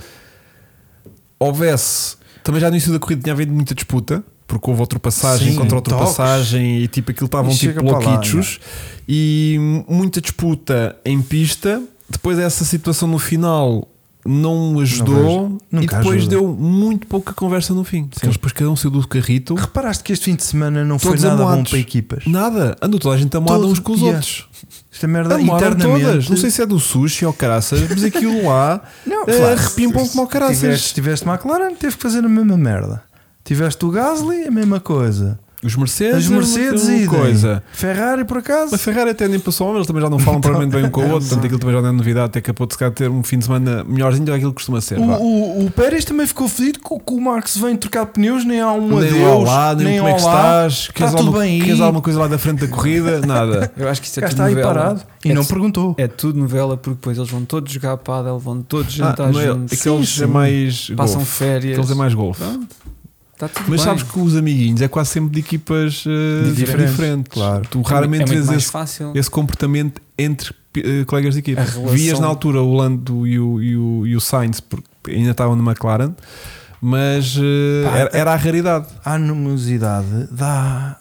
Speaker 2: houvesse também já no início da corrida tinha havido muita disputa. Porque houve ultrapassagem
Speaker 1: Sim,
Speaker 2: contra
Speaker 1: toques.
Speaker 2: ultrapassagem e tipo aquilo estavam
Speaker 1: E
Speaker 2: tipo
Speaker 1: chega para lá, é?
Speaker 2: louquichos e muita disputa em pista. Depois essa situação no final não ajudou e
Speaker 1: Nunca
Speaker 2: depois
Speaker 1: ajuda.
Speaker 2: deu muito pouca conversa no fim. Porque eles depois cada um saiu do carrito,
Speaker 1: Reparaste que este fim de semana não
Speaker 2: Todos
Speaker 1: foi nada bom
Speaker 2: amoados.
Speaker 1: para equipas.
Speaker 2: nada, andou toda a gente amada
Speaker 1: Todo-
Speaker 2: uns com os
Speaker 1: yeah.
Speaker 2: outros.
Speaker 1: Esta merda
Speaker 2: Amaram
Speaker 1: internamente.
Speaker 2: todas. Não sei se é do sushi ou caraças, mas aquilo lá
Speaker 1: Não,
Speaker 2: eh,
Speaker 1: claro,
Speaker 2: arrepimpam como ao
Speaker 1: Tiveste,
Speaker 2: caraças.
Speaker 1: tiveste McLaren, teve que fazer a mesma merda. Tiveste o Gasly, a mesma coisa.
Speaker 2: Os Mercedes,
Speaker 1: As
Speaker 2: é uma-
Speaker 1: Mercedes
Speaker 2: é uma
Speaker 1: e
Speaker 2: coisa.
Speaker 1: Ferrari, por acaso.
Speaker 2: A Ferrari até nem passou mal, eles também já não falam provavelmente bem um com o outro, portanto aquilo também já não é novidade. Até que a pode se calhar ter um fim de semana melhorzinho do que aquilo que costuma ser.
Speaker 1: O,
Speaker 2: vá.
Speaker 1: o, o Pérez também ficou fedido que o- que o Max vem trocar de pneus, nem há um
Speaker 2: nem
Speaker 1: adeus,
Speaker 2: olá, nem,
Speaker 1: nem
Speaker 2: como é que
Speaker 1: olá.
Speaker 2: estás, queres,
Speaker 1: tudo
Speaker 2: alguma,
Speaker 1: bem aí?
Speaker 2: queres alguma coisa lá da frente da corrida, nada.
Speaker 3: Eu acho que
Speaker 1: O
Speaker 3: isso é
Speaker 1: gajo
Speaker 3: tudo
Speaker 1: está aí
Speaker 3: novela.
Speaker 1: parado e
Speaker 3: é,
Speaker 1: não
Speaker 3: tu-
Speaker 1: perguntou.
Speaker 3: é tudo novela porque depois eles vão todos jogar pádel, vão todos
Speaker 2: Ah,
Speaker 3: jantar
Speaker 2: não é-
Speaker 3: juntos,
Speaker 2: aqueles é mais
Speaker 3: passam
Speaker 2: golfe.
Speaker 3: férias.
Speaker 2: Aqueles é mais golfe.
Speaker 3: Está tudo
Speaker 2: Mas
Speaker 3: bem.
Speaker 2: sabes que os amiguinhos é quase sempre de equipas eh,
Speaker 1: Diferentes,
Speaker 2: diferentes.
Speaker 1: claro.
Speaker 2: Tu raramente
Speaker 3: é muito
Speaker 2: vês
Speaker 3: mais
Speaker 2: esse
Speaker 3: fácil.
Speaker 2: esse comportamento entre eh, colegas de equipa.
Speaker 3: A relação-
Speaker 2: Vias na altura o Lando e o, e o, e o Sainz, porque ainda estavam no McLaren, mas eh,
Speaker 1: Pá,
Speaker 2: era, era a raridade.
Speaker 1: A animosidade dá,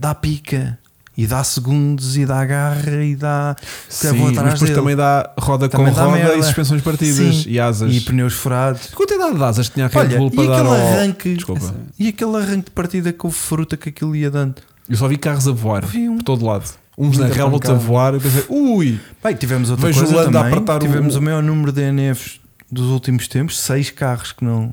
Speaker 1: dá pica e dá segundos e dá garra e dá. eu
Speaker 2: Sim,
Speaker 1: vou
Speaker 2: mas
Speaker 1: atrás
Speaker 2: depois
Speaker 1: dele.
Speaker 2: também dá roda
Speaker 1: Também
Speaker 2: com
Speaker 1: dá
Speaker 2: roda
Speaker 1: merda.
Speaker 2: e suspensões partidas
Speaker 1: Sim.
Speaker 2: e asas.
Speaker 1: e pneus furados.
Speaker 2: Que quantidade de asas que tinha a Red
Speaker 1: Olha,
Speaker 2: Bull para
Speaker 1: e
Speaker 2: dar
Speaker 1: aquele
Speaker 2: ao...
Speaker 1: arranque?
Speaker 2: Desculpa.
Speaker 1: E aquele arranque de partida com fruta que aquilo ia dando.
Speaker 2: Eu só vi carros a voar
Speaker 1: Vi um.
Speaker 2: por todo lado. uns na
Speaker 3: Muita
Speaker 2: relva a
Speaker 3: pancada.
Speaker 2: voar. Eu pensei, ui,
Speaker 1: Bem, tivemos outra
Speaker 2: Vejo o
Speaker 1: coisa
Speaker 2: Landa a
Speaker 1: também.
Speaker 2: apertar o-
Speaker 1: tivemos o... maior número de DNFs dos últimos tempos, seis carros que não,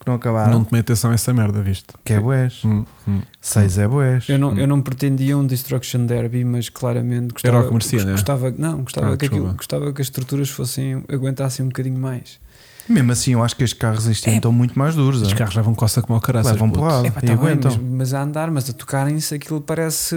Speaker 1: que não acabaram.
Speaker 2: não tomei atenção a essa merda, viste?
Speaker 1: Que é boés.
Speaker 2: Hum, hum.
Speaker 1: Seis é boés.
Speaker 3: Eu não, eu não pretendia um Destruction Derby, mas claramente gostava.
Speaker 2: Era o que merecia, né?
Speaker 3: gostava, Não, gostava,
Speaker 2: Ah,
Speaker 3: que aquilo,
Speaker 2: desculpa.
Speaker 3: gostava que as estruturas fossem aguentassem um bocadinho mais.
Speaker 1: Mesmo assim, eu acho que estes carros este ano estão muito mais duros.
Speaker 2: Os
Speaker 1: é?
Speaker 2: carros levam coça como ao caraças.
Speaker 1: Levam
Speaker 2: puto.
Speaker 1: porrada.
Speaker 3: É
Speaker 1: e aguentam.
Speaker 3: mas, mas a andar, mas a tocarem-se aquilo parece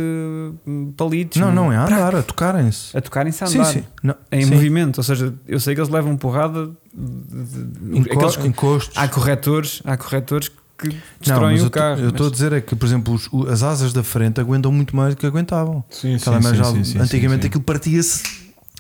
Speaker 3: hum, palitos.
Speaker 1: Não, não, é a
Speaker 3: Prá!
Speaker 1: andar, a tocarem-se.
Speaker 3: A tocarem-se a
Speaker 1: Sim,
Speaker 3: andar.
Speaker 1: sim. Não,
Speaker 3: Em
Speaker 1: sim.
Speaker 3: movimento, ou seja, eu sei que eles levam porrada. de- de-
Speaker 1: Enco-
Speaker 3: aqueles que-
Speaker 1: encostos.
Speaker 3: há corretores, há corretores que
Speaker 1: Não,
Speaker 3: destroem
Speaker 1: mas eu
Speaker 3: o
Speaker 1: tô-
Speaker 3: carro.
Speaker 1: Eu estou a
Speaker 3: mas-
Speaker 1: dizer é que, por exemplo, os- o- as asas da frente aguentam muito mais do que aguentavam.
Speaker 2: Sim,
Speaker 1: Aquela
Speaker 2: sim,
Speaker 1: imagem,
Speaker 2: sim, sim, sim,
Speaker 1: antigamente
Speaker 2: sim.
Speaker 1: aquilo partia-se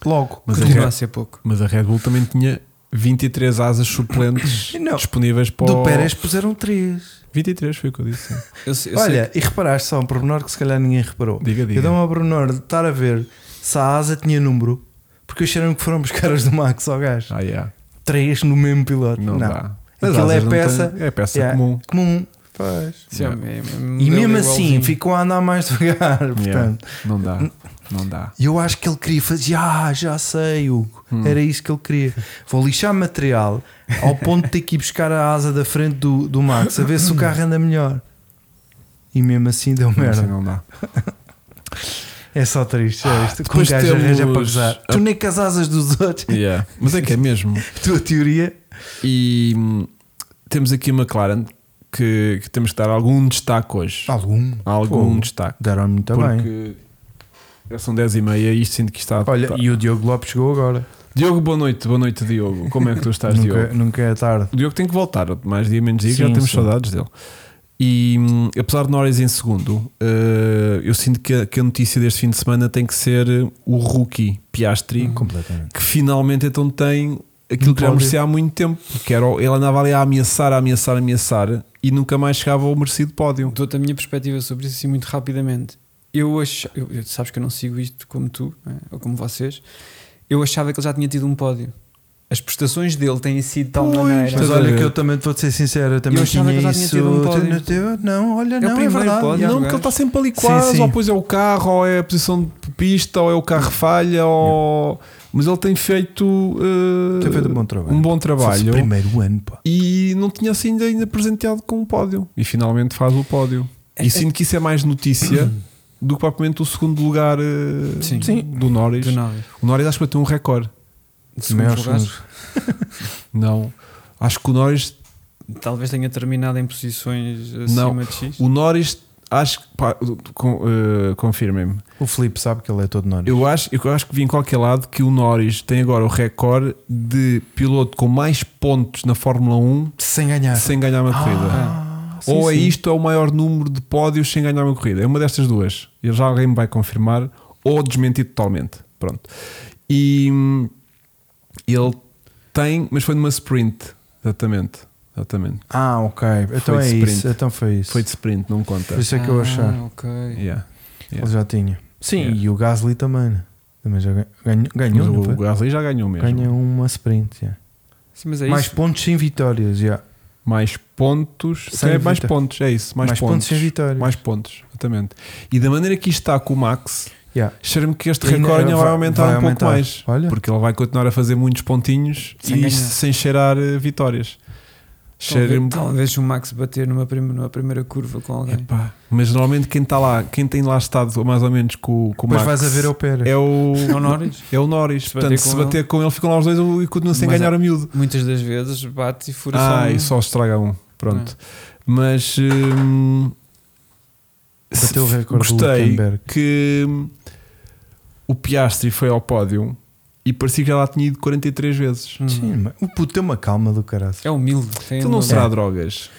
Speaker 1: logo.
Speaker 2: Mas
Speaker 3: continua
Speaker 2: é-
Speaker 3: a ser pouco.
Speaker 2: Mas a Red Bull também tinha 23 asas suplentes
Speaker 1: Não.
Speaker 2: disponíveis para
Speaker 1: do
Speaker 2: o-
Speaker 1: Pérez puseram três.
Speaker 2: 23 foi o que eu disse. sim.
Speaker 3: Eu se- eu sei
Speaker 1: Olha, e reparaste só um pormenor que se calhar ninguém reparou.
Speaker 2: Diga, diga.
Speaker 1: Eu dou-me ao pormenor de estar a ver se a asa tinha número, porque acharam que foram buscar as do Max ao gajo.
Speaker 2: Ah, yeah.
Speaker 1: Três no mesmo piloto.
Speaker 2: não,
Speaker 1: Não.
Speaker 2: dá. As
Speaker 1: Aquilo é
Speaker 2: asas não têm-
Speaker 1: peça.
Speaker 2: é peça
Speaker 1: Yeah.
Speaker 2: comum.
Speaker 1: Comum. Pois.
Speaker 3: que- sim,
Speaker 2: Yeah.
Speaker 3: é- é- é
Speaker 1: E
Speaker 3: modelo
Speaker 1: mesmo assim
Speaker 3: igualzinho.
Speaker 1: ficou a andar mais devagar. Portanto,
Speaker 2: Não dá. Não dá.
Speaker 1: E eu acho que ele queria fazer, ah, já sei, Hugo,
Speaker 2: Hum.
Speaker 1: era isso que ele queria. Vou lixar material ao ponto de ter que ir buscar a asa da frente do, do Max a ver se o carro anda melhor. E mesmo assim deu
Speaker 2: Hum. Assim
Speaker 1: merda.
Speaker 2: não dá.
Speaker 1: É só triste, é isto. Com
Speaker 2: depois
Speaker 1: gajo arranja
Speaker 2: temos
Speaker 1: para gozar.
Speaker 2: a-
Speaker 1: Tu nem com as asas dos outros,
Speaker 2: Yeah. Mas é que é mesmo.
Speaker 1: tua teoria.
Speaker 2: E hum, temos aqui a McLaren que, que temos que dar algum destaque hoje.
Speaker 1: Algum.
Speaker 2: Algum
Speaker 1: Pô,
Speaker 2: destaque.
Speaker 1: Deram muito Ah, Tá bem.
Speaker 2: porque já são 10 e meia e isto sinto que está.
Speaker 1: Olha,
Speaker 2: está-
Speaker 1: e o Diogo Lopes chegou agora.
Speaker 2: Diogo, boa noite, boa noite, Diogo. Como é que tu estás,
Speaker 1: Nunca,
Speaker 2: Diogo?
Speaker 1: nunca é tarde.
Speaker 2: O Diogo tem que voltar, mais dia menos dia, que já
Speaker 1: Sim,
Speaker 2: temos
Speaker 1: sim.
Speaker 2: saudades dele. E hum, apesar de Norris em segundo, eh, eu sinto que a, que a notícia deste fim de semana tem que ser o rookie Piastri,
Speaker 1: Completamente.
Speaker 2: que finalmente então tem aquilo
Speaker 1: Uhum. Um
Speaker 2: que já
Speaker 1: pódio.
Speaker 2: merecia há muito tempo, que era o- ele andava ali a ameaçar, a ameaçar, a ameaçar e nunca mais chegava ao merecido pódio.
Speaker 3: Dou-te a minha perspectiva sobre isso assim muito rapidamente. Eu achava, sabes que eu não sigo isto como tu, né, ou como vocês. Eu achava que ele já tinha tido um pódio. As prestações dele têm sido de tal maneira.
Speaker 1: Mas
Speaker 2: Estás a
Speaker 1: olha
Speaker 2: ver?
Speaker 1: que eu também te vou ser sincero, eu também
Speaker 3: Eu achava
Speaker 1: tinha
Speaker 3: que eu já tinha
Speaker 1: isso.
Speaker 3: tido um pódio.
Speaker 1: não, teve- não, olha,
Speaker 3: o
Speaker 1: não, é
Speaker 3: primeiro
Speaker 1: verdade.
Speaker 3: pódio.
Speaker 1: já.
Speaker 2: Não, porque ele está sempre ali
Speaker 1: Sim,
Speaker 2: quase,
Speaker 1: sim.
Speaker 2: ou depois é o carro, ou é a posição de pista, ou é o carro falha, ou... mas ele tem feito, eh,
Speaker 1: Tem feito um bom trabalho.
Speaker 2: um bom
Speaker 1: Foi o
Speaker 2: trabalho
Speaker 1: primeiro ano, pá.
Speaker 2: e não tinha assim ainda, ainda presenteado com um pódio. E finalmente faz o pódio. E sinto que isso é mais notícia do que propriamente o segundo lugar eh,
Speaker 3: Sim.
Speaker 2: do Norris.
Speaker 3: Do nada.
Speaker 2: O Norris acho que bateu um recorde.
Speaker 3: De
Speaker 1: é
Speaker 2: um
Speaker 3: segundos lugares,
Speaker 2: Não. Acho que o Norris.
Speaker 3: Talvez tenha terminado em posições acima de X.
Speaker 2: O Norris. Acho que. pá, com- eh, Confirmem-me.
Speaker 1: O Felipe sabe que ele é todo Norris.
Speaker 2: Eu acho, eu acho que vi em qualquer lado que o Norris tem agora o recorde de piloto com mais pontos na Fórmula 1
Speaker 1: Sem ganhar.
Speaker 2: sem ganhar uma corrida.
Speaker 1: É. Ah, sim,
Speaker 2: ou é
Speaker 1: sim.
Speaker 2: isto ou é o maior número de pódios sem ganhar uma corrida. É uma destas duas. E já alguém me vai confirmar ou desmentir totalmente. Pronto. E hum, ele tem, mas foi numa sprint. Exatamente. Exatamente.
Speaker 1: Ah, ok. Então
Speaker 2: Foi
Speaker 1: é
Speaker 2: de
Speaker 1: isso.
Speaker 2: sprint.
Speaker 1: Então foi isso.
Speaker 2: Foi de sprint, não conta.
Speaker 1: Por isso é que eu achar.
Speaker 3: Ah, ok.
Speaker 2: Yeah.
Speaker 1: Ele já tinha. Sim,
Speaker 2: Yeah.
Speaker 1: e o Gasly também. né? Também já ganhou.
Speaker 2: Mas
Speaker 1: Ganhou, não
Speaker 2: o
Speaker 1: foi?
Speaker 2: Gasly já ganhou mesmo.
Speaker 1: Ganha uma sprint. yeah.
Speaker 3: Sim, mas é
Speaker 1: mais
Speaker 3: isso.
Speaker 1: pontos sem vitórias. Yeah.
Speaker 2: Mais pontos.
Speaker 1: Sem
Speaker 2: é, mais
Speaker 1: vitória.
Speaker 2: pontos, é isso. Mais,
Speaker 1: Mais, pontos. sem vitórias.
Speaker 2: Mais pontos, exatamente. E da maneira que isto está com o Max,
Speaker 1: Yeah.
Speaker 2: cheiro-me que este
Speaker 1: E ainda
Speaker 2: recorde ainda vai
Speaker 1: vai-
Speaker 2: aumentar
Speaker 1: vai
Speaker 2: um
Speaker 1: aumentar.
Speaker 2: pouco mais.
Speaker 1: Olha.
Speaker 2: Porque ele vai continuar a fazer muitos pontinhos
Speaker 3: É. Sem
Speaker 2: e
Speaker 3: ganhar.
Speaker 2: isto sem cheirar eh, vitórias.
Speaker 3: Talvez,
Speaker 1: um
Speaker 2: Cheiro-me.
Speaker 3: talvez o Max bater numa, prim numa primeira curva com alguém.
Speaker 2: Epá, Mas normalmente quem está lá, quem tem lá estado mais ou menos com, com o
Speaker 1: Depois
Speaker 2: Max
Speaker 1: vais a ver né? o Pérez.
Speaker 2: é o.
Speaker 3: É o Norris.
Speaker 2: É o Norris.
Speaker 3: Se bater
Speaker 2: Portanto,
Speaker 3: com
Speaker 2: se bater com ele, ficam lá os dois e continuam sem
Speaker 3: Mas
Speaker 2: ganhar
Speaker 3: é-
Speaker 2: a miúdo.
Speaker 3: Muitas das vezes bate e fura
Speaker 2: Ah,
Speaker 3: só um.
Speaker 2: e só estraga um. Pronto.
Speaker 1: É.
Speaker 2: Mas. hum, se-
Speaker 1: Bateu o recorde do
Speaker 2: Gostei
Speaker 1: Hülkenberg.
Speaker 2: que hum, o Piastri foi ao pódio e parecia que já lá tinha ido 43 vezes.
Speaker 3: Hum.
Speaker 1: Sim, mas o puto tem uma calma do caraças.
Speaker 3: É humilde. Tem
Speaker 2: Aquilo não
Speaker 3: uma-
Speaker 2: será drogas.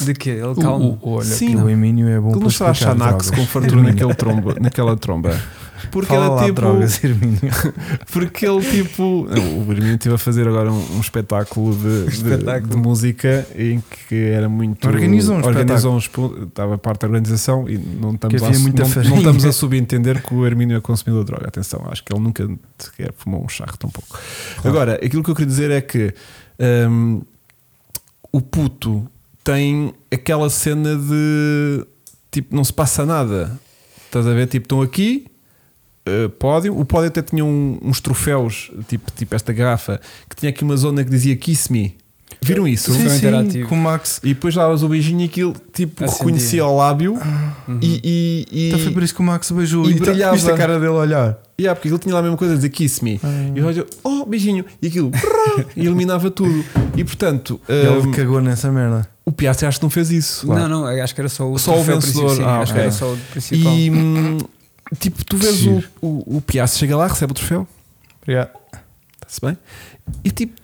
Speaker 3: De quê? Ele
Speaker 1: O,
Speaker 3: calma.
Speaker 1: o, olha,
Speaker 2: Sim,
Speaker 1: que
Speaker 2: não.
Speaker 1: o Emílio é bom
Speaker 2: Aquilo
Speaker 1: para
Speaker 2: não será
Speaker 1: explicar
Speaker 2: Xanax
Speaker 1: drogas.
Speaker 2: com fartura
Speaker 1: Hermínio.
Speaker 2: naquele tromba, naquela tromba. Porque
Speaker 1: Fala
Speaker 2: ele
Speaker 1: lá
Speaker 2: é
Speaker 1: de
Speaker 2: tipo.
Speaker 1: drogas, Hermínio.
Speaker 2: Porque ele tipo. Não, o Birminho esteve a fazer agora um, um espetáculo, de, de-
Speaker 3: Espetáculo.
Speaker 2: de música em que era muito.
Speaker 1: Organizou um
Speaker 2: organizou um espo- Estava parte da organização e não estamos,
Speaker 1: Que
Speaker 2: a,
Speaker 1: havia
Speaker 2: su-
Speaker 1: muita
Speaker 2: não,
Speaker 1: farinha.
Speaker 2: não estamos a subentender que o Hermínio é consumidor de droga. Atenção, acho que ele nunca sequer fumou um charro tão pouco. Agora, aquilo que eu queria dizer é que hum, o puto tem aquela cena de tipo, não se passa nada. Estás a ver? Tipo, estão aqui, eh, pódio. O pódio até tinha um- uns troféus, tipo, tipo esta garrafa, que tinha aqui uma zona que dizia Kiss Me. Viram isso?
Speaker 3: Sim. interativo.
Speaker 1: com o Max.
Speaker 2: E depois davas o beijinho e aquilo, tipo,
Speaker 3: Acendia.
Speaker 2: reconhecia o lábio
Speaker 3: Uhum.
Speaker 2: e. e, e
Speaker 1: Então foi por isso que o Max beijou
Speaker 2: E
Speaker 1: e, tá-
Speaker 2: brilhava.
Speaker 1: viste a cara dele a olhar.
Speaker 2: Yeah, porque aquilo tinha lá a mesma coisa, dizer kiss me.
Speaker 3: Ah.
Speaker 2: E eu olho, oh, beijinho. E aquilo, brrr, e eliminava tudo. E portanto,
Speaker 1: Ele
Speaker 2: hum,
Speaker 1: cagou nessa merda.
Speaker 2: o Piazza acho que não fez isso.
Speaker 3: Não, não, acho que era só o,
Speaker 2: Só o
Speaker 3: troféu
Speaker 2: vencedor.
Speaker 3: principal, sim,
Speaker 2: Ah,
Speaker 3: acho que era
Speaker 2: ok.
Speaker 3: só o principal.
Speaker 2: E hum, tipo, tu vês o,
Speaker 1: Giro.
Speaker 2: o, o Piazza chega lá, recebe o troféu, está-se bem? E tipo,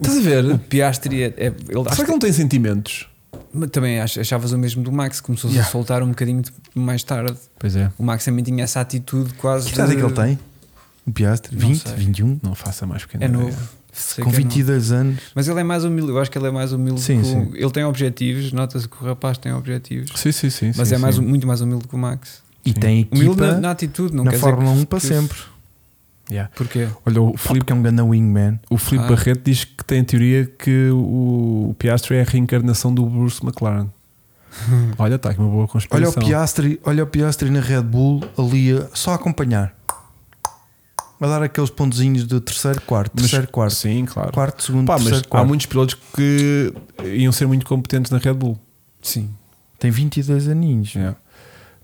Speaker 2: estás a
Speaker 3: O
Speaker 2: ver?
Speaker 3: Piastri é, é- ele acho
Speaker 2: Será que ele não tem sentimentos?
Speaker 3: que- mas também ach- achavas o mesmo do Max, começou a
Speaker 1: Yeah.
Speaker 3: soltar um bocadinho de- mais tarde.
Speaker 2: Pois é,
Speaker 3: O Max também tinha essa atitude quase.
Speaker 1: Que idade é que ele tem? O Piastri?
Speaker 3: Não
Speaker 1: 20,
Speaker 3: sei.
Speaker 1: 21?
Speaker 2: não faça mais pequena
Speaker 3: É
Speaker 2: ideia.
Speaker 3: novo. Sei
Speaker 1: com
Speaker 3: que é novo.
Speaker 1: 22 anos.
Speaker 3: Mas ele é mais humilde, eu acho que ele é mais humilde.
Speaker 1: Sim,
Speaker 3: que o-
Speaker 1: sim.
Speaker 3: Ele tem objetivos, nota-se que o rapaz tem objetivos,
Speaker 2: Sim, sim, sim.
Speaker 3: mas
Speaker 2: sim,
Speaker 3: é mais,
Speaker 2: sim.
Speaker 3: muito mais humilde que o Max.
Speaker 1: E tem
Speaker 3: Humilde
Speaker 1: equipa
Speaker 3: na, na atitude, não
Speaker 1: na
Speaker 3: quer
Speaker 1: Fórmula
Speaker 3: dizer
Speaker 1: 1 para
Speaker 3: que-
Speaker 1: sempre.
Speaker 2: Yeah.
Speaker 3: Porquê?
Speaker 2: Olha, o
Speaker 1: Filipe
Speaker 2: Filipe,
Speaker 1: que é um ganda wingman.
Speaker 2: o Filipe
Speaker 3: Ah.
Speaker 2: Barreto diz que tem a teoria que o, o Piastri é a reencarnação do Bruce McLaren. Olha, está aqui uma boa
Speaker 1: Olha
Speaker 2: conspiração.
Speaker 1: o, Piastri, olha o Piastri na Red Bull ali a- só a acompanhar. A dar aqueles pontozinhos de terceiro, quarto,
Speaker 2: Mas-
Speaker 1: terceiro, quarto.
Speaker 2: Sim, claro.
Speaker 1: Quarto, segundo,
Speaker 2: Pá, mas
Speaker 1: terceiro,
Speaker 2: há
Speaker 1: quarto.
Speaker 2: muitos pilotos que iam ser muito competentes na Red Bull.
Speaker 3: Sim.
Speaker 1: Tem 22 aninhos.
Speaker 2: Eh, É.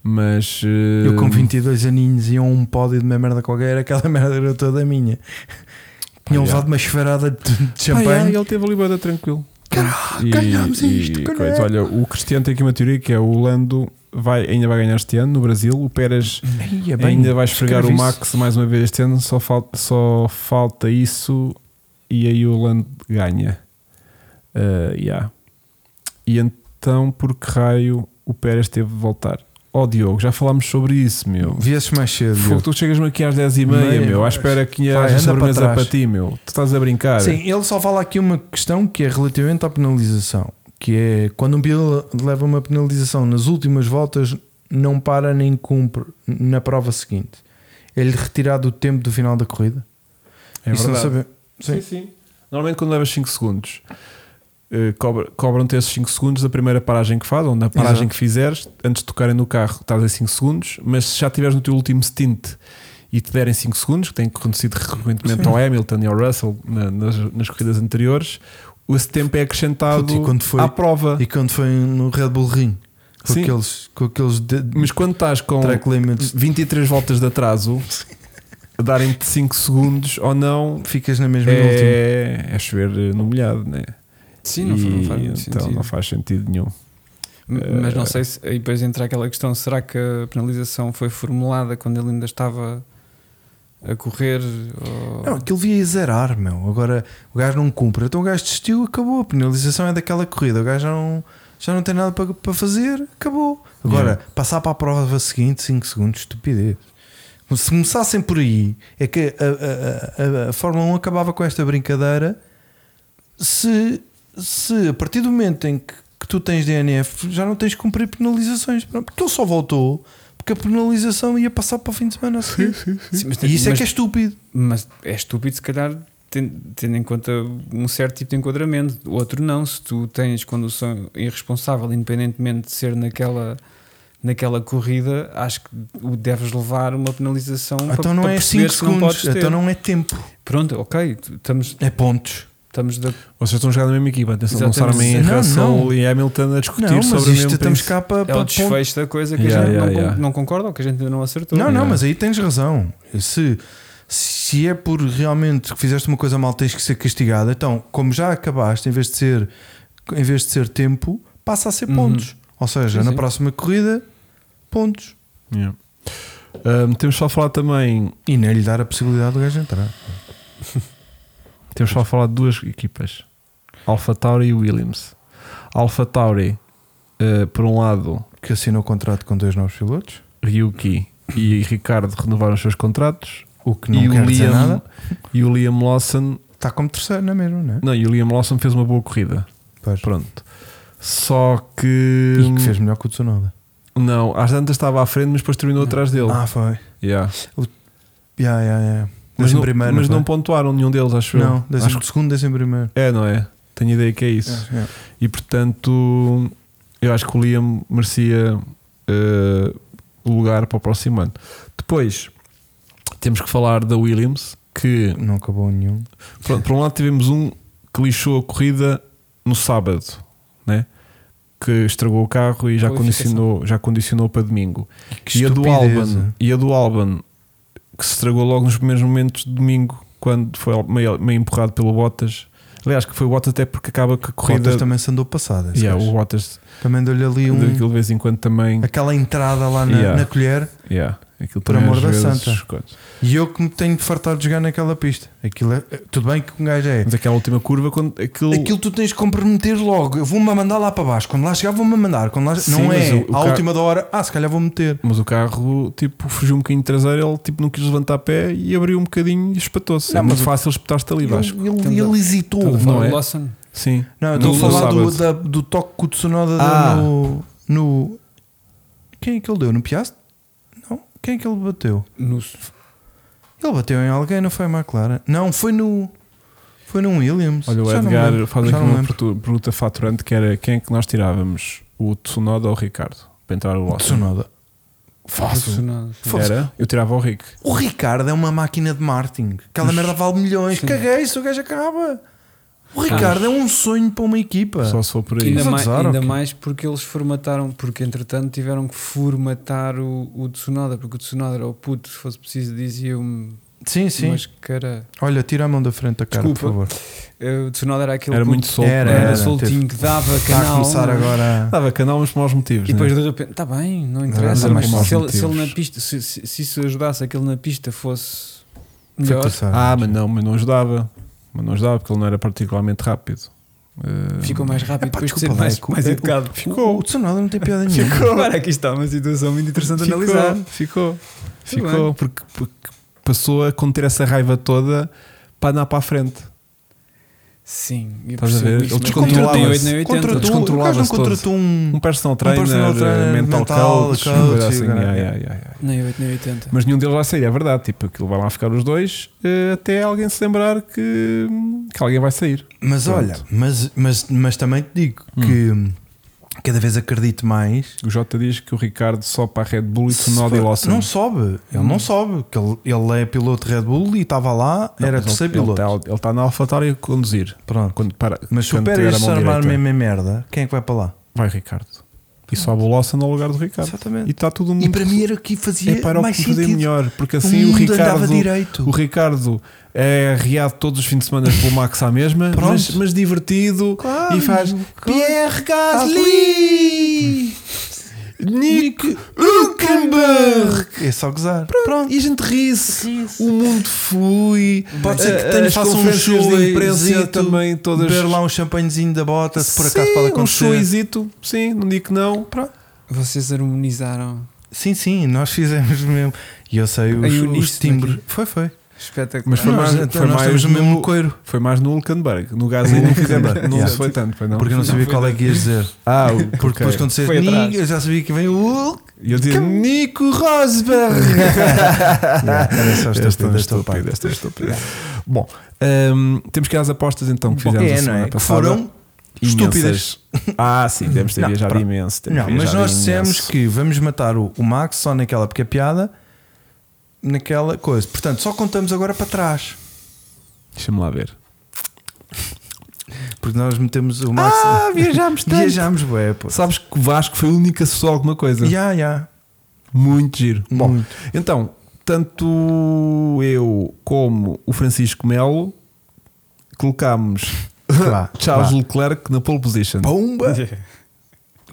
Speaker 2: Mas
Speaker 1: Eu com
Speaker 2: eh,
Speaker 1: 22 aninhos ia a um pódio de uma merda qualquer, aquela merda era toda minha. Tinha
Speaker 2: Ah,
Speaker 1: levado uma esfarada de de champanhe.
Speaker 2: Ah, é, ele teve a liberdade tranquilo. Caraca,
Speaker 1: ganhámos isto, caralho.
Speaker 2: Olha, o Cristiano tem aqui uma teoria que é o Lando vai, ainda vai ganhar este ano no Brasil. O Pérez
Speaker 1: Ia é bem,
Speaker 2: ainda vai esfregar o
Speaker 1: escreve isso.
Speaker 2: Max mais uma vez este ano. Só falta, só falta isso e aí o Lando ganha. Ah, yeah. E então, por que raio o Pérez teve de voltar? Ó Diogo, já falámos sobre isso, meu.
Speaker 1: Viesses mais cedo.
Speaker 2: Fogo, tu chegas-me aqui às 10h30,
Speaker 1: Meia,
Speaker 2: meu. À
Speaker 1: mas-
Speaker 2: espera que
Speaker 1: Vai,
Speaker 2: haja
Speaker 1: anda
Speaker 2: sobremesa
Speaker 1: para
Speaker 2: para,
Speaker 1: trás.
Speaker 2: ti, meu. Tu estás a brincar.
Speaker 1: Sim, ele só fala aqui uma questão que é relativamente à penalização, que é quando um piloto leva uma penalização nas últimas voltas, não para nem cumpre na prova seguinte. É-lhe retirado o tempo do final da corrida.
Speaker 2: É
Speaker 1: Isso não
Speaker 2: verdade.
Speaker 1: sabe- Sim.
Speaker 2: Sim, sim. Normalmente quando levas 5 segundos, eh, cobra- cobram-te esses 5 segundos da primeira paragem que faz, ou na paragem
Speaker 1: Exato.
Speaker 2: que fizeres, antes de tocarem no carro, estás em 5 segundos, mas se já estiveres no teu último stint e te derem 5 segundos, que tem acontecido recorrentemente ao Hamilton e ao Russell na- nas, nas corridas anteriores, esse tempo é acrescentado
Speaker 1: Puto, e quando foi-
Speaker 2: à prova.
Speaker 1: E quando foi no Red Bull Ring, com
Speaker 2: Sim.
Speaker 1: aqueles, com aqueles de-
Speaker 2: Mas quando estás com
Speaker 1: track limits,
Speaker 2: 23 voltas de atraso, a darem-te 5 segundos ou não,
Speaker 1: ficas na mesma no último.
Speaker 2: é, é chover no molhado, né?
Speaker 3: Sim, não, fa- não
Speaker 2: E
Speaker 3: faz muito
Speaker 2: então
Speaker 3: sentido.
Speaker 2: não faz sentido nenhum.
Speaker 3: M- Mas
Speaker 2: Eh,
Speaker 3: não sei se. E depois entra aquela questão: será que a penalização foi formulada quando ele ainda estava a correr? Ou...
Speaker 1: Não, aquilo via zerar, meu. Agora o gajo não cumpre. Então o gajo desistiu, acabou. A penalização é daquela corrida. O gajo já não, já não tem nada para, para fazer, acabou. Agora,
Speaker 2: Yeah.
Speaker 1: passar para a prova seguinte, 5 segundos, estupidez. Se começassem por aí, é que a, a- a- a Fórmula 1 acabava com esta brincadeira se, se a partir do momento em que, que tu tens DNF já não tens que cumprir penalizações. Pronto, Porque ele só voltou porque a penalização ia passar para o fim de semana a seguir.
Speaker 3: Sim, mas,
Speaker 1: E isso é
Speaker 3: mas-
Speaker 1: que é estúpido.
Speaker 3: mas é estúpido, se calhar, ten- tendo em conta um certo tipo de enquadramento. O outro não. Se tu tens condução irresponsável, independentemente de ser naquela. Naquela corrida, acho que o deves levar uma penalização para-
Speaker 1: Então não
Speaker 3: para
Speaker 1: é
Speaker 3: perceber
Speaker 1: 5
Speaker 3: que não
Speaker 1: segundos,
Speaker 3: podes ter.
Speaker 1: então não é tempo,
Speaker 3: Pronto, ok, tu- estamos,
Speaker 1: é pontos.
Speaker 3: estamos da
Speaker 2: Vocês estão a jogar na mesma equipa, atenção, não
Speaker 3: Exatamente.
Speaker 2: sabem
Speaker 1: Não,
Speaker 2: Russell
Speaker 1: não.
Speaker 2: e Hamilton a discutir
Speaker 1: não, mas
Speaker 2: sobre o mesmo
Speaker 1: isto estamos
Speaker 2: princípio.
Speaker 1: cá para,
Speaker 3: É
Speaker 1: para
Speaker 3: o
Speaker 1: pontos.
Speaker 3: desfecho da coisa que
Speaker 2: Yeah,
Speaker 3: a gente
Speaker 2: yeah,
Speaker 3: não, con-
Speaker 2: yeah.
Speaker 3: não concorda ou que a gente ainda não acertou.
Speaker 1: Não, não,
Speaker 2: Yeah.
Speaker 1: mas aí tens razão. Se, se é por realmente que fizeste uma coisa mal, tens que ser castigado. Então, como já acabaste, em vez de ser, em vez de ser tempo, passa a ser
Speaker 3: Uhum.
Speaker 1: pontos. Ou seja,
Speaker 3: Sim,
Speaker 1: na
Speaker 3: sim.
Speaker 1: próxima corrida, pontos.
Speaker 2: Yeah. Ahm, temos só a falar também,
Speaker 1: E nem lhe dar a possibilidade do gajo entrar.
Speaker 2: temos só a falar de duas equipas, Alpha Tauri e Williams. Alpha Tauri, eh, por um lado,
Speaker 1: Que assinou o contrato com dois novos pilotos,
Speaker 2: Ryuki e Ricardo renovaram os seus contratos
Speaker 1: o que não
Speaker 2: e,
Speaker 1: quer
Speaker 2: o
Speaker 1: dizer
Speaker 2: Liam,
Speaker 1: nada.
Speaker 2: e o Liam Lawson,
Speaker 1: Está como terceiro, não é mesmo? Não é?
Speaker 2: não, e o Liam Lawson fez uma boa corrida,
Speaker 1: Pois.
Speaker 2: pronto. Só que,
Speaker 1: E que fez melhor que o Tsunoda.
Speaker 2: não, às tantas estava à frente, mas depois terminou atrás dele.
Speaker 1: Ah, foi.
Speaker 2: Yeah.
Speaker 1: Yeah, yeah, yeah.
Speaker 2: Mas,
Speaker 1: Décimo
Speaker 2: não,
Speaker 1: primeiro,
Speaker 2: mas
Speaker 1: foi?
Speaker 2: não pontuaram nenhum deles, acho eu.
Speaker 1: Não, décimo
Speaker 2: Acho que
Speaker 1: segundo, décimo primeiro.
Speaker 2: é, não é? Tenho ideia que é isso.
Speaker 1: É, é.
Speaker 2: E portanto, eu acho que o Liam merecia eh, o lugar para o próximo ano. Depois, Temos que falar da Williams, que
Speaker 1: Não acabou nenhum.
Speaker 2: Pronto, por um lado tivemos um que lixou a corrida no sábado, né? que estragou o carro e já
Speaker 3: Qualificação.
Speaker 2: condicionou, já condicionou para domingo.
Speaker 1: Que
Speaker 2: e, a do
Speaker 1: estupidez.
Speaker 2: Alban, e a do Alban, que se estragou logo nos primeiros momentos de domingo, quando foi meio, meio empurrado pelo Bottas. Aliás, que foi o Bottas até porque acaba com a
Speaker 1: O Bottas
Speaker 2: corrida.
Speaker 1: também se andou passada. esse
Speaker 2: Yeah,
Speaker 1: gajo.
Speaker 2: o Bottas
Speaker 1: Também deu-lhe ali um,
Speaker 2: daquilo de vez em quando também.
Speaker 1: aquela entrada lá na,
Speaker 2: Yeah.
Speaker 1: na colher.
Speaker 2: Yeah, aquilo
Speaker 1: Por
Speaker 2: também
Speaker 1: amor
Speaker 2: às
Speaker 1: da
Speaker 2: vezes
Speaker 1: santa.
Speaker 2: coisa.
Speaker 1: E eu que me tenho de fartar de jogar naquela pista. Aquilo é, tudo bem que um gajo é.
Speaker 2: Mas aquela última curva, quando aquilo.
Speaker 1: Aquilo tu tens de comprometer logo. Eu vou-me a mandar lá para baixo. Quando lá chegar, vou-me a mandar. Quando lá...
Speaker 2: Sim,
Speaker 1: não
Speaker 2: mas
Speaker 1: é
Speaker 2: o- o
Speaker 1: à
Speaker 2: ca-
Speaker 1: última da hora. Ah, se calhar vou meter.
Speaker 2: Mas o carro, tipo, fugiu um bocadinho de traseiro, ele tipo, não quis levantar pé e abriu um bocadinho e espatou-se.
Speaker 1: Não,
Speaker 2: é muito
Speaker 1: mas o-
Speaker 2: fácil espetar-se ali, Vasco.
Speaker 1: Ele, ele,
Speaker 3: Estamos a-
Speaker 1: ele hesitou.
Speaker 3: Estás a falar
Speaker 2: não
Speaker 3: do
Speaker 2: é?
Speaker 3: Lawson?
Speaker 2: Sim.
Speaker 1: Não, eu estou a
Speaker 2: No-
Speaker 1: falar
Speaker 2: no
Speaker 1: do,
Speaker 2: sábado.
Speaker 1: da- do toque que o Tsunoda deu
Speaker 2: Ah.
Speaker 1: no, no- Quem é que ele deu? No Piastri? Não. Quem é que ele bateu?
Speaker 3: No,
Speaker 1: Ele bateu em alguém, não foi a McLaren? Não, foi no. Foi no Williams.
Speaker 2: Olha, o
Speaker 1: Já não me
Speaker 2: Edgar
Speaker 1: lembro.
Speaker 2: faz
Speaker 1: Já
Speaker 2: aqui
Speaker 1: não me
Speaker 2: uma
Speaker 1: lembro.
Speaker 2: pertu- pergunta faturante que era quem é que nós tirávamos? O Tsunoda ou o Ricardo? Para entrar o Lawson.
Speaker 1: Tsunoda. Fácil.
Speaker 3: Tsunoda, sim.
Speaker 1: Fácil.
Speaker 2: Era? Eu tirava o Rick.
Speaker 1: O Ricardo é uma máquina de marketing. Aquela merda vale milhões.
Speaker 3: Sim.
Speaker 1: Caguei, se o gajo acaba. O Ricardo é um sonho para uma equipa.
Speaker 2: Só se for por aí.
Speaker 1: Mas
Speaker 3: Ainda, mais,
Speaker 1: azar,
Speaker 3: ainda
Speaker 1: ok.
Speaker 3: mais porque eles formataram, porque entretanto tiveram que formatar o, o Tsunoda, porque o Tsunoda era o puto, se fosse preciso dizia-me,
Speaker 1: Sim, sim.
Speaker 3: mas cara,
Speaker 1: Olha, tira a mão da frente da cara,
Speaker 3: Desculpa.
Speaker 1: por favor.
Speaker 3: eh, o Tsunoda era aquele
Speaker 2: Era
Speaker 3: puto,
Speaker 2: muito solto.
Speaker 1: Era,
Speaker 2: não
Speaker 3: era,
Speaker 1: era,
Speaker 3: soltinho, que dava
Speaker 1: Está Tá a
Speaker 3: canal,
Speaker 1: começar
Speaker 3: não é?
Speaker 1: agora.
Speaker 2: Dava canal, mas por maus motivos.
Speaker 3: E depois
Speaker 2: né?
Speaker 3: de repente, está bem, não
Speaker 1: mas
Speaker 3: interessa,
Speaker 1: era
Speaker 3: mas
Speaker 1: por
Speaker 2: maus
Speaker 3: se ele, se ele
Speaker 2: motivos.
Speaker 3: na pista, se, se, se isso ajudasse aquele na pista fosse
Speaker 1: Foi
Speaker 3: melhor,
Speaker 1: passar.
Speaker 2: Ah, mas não, mas não ajudava. Mas não ajudava porque ele não era particularmente rápido. Eh,
Speaker 3: ficou mais rápido,
Speaker 1: Epá,
Speaker 3: depois de ser
Speaker 1: desculpa lá,
Speaker 3: mais,
Speaker 1: é que o-
Speaker 3: mais
Speaker 1: é-
Speaker 3: educado.
Speaker 1: O, o Tsunoda não tem piada nenhuma.
Speaker 3: Agora aqui está uma situação muito interessante de
Speaker 2: ficou,
Speaker 3: analisar.
Speaker 2: Ficou,
Speaker 3: bem.
Speaker 2: ficou porque, porque passou a conter essa raiva toda para andar para a frente.
Speaker 3: Sim, eu
Speaker 2: Estás a
Speaker 3: percebo
Speaker 2: ver? Ele
Speaker 3: isso, mas
Speaker 2: descontrolava-se.
Speaker 3: 38 nem 80.
Speaker 2: Ele
Speaker 1: Contratou, o gajo não
Speaker 2: descontrolava-se todo.
Speaker 1: contratou um.
Speaker 2: Um personal
Speaker 1: personal
Speaker 2: trainer,
Speaker 1: trainer,
Speaker 2: mental,
Speaker 1: mental
Speaker 2: coach,
Speaker 1: coach,
Speaker 2: uma coisa assim.
Speaker 1: cara.
Speaker 2: yeah, yeah, yeah, yeah.
Speaker 3: Nem 8 nem 80.
Speaker 2: Mas nenhum deles vai sair, é verdade. Tipo, aquilo vai lá ficar os dois eh, até alguém se lembrar que, que alguém vai sair.
Speaker 1: Mas
Speaker 2: Pronto.
Speaker 1: olha, mas, mas, mas também te digo que hum, cada vez acredito mais.
Speaker 2: O Jota diz que o Ricardo só para a Red Bull e Tsunoda e Lawson. Hum.
Speaker 1: Não sobe, ele não sobe. que Ele, ele é piloto Red Bull e estava lá,
Speaker 2: Não,
Speaker 1: era
Speaker 2: mas ele-
Speaker 1: terceiro
Speaker 2: ele
Speaker 1: piloto.
Speaker 2: tá- Ele está na AlphaTauri a conduzir.
Speaker 1: Pronto.
Speaker 2: Quando para,
Speaker 1: Mas
Speaker 2: quando
Speaker 1: supera
Speaker 2: tiver a
Speaker 1: este
Speaker 2: mão
Speaker 1: armar
Speaker 2: direita,
Speaker 1: mesmo em merda, quem é que vai para lá?
Speaker 2: Vai Ricardo. E sobe o Lawson no lugar do Ricardo. E
Speaker 1: Exatamente.
Speaker 2: está tudo
Speaker 1: E
Speaker 2: muito
Speaker 1: para mim era o que
Speaker 2: é
Speaker 1: fazia
Speaker 2: para o
Speaker 1: mais
Speaker 2: que fazer
Speaker 1: sentido.
Speaker 2: melhor, porque
Speaker 1: O
Speaker 2: assim o,
Speaker 1: mundo andava
Speaker 2: Ricardo
Speaker 1: direito.
Speaker 2: o Ricardo é riado todos os fins de semana pelo Max à mesma,
Speaker 1: Pronto.
Speaker 2: mas, mas divertido
Speaker 1: Claro.
Speaker 2: e faz Pierre Gasly, Nick Hülkenberg
Speaker 1: É só gozar.
Speaker 2: e a gente ri-se, o mundo flui.
Speaker 1: Pode ser
Speaker 3: eh,
Speaker 1: que
Speaker 2: a-
Speaker 1: tenha-
Speaker 2: as
Speaker 1: faça um
Speaker 2: conferências de imprensa
Speaker 1: showzito,
Speaker 2: também todas
Speaker 1: Beber lá um champanhezinho da bota, se por acaso
Speaker 2: Sim,
Speaker 1: pode
Speaker 2: um
Speaker 1: acontecer.
Speaker 2: showzito, sim, não digo que não.
Speaker 3: Vocês harmonizaram.
Speaker 1: Sim, sim, nós fizemos mesmo. E eu sei os,
Speaker 3: Em
Speaker 1: os
Speaker 3: uníssono
Speaker 1: timbres. Foi, foi.
Speaker 3: Espetacular.
Speaker 2: Mas foi
Speaker 1: Nós-
Speaker 2: mais,
Speaker 1: então
Speaker 2: foi
Speaker 1: nós
Speaker 2: mais
Speaker 1: temos o
Speaker 2: no,
Speaker 1: mesmo coiro.
Speaker 2: Foi mais no Hülkenberg, no Gasly não fizemos,
Speaker 1: Hülkenberg,
Speaker 2: não
Speaker 1: yeah.
Speaker 2: se foi tanto, foi não.
Speaker 1: Porque eu não sabia qual é que ias dizer.
Speaker 2: Ah, o-
Speaker 1: Porque
Speaker 2: ok.
Speaker 1: depois quando disseste
Speaker 3: Foi atrás.
Speaker 1: "Nig", eu já sabia que vem o Hulk.
Speaker 2: E eu dizia Nico Rosberg.
Speaker 1: Era só
Speaker 2: Esta
Speaker 1: estúpido,
Speaker 2: é
Speaker 1: esta
Speaker 2: estúpida,
Speaker 1: parte.
Speaker 2: esta é estúpida. Bom, hum, temos que ir às apostas então que fizemos
Speaker 1: É,
Speaker 2: a
Speaker 1: não
Speaker 2: semana
Speaker 1: é? Que
Speaker 2: passada.
Speaker 1: foram
Speaker 2: Imensas. Ah, sim, devemos ter
Speaker 1: Não,
Speaker 2: viajado
Speaker 1: pronto.
Speaker 2: imenso. temos
Speaker 1: Não, mas
Speaker 2: viajado
Speaker 1: nós
Speaker 2: imenso.
Speaker 1: dissemos que vamos matar o, o Max só naquela pequena piada, naquela coisa. Portanto, só contamos agora para trás.
Speaker 2: Deixa-me lá ver.
Speaker 1: Porque nós metemos o Max.
Speaker 2: viajámos
Speaker 1: Ah, Viajámos, bué, pô.
Speaker 2: Sabes que o Vasco foi o único que acessou alguma coisa.
Speaker 1: Ya, ya.
Speaker 2: Muito giro. Bom,
Speaker 1: Muito.
Speaker 2: então, tanto eu como o Francisco Melo colocámos
Speaker 1: Vá,
Speaker 2: Charles
Speaker 1: vá.
Speaker 2: Leclerc na pole position.
Speaker 1: Bomba!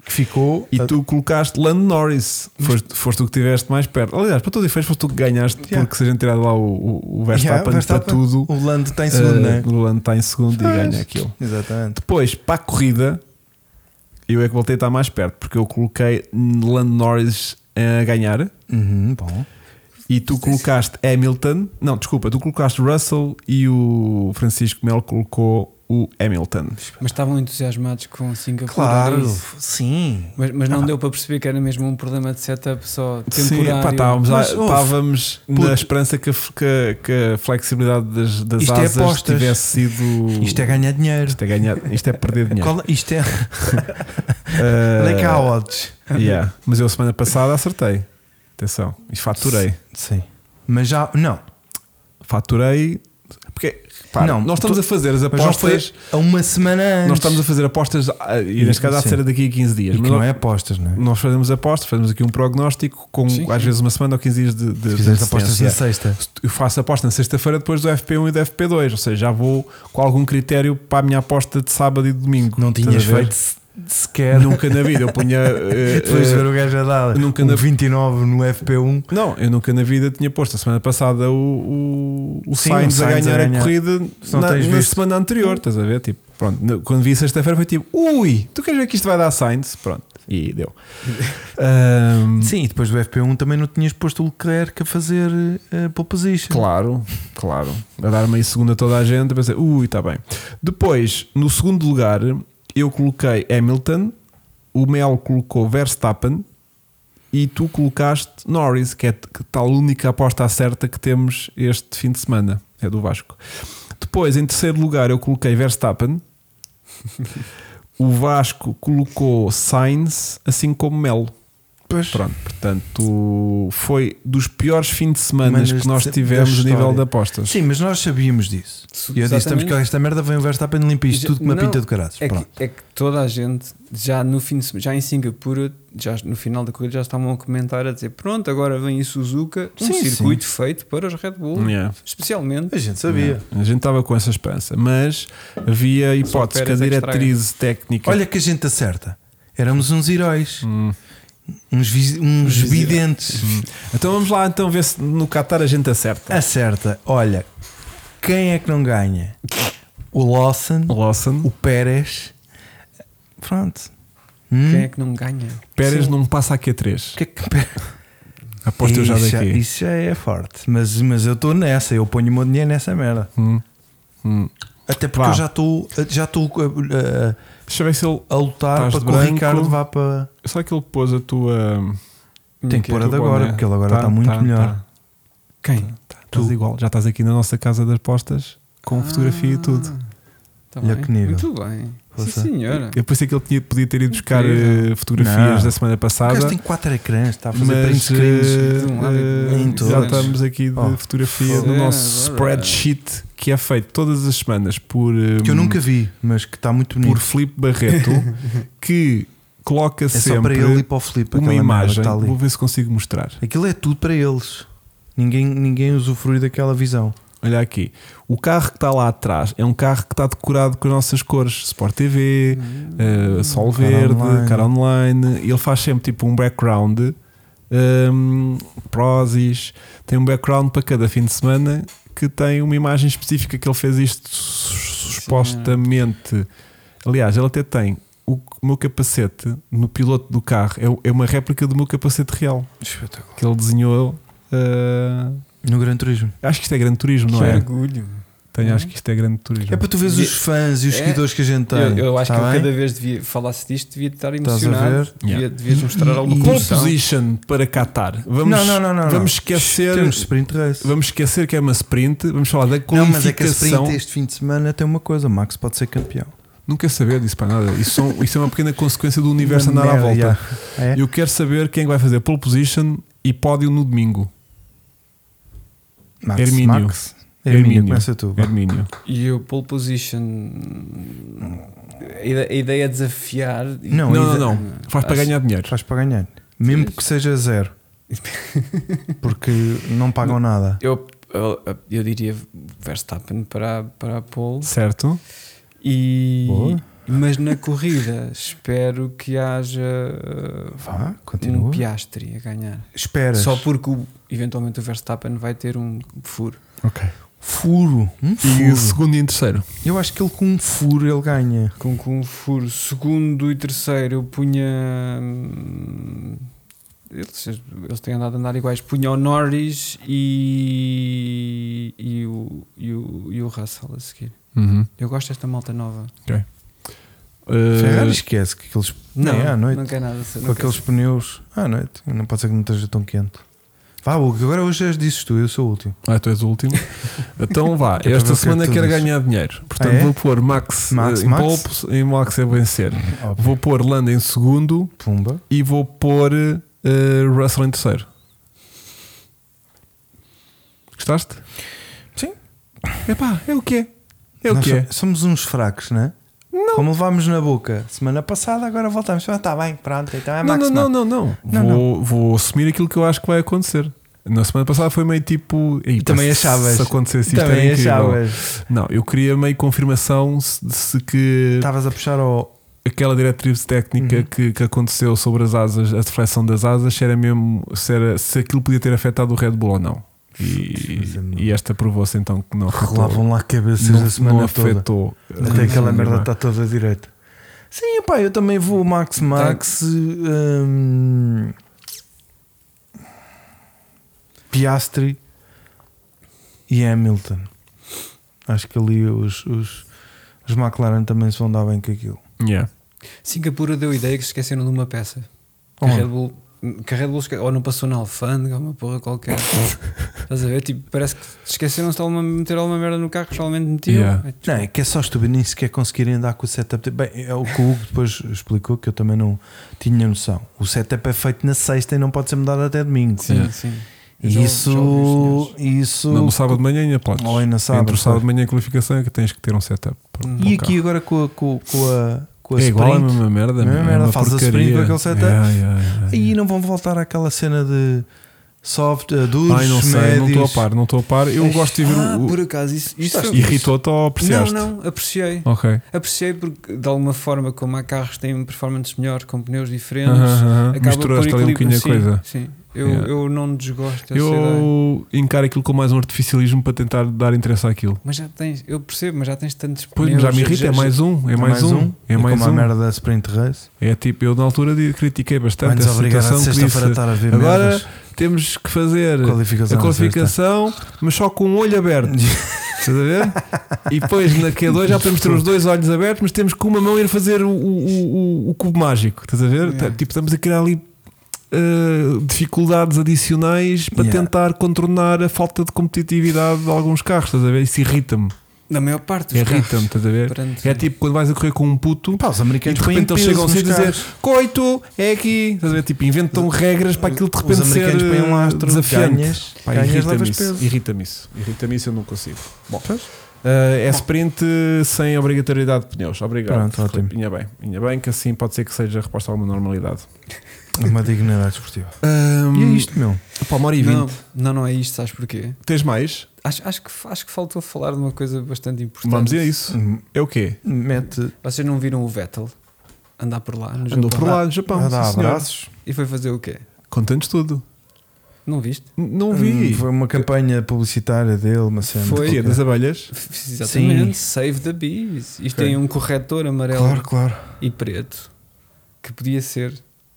Speaker 1: Que ficou.
Speaker 2: E tu colocaste Lando Norris. Foste, foste tu que estiveste mais perto. Aliás, para todo efeito, foste tu que ganhaste,
Speaker 1: Yeah.
Speaker 2: porque se a gente tirar lá o, o, o
Speaker 1: Ya,
Speaker 2: Verstappen para tudo,
Speaker 1: O Lando está tá em segundo,
Speaker 2: eh,
Speaker 1: né?
Speaker 2: o Lando está em segundo e
Speaker 1: Pois.
Speaker 2: ganha aquilo.
Speaker 1: Exatamente.
Speaker 2: Depois, para a corrida, eu é que voltei a estar mais perto, porque eu coloquei Lando Norris a ganhar
Speaker 1: Uhum, bom.
Speaker 2: e tu colocaste Hamilton. Não, desculpa, tu colocaste Russell e o Francisco Melo colocou o Hamilton.
Speaker 3: Mas estavam entusiasmados com Singapura.
Speaker 1: Claro,
Speaker 3: era isso?
Speaker 1: sim.
Speaker 3: Mas, mas não deu para perceber que era mesmo um problema de setup só
Speaker 2: Ah. Sim, tá,
Speaker 3: temporário.
Speaker 2: pá, estávamos, a-
Speaker 1: Mas, ouve,
Speaker 2: estávamos
Speaker 1: puto.
Speaker 2: na esperança que a, f- que a- que a flexibilidade das, das
Speaker 1: Isto é
Speaker 2: asas
Speaker 1: apostas.
Speaker 2: tivesse sido.
Speaker 1: Isto é ganhar dinheiro.
Speaker 2: Isto é ganhar, isto é perder dinheiro.
Speaker 1: Qual- isto é.
Speaker 2: Ah,
Speaker 1: Onde é que há odds?
Speaker 2: yeah. Mas eu, semana passada, acertei. Atenção, e faturei.
Speaker 1: Sim. Mas já, não,
Speaker 2: Faturei. Porque, repara,
Speaker 1: Não,
Speaker 2: nós estamos
Speaker 1: tu-
Speaker 2: a fazer as
Speaker 1: mas não foi
Speaker 2: apostas.
Speaker 1: a uma semana antes.
Speaker 2: Nós estamos a fazer apostas, ah, e neste caso há de
Speaker 1: Sim.
Speaker 2: ser daqui a 15 dias.
Speaker 1: E que
Speaker 2: mas
Speaker 1: não
Speaker 2: nós-
Speaker 1: é apostas, não é?
Speaker 2: Nós fazemos apostas, fazemos aqui um prognóstico com
Speaker 3: Sim,
Speaker 2: às
Speaker 3: sim.
Speaker 2: vezes uma semana ou 15 dias de, de,
Speaker 1: Se
Speaker 2: de
Speaker 1: Fizeste apostas na
Speaker 2: antecedência.
Speaker 1: sexta.
Speaker 2: Eu faço aposta na sexta-feira depois do FP1 e do FP2, ou seja, já vou com algum critério para a minha aposta de sábado e domingo.
Speaker 1: Não
Speaker 2: Estás
Speaker 1: tinhas
Speaker 2: a ver?
Speaker 1: feito se- sequer.
Speaker 2: Nunca na vida. Eu punha. eh,
Speaker 1: Depois de
Speaker 2: eh,
Speaker 1: ver o gajo a dar
Speaker 2: nunca
Speaker 1: um
Speaker 2: na-
Speaker 1: 29 no FP1.
Speaker 2: Não, eu nunca na vida tinha posto a semana passada o, o, o
Speaker 1: Sim,
Speaker 2: Sainz
Speaker 1: o
Speaker 2: a
Speaker 1: Sainz
Speaker 2: ganhar
Speaker 1: a
Speaker 2: a,
Speaker 1: ganhar.
Speaker 2: corrida
Speaker 1: Se não
Speaker 2: na,
Speaker 1: tens
Speaker 2: na
Speaker 1: visto.
Speaker 2: semana anterior, estás a ver? Tipo, pronto, no- quando vi sexta-feira foi tipo, ui, tu queres ver que isto vai dar Sainz? Pronto, e deu. Ahm,
Speaker 1: Sim, e depois do FP1 também não tinhas posto o Leclerc a fazer eh, pole position.
Speaker 2: Claro, claro. A dar-me aí segunda a toda a gente, eu pensei, ui, está bem. Depois, no segundo lugar, eu coloquei Hamilton, o Mel colocou Verstappen e tu colocaste Norris, que é t- que tal única aposta certa que temos este fim de semana. É do Vasco. Depois, em terceiro lugar, eu coloquei Verstappen. o Vasco colocou Sainz, assim como Melo.
Speaker 1: Pois.
Speaker 2: Pronto, portanto, foi dos piores fins de semana
Speaker 1: Manas
Speaker 2: que nós
Speaker 1: de-
Speaker 2: tivemos
Speaker 1: da
Speaker 2: a nível
Speaker 1: história.
Speaker 2: de apostas.
Speaker 1: Sim, mas nós sabíamos disso.
Speaker 3: Su-
Speaker 1: E eu disse: estamos
Speaker 3: exatamente.
Speaker 1: que esta merda vem o Verstappen e limpa isto
Speaker 3: Já-
Speaker 1: tudo com uma
Speaker 3: não,
Speaker 1: pinta de caraças.
Speaker 3: É
Speaker 1: Pronto.
Speaker 3: que, é que toda a gente, já no fim de sema- já em Singapura, já no final da corrida, já estavam a comentar a dizer: pronto, agora vem em Suzuka um
Speaker 1: Sim, sim.
Speaker 3: circuito feito para os Red Bull,
Speaker 2: Yeah.
Speaker 3: especialmente.
Speaker 1: A gente sabia.
Speaker 2: A gente estava com essa esperança, mas havia a hipótese que a
Speaker 3: Pérez é que estraga.
Speaker 2: diretriz técnica.
Speaker 1: Olha que a gente acerta. Éramos uns heróis,
Speaker 2: Hum.
Speaker 1: uns, vi- uns Hum. videntes.
Speaker 2: Então vamos lá então ver se no Qatar a gente acerta.
Speaker 1: Acerta. Olha, quem é que não ganha? O Lawson,
Speaker 2: Lawson,
Speaker 1: Ah, o Pérez. Pronto. Hum?
Speaker 3: Quem é que não ganha?
Speaker 2: Pérez
Speaker 1: Sim.
Speaker 2: não passa a Q3.
Speaker 1: Que é que-
Speaker 2: Aposto eu já
Speaker 1: isso,
Speaker 2: daqui.
Speaker 1: isso já é forte. Mas, mas eu estou nessa, eu ponho o meu dinheiro nessa merda.
Speaker 2: Hum. Hum.
Speaker 1: Até porque
Speaker 2: Vá.
Speaker 1: eu já estou já estou a,
Speaker 2: Deixa eu ver se ele.
Speaker 1: a- a lutar
Speaker 2: Estás
Speaker 1: para
Speaker 2: de
Speaker 1: que o
Speaker 2: branco.
Speaker 1: Ricardo vá para.
Speaker 2: Será que ele pôs a tua.
Speaker 1: Tem que pôr a de
Speaker 2: tua
Speaker 1: agora,
Speaker 2: boné?
Speaker 1: porque ele agora está muito melhor.
Speaker 3: Quem?
Speaker 2: Tá, estás
Speaker 1: Tu.
Speaker 2: igual, já estás aqui na nossa casa das postas com
Speaker 3: Ah.
Speaker 2: fotografia e tudo.
Speaker 3: Tá
Speaker 1: Olha
Speaker 3: bem.
Speaker 1: que nível.
Speaker 3: Muito bem.
Speaker 1: Você-
Speaker 3: Sim, senhora.
Speaker 2: Eu pensei que ele tinha, podia ter ido buscar
Speaker 3: Incrível.
Speaker 2: eh, fotografias
Speaker 1: Não.
Speaker 2: da semana
Speaker 1: O
Speaker 2: passada.
Speaker 1: gajo tem quatro ecrãs, está a fazer print
Speaker 2: Mas
Speaker 1: screens.
Speaker 3: de um lado e do
Speaker 2: eh,
Speaker 1: outro. Em todos.
Speaker 2: já estamos aqui de
Speaker 1: Oh,
Speaker 2: fotografia do
Speaker 3: foda-se.
Speaker 2: nosso
Speaker 3: Agora.
Speaker 2: spreadsheet que é feito todas as semanas por, eh,
Speaker 1: Que eu nunca vi, mas que está muito bonito.
Speaker 2: por Filipe Barreto que coloca
Speaker 1: é só para
Speaker 2: sempre
Speaker 1: ele e para o Felipe.
Speaker 2: uma imagem.
Speaker 1: Está
Speaker 2: Vou
Speaker 1: tá ali.
Speaker 2: ver se consigo mostrar.
Speaker 1: Aquilo é tudo para eles. Ninguém, ninguém usufrui daquela visão.
Speaker 2: Olha aqui. O carro que está lá atrás é um carro que está decorado com as nossas cores: Sport TV, eh, Sol
Speaker 1: Cara
Speaker 2: Verde,
Speaker 1: online.
Speaker 2: Cara Online. Ele faz sempre tipo um background, um, Prozis. Tem um background para cada fim de semana que tem uma imagem específica que ele fez isto sus- supostamente. Aliás, ele até tem. O meu capacete no piloto do carro é o- é uma réplica do meu capacete real que ele desenhou. eh,
Speaker 1: No Gran Turismo.
Speaker 2: Acho que isto é grande turismo, não
Speaker 3: que
Speaker 2: é?
Speaker 3: orgulho.
Speaker 2: Tenho, acho que isto é grande turismo.
Speaker 1: É para tu veres os fãs e os
Speaker 3: É.
Speaker 1: seguidores que a gente tem.
Speaker 3: Eu, eu acho
Speaker 1: Está
Speaker 3: que eu
Speaker 1: Tá bem?
Speaker 3: cada vez devia falasse disto, devia estar
Speaker 1: Estás a
Speaker 3: emocionado.
Speaker 1: ver?
Speaker 3: Devia,
Speaker 2: Yeah.
Speaker 3: Devias mostrar alguma
Speaker 1: e-
Speaker 2: Pole
Speaker 3: coisa.
Speaker 2: position para Qatar. Vamos,
Speaker 1: não, não, não, não, não.
Speaker 2: vamos esquecer.
Speaker 1: Temos sprint race.
Speaker 2: Vamos esquecer que é uma sprint. Vamos falar da
Speaker 1: Não, mas é que a
Speaker 2: qualificação.
Speaker 1: sprint este fim de semana tem uma coisa: o Max pode ser campeão.
Speaker 2: Nunca saber disso para nada. Isso, são- isso é uma pequena consequência do universo
Speaker 1: Uma
Speaker 2: andar à
Speaker 1: merda,
Speaker 2: volta.
Speaker 1: já. É?
Speaker 2: Eu quero saber quem vai fazer pole position e pódio no domingo.
Speaker 1: É? Max,
Speaker 2: Hermínio.
Speaker 1: Max. Hermínio,
Speaker 2: Hermínio.
Speaker 1: começa tu. vá.
Speaker 2: Hermínio.
Speaker 3: E o pole position. A ide- a ideia é desafiar. e-
Speaker 1: Não,
Speaker 2: Não, não,
Speaker 1: e-
Speaker 2: não. Faz para
Speaker 3: Acho-
Speaker 2: ganhar dinheiro.
Speaker 1: Faz para ganhar. Mesmo que seja zero. Porque não pagam nada.
Speaker 3: Eu, eu, eu diria Verstappen para, para a pole.
Speaker 2: Certo?
Speaker 3: E,
Speaker 1: Boa.
Speaker 3: mas na corrida, espero que haja uh,
Speaker 1: Vá,
Speaker 3: um
Speaker 1: continua.
Speaker 3: Piastri a ganhar.
Speaker 1: Esperas.
Speaker 3: Só porque o- eventualmente o Verstappen vai ter um furo.
Speaker 2: Ok.
Speaker 1: Furo. Um
Speaker 2: E o
Speaker 1: furo.
Speaker 2: segundo e terceiro.
Speaker 1: Eu acho que ele com um furo ele ganha.
Speaker 3: Com, com um furo. Segundo e terceiro, eu punha. hum, Eles, eles têm andado a andar iguais. Punha o Norris e, e, o, e, o, e o Russell a seguir.
Speaker 2: Uhum.
Speaker 3: Eu gosto desta malta nova.
Speaker 2: Uh,
Speaker 1: Ferrari esquece que aqueles.
Speaker 3: Não,
Speaker 1: é à noite.
Speaker 3: não quer nada. a ser-
Speaker 1: com
Speaker 3: não quer
Speaker 1: aqueles pneus. Ah, não, é? não pode ser que não esteja tão quente. Vá, Hugo, agora hoje és dizes tu, eu sou o último.
Speaker 2: Ah, tu és o último. Então vá,
Speaker 1: para ver o que é
Speaker 2: esta
Speaker 1: que
Speaker 2: semana
Speaker 1: tu
Speaker 2: quero
Speaker 1: dizes.
Speaker 2: ganhar dinheiro. Portanto,
Speaker 1: Ah, é?
Speaker 2: vou pôr Max,
Speaker 1: Max,
Speaker 2: eh, em
Speaker 1: Max?
Speaker 2: Polpos e Max a vencer.
Speaker 1: Óbvio.
Speaker 2: Vou pôr Landa em segundo
Speaker 1: Pumba.
Speaker 2: e vou pôr eh, Russell em terceiro. Gostaste?
Speaker 1: Sim.
Speaker 2: Epá, é o que é. É o
Speaker 1: Nós
Speaker 2: que é.
Speaker 1: so- Somos uns fracos, não é?
Speaker 2: Não.
Speaker 1: Como levámos na boca semana passada, agora voltamos. Está bem, pronto, então é
Speaker 2: Não, não,
Speaker 1: máximo.
Speaker 2: não, não, não.
Speaker 1: Não,
Speaker 2: vou, vou assumir aquilo que eu acho que vai acontecer. Na semana passada foi meio tipo. "Ei,
Speaker 1: E também
Speaker 2: pá,
Speaker 1: achavas.
Speaker 2: Se acontecesse isto
Speaker 1: Também
Speaker 2: era incrível.
Speaker 1: achavas.
Speaker 2: Não, eu queria meio confirmação se, se que
Speaker 1: Estavas a puxar ao.
Speaker 2: aquela diretriz técnica
Speaker 1: Tá. Uhum.
Speaker 2: que, que aconteceu sobre as asas, a deflexão das asas, se era mesmo se, era, se aquilo podia ter afetado o Red Bull ou não. E,
Speaker 1: Mas é meu.
Speaker 2: e esta provou-se então que não afetou.
Speaker 1: Rolavam lá cabeças
Speaker 2: não,
Speaker 1: da semana
Speaker 2: não
Speaker 1: toda.
Speaker 2: afetou. eh,
Speaker 1: Até aquela merda
Speaker 3: é?
Speaker 1: tá- está toda direita. Sim, pá, eu também vou Max
Speaker 3: Tá.
Speaker 1: Max. hum, Piastri e Hamilton. Acho que ali os, os, os McLaren também se vão dar bem com aquilo.
Speaker 2: Yeah.
Speaker 3: Singapura deu ideia que se esqueceram de uma peça. Que a
Speaker 1: Onde?
Speaker 3: Red Bull, que a Red Bull esque- ou não passou na alfândega, ou uma porra qualquer. Estás a ver? Tipo, parece que esqueceram-se de alguma- meter alguma merda no carro que realmente metiam.
Speaker 2: Yeah.
Speaker 3: É,
Speaker 1: Não, é que é só estúpido, nem sequer conseguirem andar com o setup. Bem, é o que o Hugo depois explicou que eu também não tinha noção. O setup é feito na sexta e não pode ser mudado até domingo.
Speaker 2: Sim.
Speaker 3: Sim, sim. Eu já
Speaker 1: E
Speaker 3: ouvi- já ouvi
Speaker 1: Isso,
Speaker 3: os senhores.
Speaker 1: isso.
Speaker 2: Não, no sábado de manhã ainda podes.
Speaker 1: Ou ainda sábado,
Speaker 2: Entre o sábado
Speaker 1: pois.
Speaker 2: de manhã e a qualificação é que tens que ter um setup. para-
Speaker 3: Hum.
Speaker 2: para o
Speaker 1: E
Speaker 2: carro.
Speaker 1: aqui agora com a, com, com a, com a
Speaker 2: é
Speaker 1: sprint.
Speaker 2: igual, é a mesma merda.
Speaker 1: A mesma
Speaker 2: meu, é
Speaker 1: merda,
Speaker 2: uma
Speaker 1: faz a sprint
Speaker 2: porcaria.
Speaker 1: com aquele setup.
Speaker 2: Yeah, yeah, yeah.
Speaker 1: E não vão voltar àquela cena de soft, eh, duros,
Speaker 2: Ai, não sei, não
Speaker 1: médios.
Speaker 2: estou a par, não estou a par.
Speaker 1: É
Speaker 2: Eu gosto de ver
Speaker 3: Ah,
Speaker 2: o. o-
Speaker 3: por acaso, isso, isso
Speaker 1: Estás-
Speaker 3: foi-
Speaker 2: Irritou-te ou apreciaste?
Speaker 3: Não, não, apreciei.
Speaker 2: Ok.
Speaker 3: Apreciei porque, de alguma forma, como há carros que têm performances melhores, com pneus diferentes,
Speaker 2: Aham, aham.
Speaker 3: acaba
Speaker 2: Misturaste
Speaker 3: por
Speaker 2: ali um bocadinho
Speaker 3: equilíbrio-
Speaker 2: a
Speaker 3: sim,
Speaker 2: coisa.
Speaker 3: Sim, eu,
Speaker 2: Yeah.
Speaker 3: eu não desgosto dessa ideia.
Speaker 2: Eu encaro aquilo com mais um artificialismo para tentar dar interesse àquilo.
Speaker 3: Mas já tens, eu percebo, mas já tens tantos
Speaker 2: Pois, mas já me irrita, é mais um, é mais um, é
Speaker 1: E
Speaker 2: mais
Speaker 1: como a
Speaker 2: um.
Speaker 1: merda da sprint race.
Speaker 2: É tipo, eu na altura de- critiquei bastante
Speaker 1: Antes
Speaker 2: essa
Speaker 1: obrigado a
Speaker 2: situação que
Speaker 1: sexta-feira tá-
Speaker 2: disse,
Speaker 1: estar a ver
Speaker 2: Agora,
Speaker 1: merdas.
Speaker 2: temos que fazer
Speaker 1: qualificação.
Speaker 2: a
Speaker 1: na sexta.
Speaker 2: qualificação, mas só com o olho aberto. Estás a ver? E depois na Q2 já podemos ter os dois olhos abertos, mas temos com uma mão ir fazer o, o- o- o cubo mágico. Estás a ver?
Speaker 3: Yeah.
Speaker 2: Tá- Tipo, estamos a criar ali uh, dificuldades adicionais para
Speaker 1: Yeah.
Speaker 2: tentar contornar a falta de competitividade de alguns carros. Estás a ver? Isso irrita-me.
Speaker 3: Na maior parte dos
Speaker 2: Irrita-me, estás a ver?
Speaker 3: carros.
Speaker 2: É tipo quando vais a correr com um puto.
Speaker 1: Pá, os
Speaker 2: E
Speaker 1: americanos
Speaker 2: de repente
Speaker 1: põem
Speaker 2: eles
Speaker 1: peso
Speaker 2: chegam
Speaker 1: nos
Speaker 2: assim a dizer
Speaker 1: carros.
Speaker 2: coito, é aqui. Estás a ver? Tipo, inventam regras para aquilo de
Speaker 1: Os
Speaker 2: repente ser
Speaker 1: americanos põem um
Speaker 2: uh,
Speaker 1: astro,
Speaker 2: desafiante.
Speaker 1: ganhas,
Speaker 2: Pá,
Speaker 1: ganhas,
Speaker 2: irrita-me
Speaker 1: levas
Speaker 2: isso.
Speaker 1: peso.
Speaker 2: Irrita-me isso. Irrita-me isso, eu não consigo. Bom,
Speaker 1: Pois.
Speaker 2: uh, é sprint uh, sem obrigatoriedade de pneus. Obrigado.
Speaker 1: Pronto, ótimo.
Speaker 2: Ainda bem, ainda bem que assim pode ser que seja reposta a alguma normalidade.
Speaker 1: É Uma dignidade esportiva. E é
Speaker 2: Um,
Speaker 1: isto, meu.
Speaker 2: Pá, uma hora e tipo
Speaker 3: Não,
Speaker 2: vinte.
Speaker 3: não, não é isto, sabes porquê?
Speaker 2: Tens mais?
Speaker 3: Acho, acho, que, acho que faltou falar de uma coisa bastante importante.
Speaker 2: Vamos a isso.
Speaker 1: Hum,
Speaker 2: É o quê?
Speaker 1: Mete
Speaker 3: Vocês não viram o Vettel andar por lá no
Speaker 2: Andou
Speaker 3: Japão?
Speaker 2: por lá no Japão.
Speaker 1: a dar
Speaker 2: sim, senhor.
Speaker 1: Ah, abraços.
Speaker 3: E foi fazer o quê?
Speaker 2: Contando-nos tudo.
Speaker 3: Não viste?
Speaker 2: N- Não vi.
Speaker 1: Hum, Foi uma campanha publicitária dele, uma cena.
Speaker 3: Foi.
Speaker 2: O quê? Das abelhas?
Speaker 3: F- Exatamente, Save the Bees. Isto
Speaker 1: Ok.
Speaker 3: tem um corretor amarelo
Speaker 1: Claro, claro.
Speaker 3: e preto que podia ser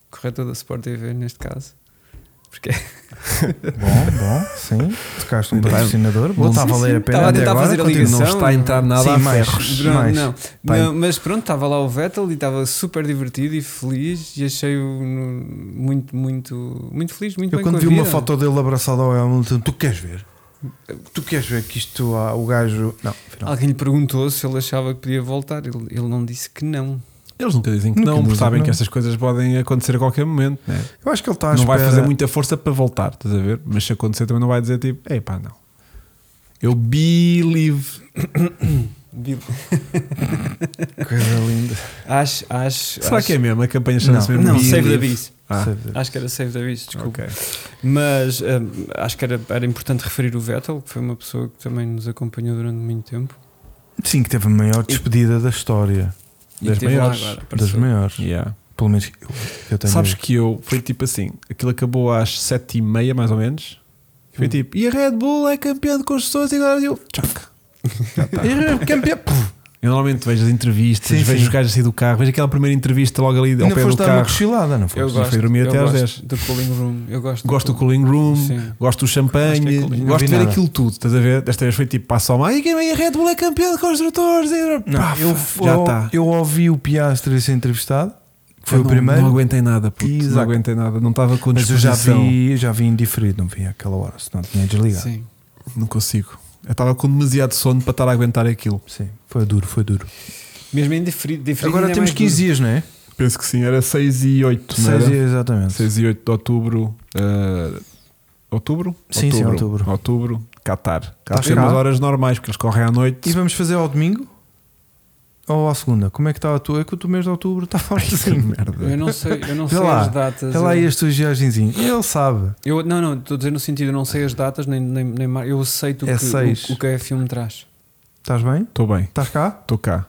Speaker 3: corretor da Sport TV neste caso. Porque
Speaker 1: Bom, bom, sim. Tocaste um
Speaker 2: Bem,
Speaker 1: patrocinador. Bom,
Speaker 2: não-
Speaker 1: está a valer a pena.
Speaker 3: Estava a
Speaker 1: até
Speaker 3: tentar
Speaker 1: agora,
Speaker 3: fazer a
Speaker 1: continua.
Speaker 3: ligação.
Speaker 2: Não está a entrar nada
Speaker 1: Sim,
Speaker 2: a
Speaker 1: mais.
Speaker 2: ferros.
Speaker 3: Não,
Speaker 1: mais.
Speaker 3: não.
Speaker 1: Pai.
Speaker 3: Não, mas pronto, estava lá o Vettel e estava super divertido e feliz e achei-o no- muito, muito, muito feliz, muito
Speaker 1: Eu
Speaker 3: bem
Speaker 1: quando
Speaker 3: com a
Speaker 1: vi
Speaker 3: vida.
Speaker 1: uma foto dele abraçado ao Hamilton, tu queres ver? Tu queres ver que isto há o gajo. Não, afinal.
Speaker 3: Alguém lhe perguntou se ele achava que podia voltar, ele, ele não disse que não.
Speaker 2: Eles nunca dizem que
Speaker 1: Nunca
Speaker 2: não, porque
Speaker 1: dizem
Speaker 2: sabem
Speaker 1: que
Speaker 2: que
Speaker 1: não.
Speaker 2: estas coisas podem acontecer a qualquer momento. né?
Speaker 1: Eu acho que ele está à
Speaker 2: Não vai
Speaker 1: espera.
Speaker 2: fazer muita força para voltar, estás a ver? Mas se acontecer também não vai dizer tipo, ei pá, não. Eu believe.
Speaker 3: Bill-
Speaker 1: Coisa linda.
Speaker 3: Acho, acho.
Speaker 2: Será
Speaker 3: acho-
Speaker 2: que é mesmo? A campanha chama-se
Speaker 1: Não,
Speaker 2: mesmo
Speaker 3: Não,
Speaker 2: Believe?
Speaker 3: Save the Bees.
Speaker 2: Ah,
Speaker 1: Sabe?
Speaker 3: Acho que era Save the Bees, desculpa.
Speaker 2: ok.
Speaker 3: Mas hum, acho que era, era importante referir o Vettel, que foi uma pessoa que também nos acompanhou durante muito tempo.
Speaker 1: Sim, que teve a maior despedida da história.
Speaker 3: E
Speaker 2: Das
Speaker 3: esteve lá
Speaker 2: maiores.
Speaker 3: agora,
Speaker 1: Das
Speaker 3: apareceu.
Speaker 1: maiores.
Speaker 2: Yeah.
Speaker 1: Pelo menos eu, que eu tenho.
Speaker 2: Sabes que eu, foi tipo assim, aquilo acabou às sete e meia mais ou menos. E Foi
Speaker 3: Hum.
Speaker 2: tipo, e a Red Bull é campeã de construtores e agora eu, tchac.
Speaker 1: E campeão. Puf,
Speaker 2: é Eu normalmente vejo as entrevistas,
Speaker 1: tá. Sim,
Speaker 2: vejo
Speaker 1: sim.
Speaker 2: os gajos a sair do carro, vejo aquela primeira entrevista logo ali ao
Speaker 1: Ainda
Speaker 2: pé
Speaker 1: foste
Speaker 2: do
Speaker 1: dar uma
Speaker 2: carro.
Speaker 1: cochilada, não
Speaker 3: Eu
Speaker 1: foste?
Speaker 2: Não
Speaker 3: gosto,
Speaker 2: foi dormir
Speaker 3: eu
Speaker 2: até às
Speaker 3: gosto do cooling room. Eu gosto,
Speaker 2: Gosto do cooling room, Gosto
Speaker 3: Sim.
Speaker 2: do
Speaker 3: Gosto
Speaker 2: champanhe,
Speaker 3: daquilo.
Speaker 2: gosto,
Speaker 1: Não vi
Speaker 2: de ver
Speaker 1: nada.
Speaker 2: aquilo tudo, estás a ver? Desta vez foi tipo, passa ao mar, e quem é a Red Bull é campeão de construtores, e
Speaker 1: Não,
Speaker 2: pá,
Speaker 1: eu,
Speaker 2: já
Speaker 1: eu-
Speaker 2: está.
Speaker 1: eu ouvi o Piastri ser entrevistado, que foi
Speaker 2: Eu
Speaker 1: o
Speaker 2: não-
Speaker 1: primeiro.
Speaker 2: Não aguentei nada, puto, não
Speaker 1: Exato.
Speaker 2: aguentei nada, não estava com
Speaker 1: mas eu já
Speaker 2: disposição,
Speaker 1: vi, eu já vi indiferido, não vi àquela hora, senão tinha desligado. Sim.
Speaker 3: Sim.
Speaker 2: não consigo. Eu estava com demasiado sono para estar a aguentar aquilo.
Speaker 1: foi duro, foi duro.
Speaker 3: Mesmo em diferido, diferido
Speaker 1: Agora
Speaker 3: ainda é
Speaker 1: temos
Speaker 3: mais
Speaker 1: 15 dias, não é?
Speaker 2: Penso que sim, era 6 e 8,
Speaker 1: 6 dias, exatamente.
Speaker 2: 6 e 8 de outubro. eh, outubro?
Speaker 1: Sim, sim, outubro. Tá
Speaker 2: Outubro, Qatar. Qatar tem
Speaker 1: cá?
Speaker 2: umas horas normais, porque eles correm à noite.
Speaker 1: E vamos fazer ao domingo? Ou à segunda? Como é que está a tua? É que o teu mês de outubro está forte
Speaker 2: Que
Speaker 1: assim.
Speaker 2: merda.
Speaker 4: Eu não sei, eu não
Speaker 1: Vê
Speaker 4: sei
Speaker 1: lá,
Speaker 4: as datas.
Speaker 1: Olha lá
Speaker 4: eu,
Speaker 1: este viagenzinho. Ele sabe.
Speaker 4: eu- não, não, estou a dizer no sentido, eu não sei as datas, nem, nem, nem mar- eu aceito o,
Speaker 1: É
Speaker 4: que,
Speaker 1: seis.
Speaker 4: o, o que a F1 me traz.
Speaker 1: Estás bem?
Speaker 2: Estou bem,
Speaker 1: Estás cá?
Speaker 2: estou cá.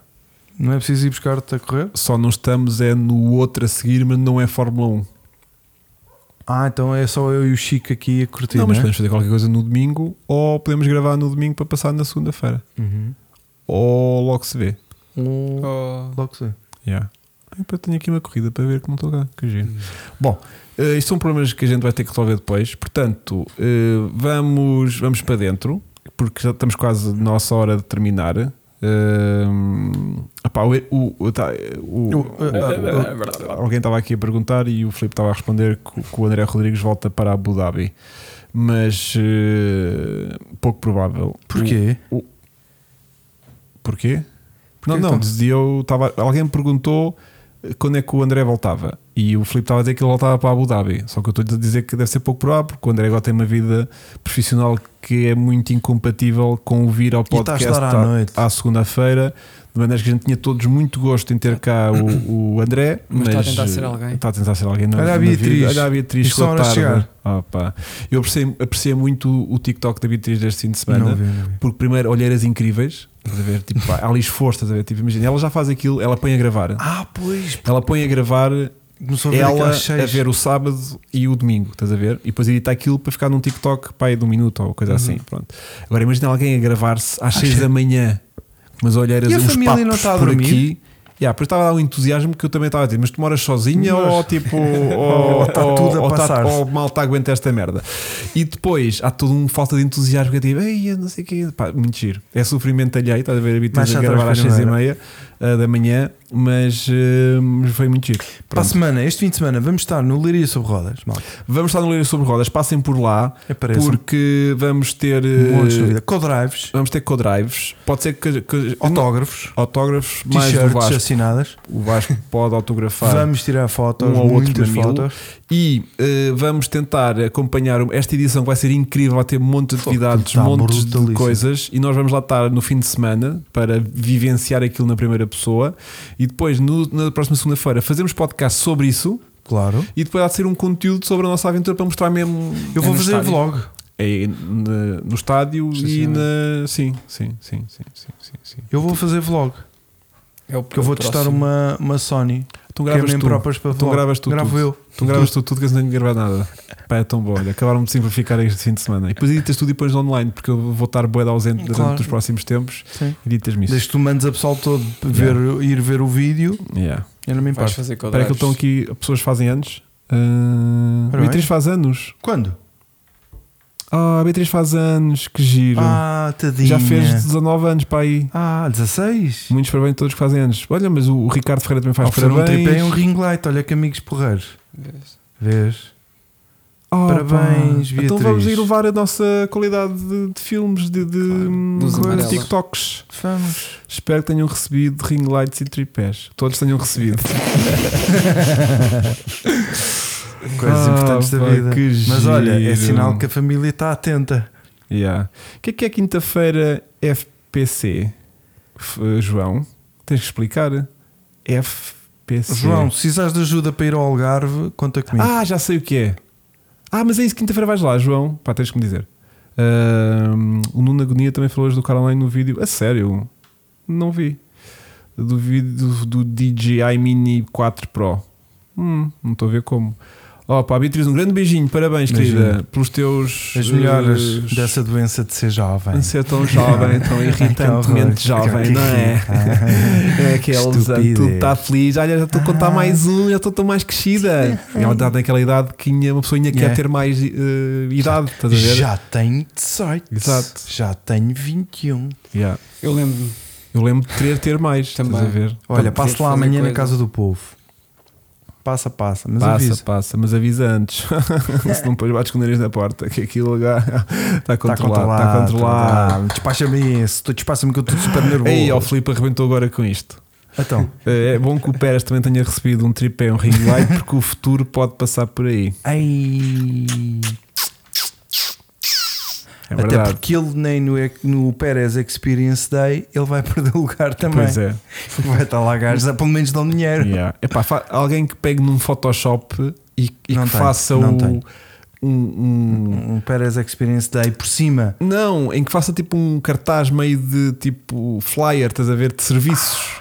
Speaker 1: Não é preciso ir buscar-te a correr?
Speaker 2: Só não estamos é no outro a seguir, mas não é Fórmula 1.
Speaker 1: Ah, então é só eu e o Chico aqui a curtir.
Speaker 2: não, mas
Speaker 1: né?
Speaker 2: podemos fazer qualquer coisa no domingo ou podemos gravar no domingo para passar na segunda-feira.
Speaker 1: Uhum.
Speaker 2: Ou logo se vê.
Speaker 1: Um-
Speaker 4: Oh,
Speaker 1: Logo sei.
Speaker 2: Yeah. Epa, tenho aqui uma corrida para ver como estou cá. Que giro. Bom, eh, isto são problemas que a gente vai ter que resolver depois. Portanto, eh, vamos, vamos para dentro, porque já estamos quase na nossa hora de terminar. Ehm, epá, o, o- o- tá, o-
Speaker 1: O-
Speaker 2: o- alguém estava aqui a perguntar e o Filipe estava a responder que, o- que o André Rodrigues volta para Abu Dhabi, mas eh, pouco provável.
Speaker 1: Porquê?
Speaker 2: Porquê? não,
Speaker 1: que
Speaker 2: não,
Speaker 1: então?
Speaker 2: dizia eu estava. Alguém me perguntou eh, quando é que o André voltava. E o Filipe estava a dizer que ele voltava para Abu Dhabi. Só que eu estou a dizer que deve ser pouco provável, porque o André agora tem uma vida profissional que é muito incompatível com o vir ao
Speaker 1: E está a
Speaker 2: podcast tá?
Speaker 1: estudar à noite.
Speaker 2: à segunda-feira. De maneira que a gente tinha todos muito gosto em ter cá o, o André,
Speaker 4: Mas
Speaker 2: mas, eh,
Speaker 4: está a tentar ser alguém.
Speaker 2: Está a tentar ser alguém. na-
Speaker 1: Olha a
Speaker 2: na
Speaker 1: Beatriz.
Speaker 2: vida. Olha a Beatriz,
Speaker 1: Isto só
Speaker 2: chegou
Speaker 1: horas de
Speaker 2: tarde.
Speaker 1: chegar.
Speaker 2: Ah, pá. Eu apreciei, apreciei muito o, o TikTok da Beatriz deste fim de semana.
Speaker 1: Não vi, não vi.
Speaker 2: Porque primeiro olheiras incríveis, estás a ver? Tipo, pá, há ali esforço, estás a ver? Tipo, imagina, ela já faz aquilo, ela põe a gravar.
Speaker 1: Ah, pois.
Speaker 2: Ela põe a gravar
Speaker 1: Começou a ver
Speaker 2: ela
Speaker 1: aquelas
Speaker 2: a
Speaker 1: seis.
Speaker 2: ver o sábado e o domingo, estás a ver? E depois edita aquilo para ficar num TikTok pá, aí de um minuto ou coisa
Speaker 1: Uhum.
Speaker 2: assim. Pronto. Agora imagina alguém a gravar-se às 6 da manhã, mas olheiras
Speaker 1: E a
Speaker 2: uns
Speaker 1: família
Speaker 2: papos
Speaker 1: não está a
Speaker 2: por
Speaker 1: dormir?
Speaker 2: aqui. Yeah, depois estava lá um entusiasmo que eu também estava a dizer, mas tu moras sozinha
Speaker 1: Mas-
Speaker 2: ou tipo. ou-
Speaker 1: Está tudo a
Speaker 2: ou tá-
Speaker 1: passar.
Speaker 2: ou mal está aguenta esta merda. E depois há todo um falta de entusiasmo que é tipo, ei, eu não sei o que, pá, muito giro. É sofrimento alheio, estás a ver?
Speaker 1: Mas
Speaker 2: Habitante
Speaker 1: já
Speaker 2: a gravar às
Speaker 1: estás
Speaker 2: 6
Speaker 1: a ver,
Speaker 2: e meia ah, da manhã, mas ah, mas foi muito giro.
Speaker 1: Para a
Speaker 2: Pronto.
Speaker 1: semana, este fim de semana, vamos estar no Leiria sobre Rodas. Malta.
Speaker 2: Vamos estar no Leiria sobre Rodas, passem por lá,
Speaker 1: Aparece
Speaker 2: porque vamos ter.
Speaker 1: É um monte de
Speaker 2: eh,
Speaker 1: dúvida. Codrives,
Speaker 2: vamos ter codrives, pode ser que. que-
Speaker 1: autógrafos,
Speaker 2: autógrafos, mais do
Speaker 1: t-shirts
Speaker 2: Vasco.
Speaker 1: assinadas.
Speaker 2: O Vasco pode autografar.
Speaker 1: Vamos tirar fotos,
Speaker 2: um ou outro
Speaker 1: muitas
Speaker 2: mamilo.
Speaker 1: fotos.
Speaker 2: E eh, vamos tentar acompanhar um- esta edição que vai ser incrível, vai ter um monte de
Speaker 1: Fogo,
Speaker 2: atividades,
Speaker 1: tá
Speaker 2: montes de
Speaker 1: brutalíssimo.
Speaker 2: coisas, e nós vamos lá estar no fim de semana para vivenciar aquilo na primeira pessoa, e depois no- na próxima segunda-feira fazemos podcast sobre isso,
Speaker 1: Claro.
Speaker 2: e depois há de ser um conteúdo sobre a nossa aventura para mostrar mesmo
Speaker 1: Eu vou
Speaker 4: no
Speaker 1: fazer
Speaker 4: estádio.
Speaker 1: vlog.
Speaker 2: é, na- no estádio
Speaker 4: Sim,
Speaker 2: e
Speaker 4: senhor.
Speaker 2: na. Sim, sim, sim, sim, sim, sim, sim.
Speaker 1: Eu vou fazer vlog.
Speaker 4: é o
Speaker 1: Porque eu vou testar
Speaker 4: próximo.
Speaker 1: uma, uma Sony.
Speaker 2: Tu
Speaker 1: Que é
Speaker 2: gravas
Speaker 1: nem
Speaker 2: tu,
Speaker 1: próprias para
Speaker 2: Então
Speaker 1: vlog.
Speaker 2: gravas tu
Speaker 1: Gravo
Speaker 2: tudo.
Speaker 1: eu.
Speaker 2: tu gravas tu tudo que eu não tenho de gravar nada. Pá, é tão bom, olha, acabaram de simplificar este fim de semana. E depois editas tudo e pões online, porque eu vou estar boeda ausente durante
Speaker 1: Claro.
Speaker 2: os próximos tempos.
Speaker 1: Sim.
Speaker 2: Editas-me isso.
Speaker 1: Desde que tu mandes a pessoal todo ver, ir ver o vídeo,
Speaker 2: Yeah.
Speaker 1: eu não me
Speaker 4: Vais
Speaker 1: importo.
Speaker 4: fazer
Speaker 2: Espera aí
Speaker 4: quadrados.
Speaker 2: que eles estão aqui, pessoas fazem anos. Ah, a
Speaker 1: Parabéns.
Speaker 2: Beatriz faz anos.
Speaker 1: Quando?
Speaker 2: Ah, a Beatriz faz anos, que giro.
Speaker 1: Ah, tadinha.
Speaker 2: Já fez 19 anos para aí.
Speaker 1: Ah, 16?
Speaker 2: Muitos parabéns a todos que fazem anos. Olha, mas o Ricardo Ferreira também faz
Speaker 1: Oferecer um
Speaker 2: parabéns.
Speaker 1: tripé e um ring light. Olha que amigos porreiros.
Speaker 4: Vês?
Speaker 1: Vês?
Speaker 2: Oh,
Speaker 1: Parabéns,
Speaker 2: pá. Então
Speaker 1: Beatriz.
Speaker 2: vamos elevar a nossa qualidade de, de filmes, de, de, hum,
Speaker 4: Luz amarela.
Speaker 2: TikToks.
Speaker 1: Vamos.
Speaker 2: Espero que tenham recebido ring lights e tripés. Todos tenham recebido.
Speaker 1: Coisas
Speaker 2: Ah,
Speaker 1: importantes da
Speaker 2: pá,
Speaker 1: vida.
Speaker 2: que
Speaker 1: Mas olha, é
Speaker 2: giro.
Speaker 1: sinal que a família está atenta.
Speaker 2: Yeah. O que é que é quinta-feira FPC? F- eh, João, tens que explicar. FPC.
Speaker 1: João, se precisares de ajuda para ir ao Algarve, conta comigo.
Speaker 2: Ah, já sei o que é. Ah, mas é isso, quinta-feira vais lá, João. Pá, tens que me dizer. Ahm, o Nuno Agonia também falou hoje do Caroline no vídeo. A sério? Não vi. Do vídeo do DJI Mini 4 Pro. Hum, não estou a ver como. Ó, pá, Beatriz, um grande beijinho. Parabéns,
Speaker 1: Beijinho.
Speaker 2: querida, pelos teus.
Speaker 1: As melhoras
Speaker 2: eh,
Speaker 1: dessa doença de ser jovem.
Speaker 2: de ser tão jovem, tão irritantemente jovem, não é? É aqueles anos,
Speaker 1: Estupidez. Ah.
Speaker 2: tudo está tá feliz. Olha, já estou a contar mais um, já estou tão mais crescida. E ela está naquela idade que ainda- uma pessoa ainda quer
Speaker 1: Yeah.
Speaker 2: ter mais eh, idade, estás a ver?
Speaker 1: Já tenho 18.
Speaker 2: Exato. Então,
Speaker 1: Já tenho 21.
Speaker 2: Yeah.
Speaker 4: Eu lembro-me.
Speaker 2: Eu lembro de querer ter mais, estás a
Speaker 4: Também.
Speaker 2: ver? Então,
Speaker 1: Olha,
Speaker 4: podemos
Speaker 1: passo lá
Speaker 4: fazer
Speaker 1: amanhã na
Speaker 4: coisa.
Speaker 1: casa do povo. Passa, passa, mas
Speaker 2: passa,
Speaker 1: avisa.
Speaker 2: passa, mas avisa antes. Se não depois bates com o nariz na porta, que aquilo já está
Speaker 1: Está
Speaker 2: controlado. Está controlado.
Speaker 1: Tá Despacha-me esse. Tu despacha-me que eu estou super nervoso.
Speaker 2: Ei, ó, o Filipe arrebentou agora com isto.
Speaker 1: Então,
Speaker 2: Eh, É bom que o Pérez também tenha recebido um tripé, um ring light, porque o futuro pode passar por aí.
Speaker 1: ei.
Speaker 2: É
Speaker 1: Até
Speaker 2: verdade.
Speaker 1: porque ele nem no, Ex- no Pérez Experience Day ele vai perder lugar também.
Speaker 2: Pois é.
Speaker 1: Vai estar lá gajos, pelo menos dão dinheiro.
Speaker 2: Yeah. Epá, fa- alguém que pegue num Photoshop e, e
Speaker 1: Não
Speaker 2: que
Speaker 1: tenho,
Speaker 2: faça
Speaker 1: não
Speaker 2: o-
Speaker 1: tenho.
Speaker 2: um- um,
Speaker 1: Um Pérez Experience Day por cima.
Speaker 2: Não, em que faça tipo um cartaz meio de tipo flyer, estás a ver, de serviços.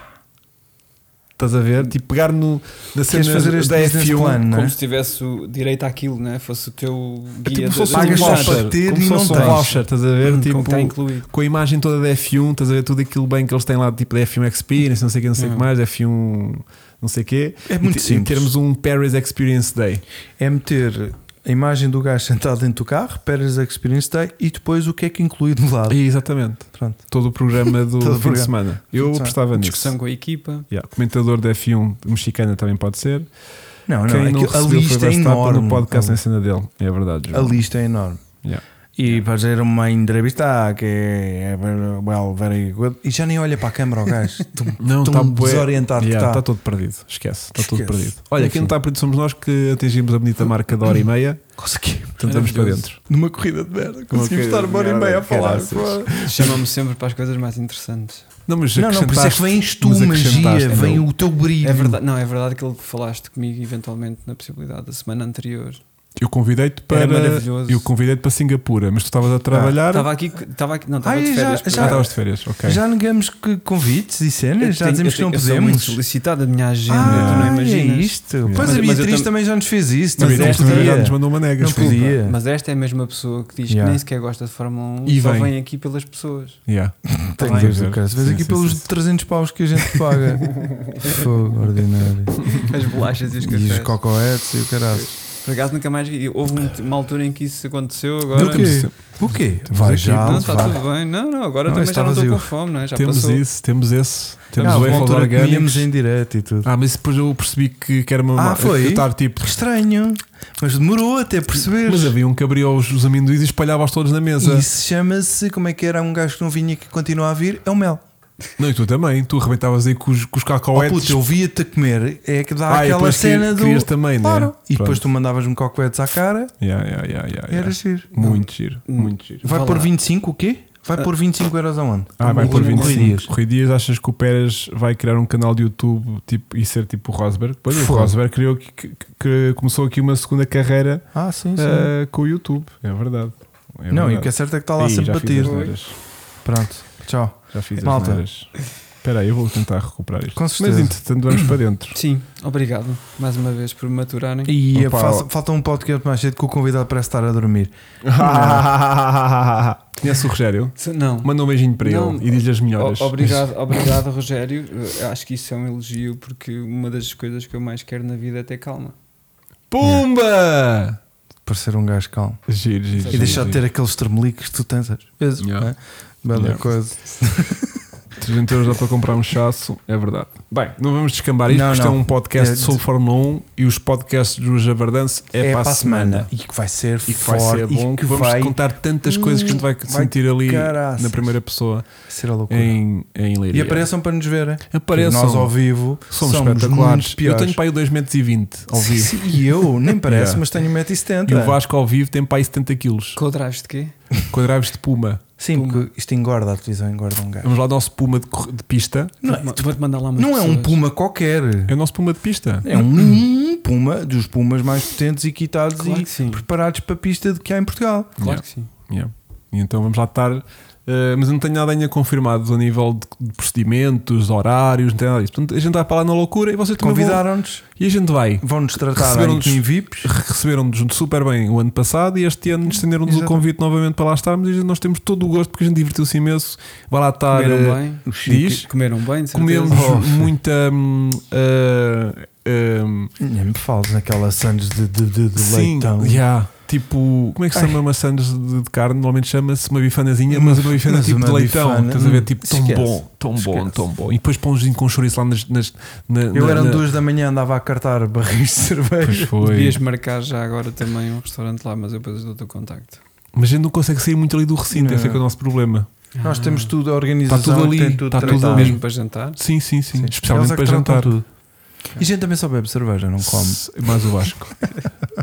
Speaker 2: Estás a ver? Tipo, pegar no, na cena
Speaker 1: Queres fazer este
Speaker 2: da
Speaker 1: business
Speaker 2: F1.
Speaker 1: plan, não
Speaker 3: Como
Speaker 1: é?
Speaker 3: se tivesse o direito àquilo, né? fosse o teu
Speaker 2: É
Speaker 3: guia
Speaker 2: tipo,
Speaker 3: de-
Speaker 2: se fosse um
Speaker 1: Pagas
Speaker 3: Pagas
Speaker 1: só
Speaker 2: voucher,
Speaker 1: para ter
Speaker 2: como
Speaker 1: e
Speaker 2: se
Speaker 1: não
Speaker 2: fosse um
Speaker 1: tens.
Speaker 2: voucher, estás a
Speaker 4: Hum,
Speaker 1: Hum,
Speaker 2: ver?
Speaker 3: como
Speaker 2: tipo,
Speaker 3: está incluído.
Speaker 2: com a imagem toda da F1, estás a ver tudo aquilo bem que eles têm lá, tipo da F1 Experience, não sei o que, não sei o que
Speaker 3: Hum.
Speaker 2: mais, F1, não sei o que.
Speaker 1: É muito
Speaker 2: E
Speaker 1: simples.
Speaker 2: termos um Paris Experience Day.
Speaker 1: É meter a imagem do gajo sentado dentro do carro, Pérez Experience Day e depois o que é que inclui do lado.
Speaker 2: E, exatamente.
Speaker 1: Pronto.
Speaker 2: Todo o programa do
Speaker 1: Todo o
Speaker 2: fim de
Speaker 1: programa.
Speaker 2: semana. Eu
Speaker 1: Sim.
Speaker 2: apostava nisso.
Speaker 3: Discussão com a equipa.
Speaker 2: Yeah, Comentador da F1 mexicana também pode ser.
Speaker 1: Não, não,
Speaker 2: Quem não
Speaker 1: aquilo- a
Speaker 2: recebeu foi
Speaker 1: lista é
Speaker 2: Verstappen
Speaker 1: enorme.
Speaker 2: no podcast
Speaker 1: A-
Speaker 2: na cena dele. É verdade.
Speaker 1: a
Speaker 2: João.
Speaker 1: lista é enorme.
Speaker 2: Yeah.
Speaker 1: E para dizer uma entrevista que é well, very good. E já nem olha para a câmara o gajo. Tão-
Speaker 2: Não,
Speaker 1: tão
Speaker 2: tá bué-
Speaker 1: um desorientado
Speaker 2: Yeah,
Speaker 1: que
Speaker 2: tá
Speaker 1: está.
Speaker 2: todo perdido. Esquece. Está tudo
Speaker 1: Esquece.
Speaker 2: perdido. Olha,
Speaker 1: Enfim.
Speaker 2: quem não está perdido somos nós que atingimos a bonita marca da hora e meia.
Speaker 1: Consegui.
Speaker 2: Portanto, estamos para dentro.
Speaker 1: Numa corrida de merda.
Speaker 2: corrida
Speaker 1: Conseguimos estar
Speaker 2: de
Speaker 1: uma hora e
Speaker 2: merda,
Speaker 1: meia a falar.
Speaker 2: caraças.
Speaker 1: Pô.
Speaker 4: Chama-me sempre para as coisas mais interessantes.
Speaker 2: Não, mas
Speaker 1: Não, não, por isso é que
Speaker 2: acrescentaste-
Speaker 1: vens tu,
Speaker 2: mas
Speaker 1: magia.
Speaker 2: acrescentaste,
Speaker 1: Vem
Speaker 2: meu.
Speaker 1: o teu brilho.
Speaker 4: É verdade, não, é verdade que ele falaste comigo eventualmente na possibilidade da semana anterior.
Speaker 2: Eu convidei-te para.
Speaker 4: Era maravilhoso.
Speaker 2: Eu convidei-te para Singapura, mas tu estavas a trabalhar.
Speaker 4: Estava aqui, estava aqui, não, estava
Speaker 1: Ai,
Speaker 4: de
Speaker 1: é, já-
Speaker 4: férias.
Speaker 2: Ah,
Speaker 4: porque-
Speaker 1: Ah, já-
Speaker 2: estavas de férias, ok.
Speaker 1: Já negamos que convites e
Speaker 4: Eu
Speaker 1: cenas. Já
Speaker 4: tenho-
Speaker 1: dizemos
Speaker 4: eu
Speaker 1: que não
Speaker 4: tenho- eu sou muito
Speaker 1: podemos.
Speaker 4: solicitado a minha agenda, tu
Speaker 1: Ah,
Speaker 4: não
Speaker 1: é
Speaker 4: imaginas.
Speaker 1: isto.
Speaker 2: Yeah.
Speaker 1: Pois
Speaker 4: Mas-
Speaker 1: a
Speaker 4: mas eu
Speaker 1: Beatriz
Speaker 4: tam-
Speaker 1: também já nos fez isso.
Speaker 2: Também
Speaker 1: Mas é-
Speaker 2: temos
Speaker 1: este
Speaker 2: também já
Speaker 1: dia-
Speaker 2: nos mandou uma nega.
Speaker 1: Não
Speaker 2: desculpa.
Speaker 1: podia.
Speaker 4: Mas esta é a mesma pessoa que diz
Speaker 1: Yeah.
Speaker 4: que nem sequer gosta de Fórmula 1
Speaker 2: E
Speaker 4: só
Speaker 2: vem.
Speaker 4: vem. aqui pelas pessoas.
Speaker 2: Yeah.
Speaker 1: Tem
Speaker 2: Tem
Speaker 1: vez,
Speaker 2: que ver.
Speaker 1: se vês
Speaker 2: Sim,
Speaker 1: aqui
Speaker 2: sim,
Speaker 1: pelos
Speaker 2: sim, sim.
Speaker 1: 300 paus que a gente paga. Fogo ordinário.
Speaker 4: As bolachas e os
Speaker 1: E os
Speaker 4: cafés.
Speaker 1: cocoetes e o caralho.
Speaker 4: Por acaso nunca mais vi. Houve um- uma altura em que isso aconteceu
Speaker 1: Do
Speaker 4: agora.
Speaker 1: quê? O quê? Vai
Speaker 2: aqui,
Speaker 1: já,
Speaker 4: Não,
Speaker 2: Alto,
Speaker 4: está
Speaker 1: vai.
Speaker 4: tudo bem. Não, não, agora
Speaker 1: Não,
Speaker 4: também
Speaker 1: isso
Speaker 4: já não
Speaker 1: está
Speaker 4: estou com
Speaker 1: vazio.
Speaker 4: fome, não é? Já
Speaker 2: Temos
Speaker 4: passou.
Speaker 2: isso, temos esse. Temos
Speaker 1: Ah,
Speaker 2: o
Speaker 1: houve uma
Speaker 2: Eiffel
Speaker 1: altura que comíamos
Speaker 2: Orgânicos.
Speaker 1: em direto e tudo.
Speaker 2: Ah, mas depois eu percebi que, que era uma.
Speaker 1: Ah,
Speaker 2: mar-
Speaker 1: foi?
Speaker 2: Eu estar tipo.
Speaker 1: Estranho, mas demorou até perceber.
Speaker 2: Mas havia um que abria os, os amendoins e espalhava-os todos na mesa.
Speaker 1: Isso chama-se, como é que era um gajo que não vinha e que continua a vir? É o mel.
Speaker 2: Não, e tu também, tu arrebentavas aí com os, com os
Speaker 1: Oh,
Speaker 2: cacauetes.
Speaker 1: puto, eu via-te a comer, é que dá
Speaker 2: é Ah, e
Speaker 1: aquela
Speaker 2: depois
Speaker 1: cena
Speaker 2: que-
Speaker 1: do.
Speaker 2: querias também, né?
Speaker 1: Claro. E
Speaker 2: Pronto.
Speaker 1: depois tu mandavas-me cocoetes à cara,
Speaker 2: Yeah, yeah, yeah, yeah, yeah.
Speaker 1: era giro.
Speaker 2: Muito giro,
Speaker 4: Hum.
Speaker 2: muito giro.
Speaker 1: Vai
Speaker 4: Vá
Speaker 1: pôr
Speaker 4: lá.
Speaker 1: 25 o quê? Vai pôr 25 euros aonde?
Speaker 2: Ah, vai
Speaker 1: O
Speaker 2: por
Speaker 1: Rui
Speaker 2: 25.
Speaker 1: Dias.
Speaker 2: Rui Dias, achas que o Pérez vai criar um canal de YouTube tipo, e ser tipo o Rosberg? Pois é, o
Speaker 1: Fogo.
Speaker 2: Rosberg criou, que, que- que começou aqui uma segunda carreira
Speaker 1: Ah, sim, sim.
Speaker 2: ah, com o YouTube. É verdade. É
Speaker 1: não,
Speaker 2: verdade.
Speaker 1: e o que é certo é que está lá
Speaker 2: Ih,
Speaker 1: sempre
Speaker 2: já
Speaker 1: a
Speaker 2: fiz é?
Speaker 1: bater.
Speaker 2: as neiras.
Speaker 1: Pronto, tchau.
Speaker 2: Já fiz as
Speaker 1: Malta.
Speaker 2: neiras. Espera aí, eu vou tentar recuperar isto.
Speaker 1: Com
Speaker 2: Mas
Speaker 1: certeza.
Speaker 2: entretanto, vamos para dentro.
Speaker 4: Sim, obrigado mais uma vez por me maturarem.
Speaker 1: E
Speaker 2: Opa,
Speaker 1: faço-
Speaker 2: ó.
Speaker 1: falta um podcast mais cedo que o convidado parece estar a dormir.
Speaker 2: Conhece o Rogério?
Speaker 4: Se- Não.
Speaker 2: Manda um beijinho para
Speaker 4: Não.
Speaker 2: ele e diz-lhe as melhores.
Speaker 4: O- obrigado, obrigado, Rogério. Eu Acho que isso é um elogio porque uma das coisas que eu mais quero na vida é ter calma.
Speaker 2: Pumba!
Speaker 1: Para ser um gajo calmo.
Speaker 2: Giro, giro.
Speaker 1: E deixar de ter aqueles tremeliques que tu tens às vezes.
Speaker 2: Yeah.
Speaker 1: não é? Bela
Speaker 2: Yeah.
Speaker 1: coisa.
Speaker 2: 300 euros dá para comprar um chasso, é verdade. Bem, não vamos descambar isto,
Speaker 1: Não,
Speaker 2: porque isto
Speaker 1: não.
Speaker 2: é um podcast
Speaker 1: É-
Speaker 2: sobre Fórmula 1 e os podcasts do Javardance é, para a semana.
Speaker 1: E que vai ser
Speaker 2: E que vai ser
Speaker 1: forte.
Speaker 2: bom,
Speaker 1: E
Speaker 2: que
Speaker 1: que
Speaker 2: vamos
Speaker 1: vai Hum,
Speaker 2: contar tantas coisas que a gente vai,
Speaker 1: vai
Speaker 2: sentir ali
Speaker 1: caraças.
Speaker 2: na primeira pessoa
Speaker 1: ser a loucura.
Speaker 2: em, em Leiria.
Speaker 1: E apareçam para nos verem.
Speaker 2: Apareçam.
Speaker 1: Nós ao vivo
Speaker 2: Somos,
Speaker 1: somos,
Speaker 2: espetaculares.
Speaker 1: muito
Speaker 2: Eu
Speaker 1: piores.
Speaker 2: tenho para aí 2,20 metros ao
Speaker 1: Sim,
Speaker 2: vivo.
Speaker 1: sim, E eu, nem parece,
Speaker 2: Yeah.
Speaker 1: mas tenho 1,70m.
Speaker 2: E o Vasco ao vivo tem para aí 70 quilos.
Speaker 4: Coladraves de quê?
Speaker 2: Quadrados de puma.
Speaker 1: Sim, porque isto engorda, a televisão engorda um gajo.
Speaker 2: Vamos lá, o nosso puma de, cor- de pista.
Speaker 1: Não é-
Speaker 4: Vou-te vou-te mandar lá umas
Speaker 1: Não é um
Speaker 4: pessoas.
Speaker 1: puma qualquer.
Speaker 2: É o nosso puma de pista.
Speaker 1: É um puma dos pumas mais potentes e quitados
Speaker 4: Claro
Speaker 1: e
Speaker 4: que sim.
Speaker 1: preparados para a pista de que há em Portugal.
Speaker 4: Claro
Speaker 2: Yeah.
Speaker 4: que sim.
Speaker 2: Yeah. E então vamos lá estar. eh, mas eu não tenho nada ainda confirmado a nível de, de procedimentos, horários, não tenho nada disso. Portanto, a gente vai para lá na loucura e vocês também vão.
Speaker 1: Convidaram-nos,
Speaker 2: E a gente vai.
Speaker 1: vão-nos tratar em
Speaker 2: Receberam-nos-
Speaker 1: em VIPs.
Speaker 2: Receberam-nos super bem o ano passado e este ano estenderam-nos o
Speaker 1: Exato.
Speaker 2: convite novamente para lá estarmos. E a gente- nós temos todo o gosto porque a gente divertiu-se imenso. Vai lá estar.
Speaker 4: Comeram
Speaker 2: eh,
Speaker 4: bem.
Speaker 2: diz.
Speaker 4: Comeram bem, de certeza. Oh.
Speaker 2: Comemos muita. hum, eh, hum,
Speaker 1: Nem me fales naquela Sandes de, de, de, de
Speaker 2: sim,
Speaker 1: leitão.
Speaker 2: yeah. Tipo, como é que se
Speaker 1: Ai.
Speaker 2: chama uma sandes de, de carne? Normalmente chama-se uma bifanazinha, mas uma bifana
Speaker 1: Mas
Speaker 2: tipo
Speaker 1: uma
Speaker 2: de leitão.
Speaker 1: bifana,
Speaker 2: Estás a ver?
Speaker 1: hum,
Speaker 2: Tipo, tão
Speaker 1: esquece.
Speaker 2: bom, tão bom,
Speaker 1: Esquece.
Speaker 2: tão bom. E depois pãozinho com chouriço lá nas. nas na,
Speaker 1: Eu um
Speaker 2: na-
Speaker 1: eram
Speaker 2: na-
Speaker 1: duas da manhã, andava a cartar barris de
Speaker 2: Pois
Speaker 1: cerveja.
Speaker 2: foi.
Speaker 4: Devias marcar já agora também um restaurante lá, mas eu depois dou o teu contacto.
Speaker 2: Mas a gente não consegue sair muito ali do recinto,
Speaker 1: Não.
Speaker 2: esse é que é o nosso problema.
Speaker 1: Nós
Speaker 4: Ah.
Speaker 1: temos Tá tudo, a organização
Speaker 2: Está tudo
Speaker 1: que
Speaker 2: ali,
Speaker 1: tem tudo
Speaker 2: está tudo
Speaker 1: tratado.
Speaker 2: ali.
Speaker 4: Mesmo para jantar?
Speaker 2: Sim, sim, sim.
Speaker 1: Sim, eles
Speaker 2: Especialmente
Speaker 1: é
Speaker 2: para
Speaker 1: que tratam
Speaker 2: jantar.
Speaker 1: tudo. E a gente também só bebe cerveja, não come.
Speaker 2: S- Mais o Vasco.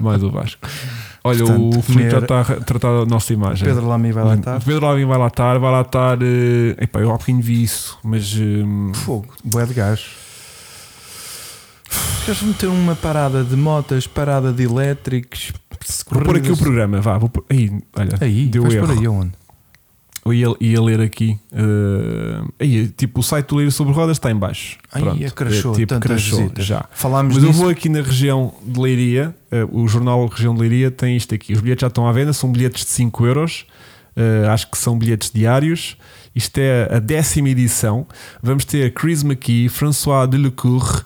Speaker 2: Mais o Vasco. Olha, o
Speaker 1: Portanto,
Speaker 2: Filipe já
Speaker 1: comer-
Speaker 2: está a tratar a nossa imagem. Hum,
Speaker 1: Pedro Lamy vai lá estar.
Speaker 2: Pedro Alvim vai lá estar, vai lá estar. eh, Epá, eu há bocadinho vi isso, mas. hum,
Speaker 1: Fogo, bué de gás. Queres meter uma parada de motas, parada de elétricos,
Speaker 2: Vou pôr aqui o
Speaker 1: corridas?
Speaker 2: programa, vá. Vou pôr, aí, olha,
Speaker 1: Aí,
Speaker 2: deu
Speaker 1: vais
Speaker 2: erro.
Speaker 1: por aí aonde?
Speaker 2: Eu ia, ia ler aqui. eh, aí, tipo, o site do Ler sobre Rodas está em baixo.
Speaker 1: Ai,
Speaker 2: Pronto, tipo,
Speaker 1: é, crashou, tantas visitas.
Speaker 2: já.
Speaker 1: Falámos
Speaker 2: Mas eu
Speaker 1: disso.
Speaker 2: vou aqui na região de Leiria, eh, o jornal Região de Leiria tem isto aqui. Os bilhetes já estão à venda, são bilhetes de 5 euros. eh, acho que são bilhetes diários. Isto é a décima edição. Vamos ter Chris McKee, François Delecour,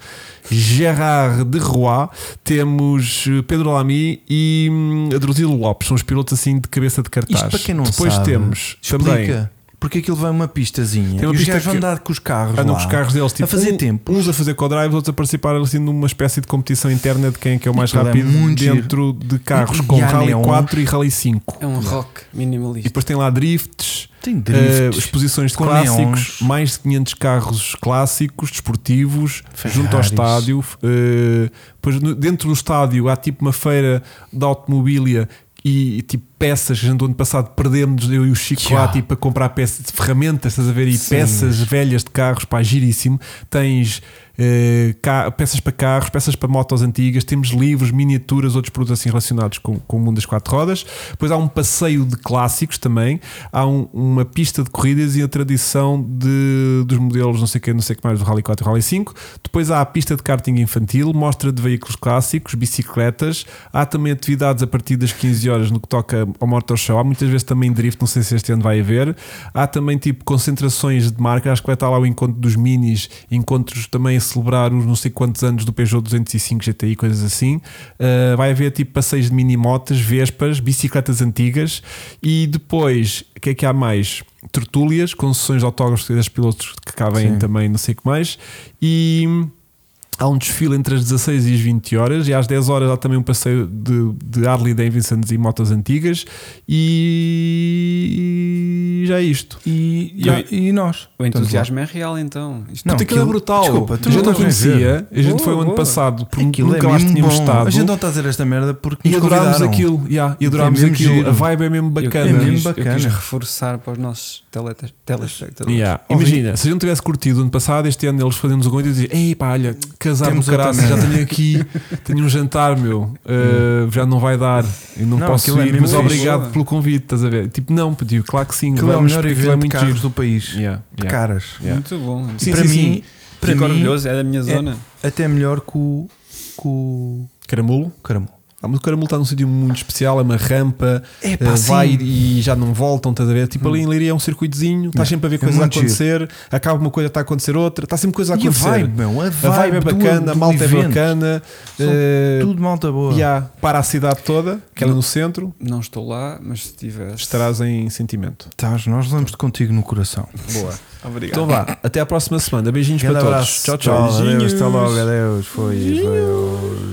Speaker 2: Gerard de Roy, temos eh, Pedro Lamy e hum, Adrosilo Lopes. São os pilotos assim de cabeça de cartaz.
Speaker 1: Isto para quem não
Speaker 2: Depois
Speaker 1: sabe,
Speaker 2: temos também.
Speaker 1: Explica. Porque aquilo vai uma pistazinha.
Speaker 2: Tem uma
Speaker 1: e os
Speaker 2: pista
Speaker 1: gajos vão
Speaker 2: que-
Speaker 1: andar com os carros
Speaker 2: Andam
Speaker 1: lá.
Speaker 2: com os carros deles tipo,
Speaker 1: a fazer
Speaker 2: um-
Speaker 1: tempo.
Speaker 2: uns a fazer co-drive, outros a participar assim numa espécie de competição interna de quem é que é o mais
Speaker 1: Aquilo é
Speaker 2: rápido
Speaker 1: muito
Speaker 2: dentro de carros com
Speaker 1: E há
Speaker 2: Rally
Speaker 1: neons.
Speaker 2: 4 e Rally 5.
Speaker 4: É um rock
Speaker 2: E
Speaker 4: minimalista.
Speaker 2: depois tem lá drifts,
Speaker 1: Tem
Speaker 2: eh,
Speaker 1: drifts.
Speaker 2: exposições de
Speaker 1: com
Speaker 2: clássicos,
Speaker 1: neons.
Speaker 2: mais de 500 carros clássicos, desportivos,
Speaker 1: Ferraris.
Speaker 2: junto ao estádio. eh, depois no- dentro do estádio há tipo uma feira de automobília. E tipo peças, que a gente do ano passado perdemos eu e o Chico lá
Speaker 1: Yeah.
Speaker 2: tipo, a comprar peças, ferramentas, estás a ver? E peças velhas de carros, pá, giríssimo. Tens eh, ca- peças para carros, peças para motos antigas, temos livros, miniaturas, outros produtos assim relacionados com, com o mundo das quatro rodas. Depois há um passeio de clássicos também, há um- uma pista de corridas e a tradição de, dos modelos, não sei o que, não sei o que mais, do Rally 4 e Rally 5. Depois há a pista de karting infantil, mostra de veículos clássicos, bicicletas. Há também atividades a partir das 15 horas no que toca ao Motor Show. Há muitas vezes também drift, não sei se este ano vai haver. Há também tipo concentrações de marca, acho que vai estar lá o encontro dos minis, encontros também a celebrar os não sei quantos anos do Peugeot 205 GTI, coisas assim. Uh, vai haver tipo passeios de minimotas, vespas, bicicletas antigas e depois, o que é que há mais? Tertúlias, concessões de autógrafos dos pilotos que cabem
Speaker 1: Sim.
Speaker 2: também, não sei o que mais. E Há um desfile entre as 16 e as 20 horas, e às 10 horas há também um passeio de, de Harley Davidson e motas antigas. E já é isto.
Speaker 1: E,
Speaker 3: E-
Speaker 1: ah, e nós?
Speaker 3: O
Speaker 1: Estamos lá.
Speaker 3: entusiasmo
Speaker 4: Mas é real então. Isto
Speaker 1: Não,
Speaker 2: Puta, aquilo é brutal.
Speaker 1: Desculpa,
Speaker 2: a
Speaker 1: tu
Speaker 2: gente não
Speaker 1: não vais ver.
Speaker 2: conhecia, a gente
Speaker 4: Boa,
Speaker 2: foi o ano
Speaker 4: boa.
Speaker 2: passado, porque
Speaker 1: Aquilo
Speaker 2: nunca
Speaker 1: é
Speaker 2: lá
Speaker 1: mesmo
Speaker 2: tínhamos
Speaker 1: bom.
Speaker 2: estado.
Speaker 1: A gente não está a dizer esta merda porque
Speaker 2: E
Speaker 1: nos
Speaker 2: adorámos
Speaker 1: convidaram. é
Speaker 2: aquilo, yeah, e adorámos
Speaker 1: mesmo
Speaker 2: aquilo.
Speaker 1: giro.
Speaker 2: A vibe é mesmo bacana.
Speaker 1: é
Speaker 4: eu,
Speaker 1: mesmo
Speaker 4: quis, eu quis
Speaker 1: bacana.
Speaker 4: reforçar para os nossos teletes- telespectadores.
Speaker 2: Yeah. Tá Imagina, se a gente tivesse curtido ano passado, este ano eles fazemos o conto e dizia: Ei, pá, olha, casar do
Speaker 1: Temos outra
Speaker 2: caraças, já
Speaker 1: merda."
Speaker 2: tenho aqui, tenho um jantar, meu, uh, já não vai dar e não,
Speaker 1: Não,
Speaker 2: posso
Speaker 1: aquilo é
Speaker 2: ir,
Speaker 1: mesmo
Speaker 2: mas
Speaker 1: fixe.
Speaker 2: obrigado pelo convite, estás a ver? Tipo, não, pediu, claro que sim,
Speaker 1: Aquilo é o
Speaker 2: vamos,
Speaker 1: melhor
Speaker 2: porque aquilo é
Speaker 1: evento de
Speaker 2: muito
Speaker 1: carros
Speaker 2: giro.
Speaker 1: do país.
Speaker 2: Yeah,
Speaker 1: De
Speaker 2: yeah.
Speaker 1: caras.
Speaker 2: Yeah.
Speaker 4: Muito bom. é
Speaker 1: E
Speaker 2: Sim,
Speaker 1: para
Speaker 2: sim,
Speaker 1: mim,
Speaker 2: sim.
Speaker 1: Para
Speaker 3: Fico
Speaker 1: mim
Speaker 3: orgulhoso, é da minha zona.
Speaker 1: até melhor que o, que o
Speaker 2: Caramulo?
Speaker 1: Caramulo.
Speaker 2: Ah, mas o caramulo está num sítio muito especial, é uma rampa,
Speaker 1: É
Speaker 2: eh,
Speaker 1: pá, sim.
Speaker 2: vai e já não voltam, estás a ver? Tipo ali em Leiria é um circuitozinho, estás sempre a ver
Speaker 1: é
Speaker 2: coisas a
Speaker 1: muito giro.
Speaker 2: acontecer, acaba uma coisa, está a acontecer outra, está sempre coisa a
Speaker 1: E a
Speaker 2: acontecer.
Speaker 1: vibe, meu, a vibe,
Speaker 2: A vibe é
Speaker 1: do-
Speaker 2: bacana, a
Speaker 1: do
Speaker 2: malta é
Speaker 1: evento.
Speaker 2: bacana,
Speaker 1: São
Speaker 2: eh,
Speaker 1: Tudo malta boa.
Speaker 2: e há para a cidade toda, que ela no centro,
Speaker 4: Não estou lá, mas se tivesse.
Speaker 2: estarás em sentimento.
Speaker 1: Estás, nós lamos-te contigo no coração.
Speaker 2: Boa.
Speaker 4: Obrigado.
Speaker 2: Então vá, até à próxima semana. Beijinhos
Speaker 1: Grande
Speaker 2: para todos.
Speaker 1: abraço.
Speaker 2: Tchau, tchau.
Speaker 1: Adeus, até
Speaker 2: Beijinhos.
Speaker 1: logo, adeus. Foi, foi.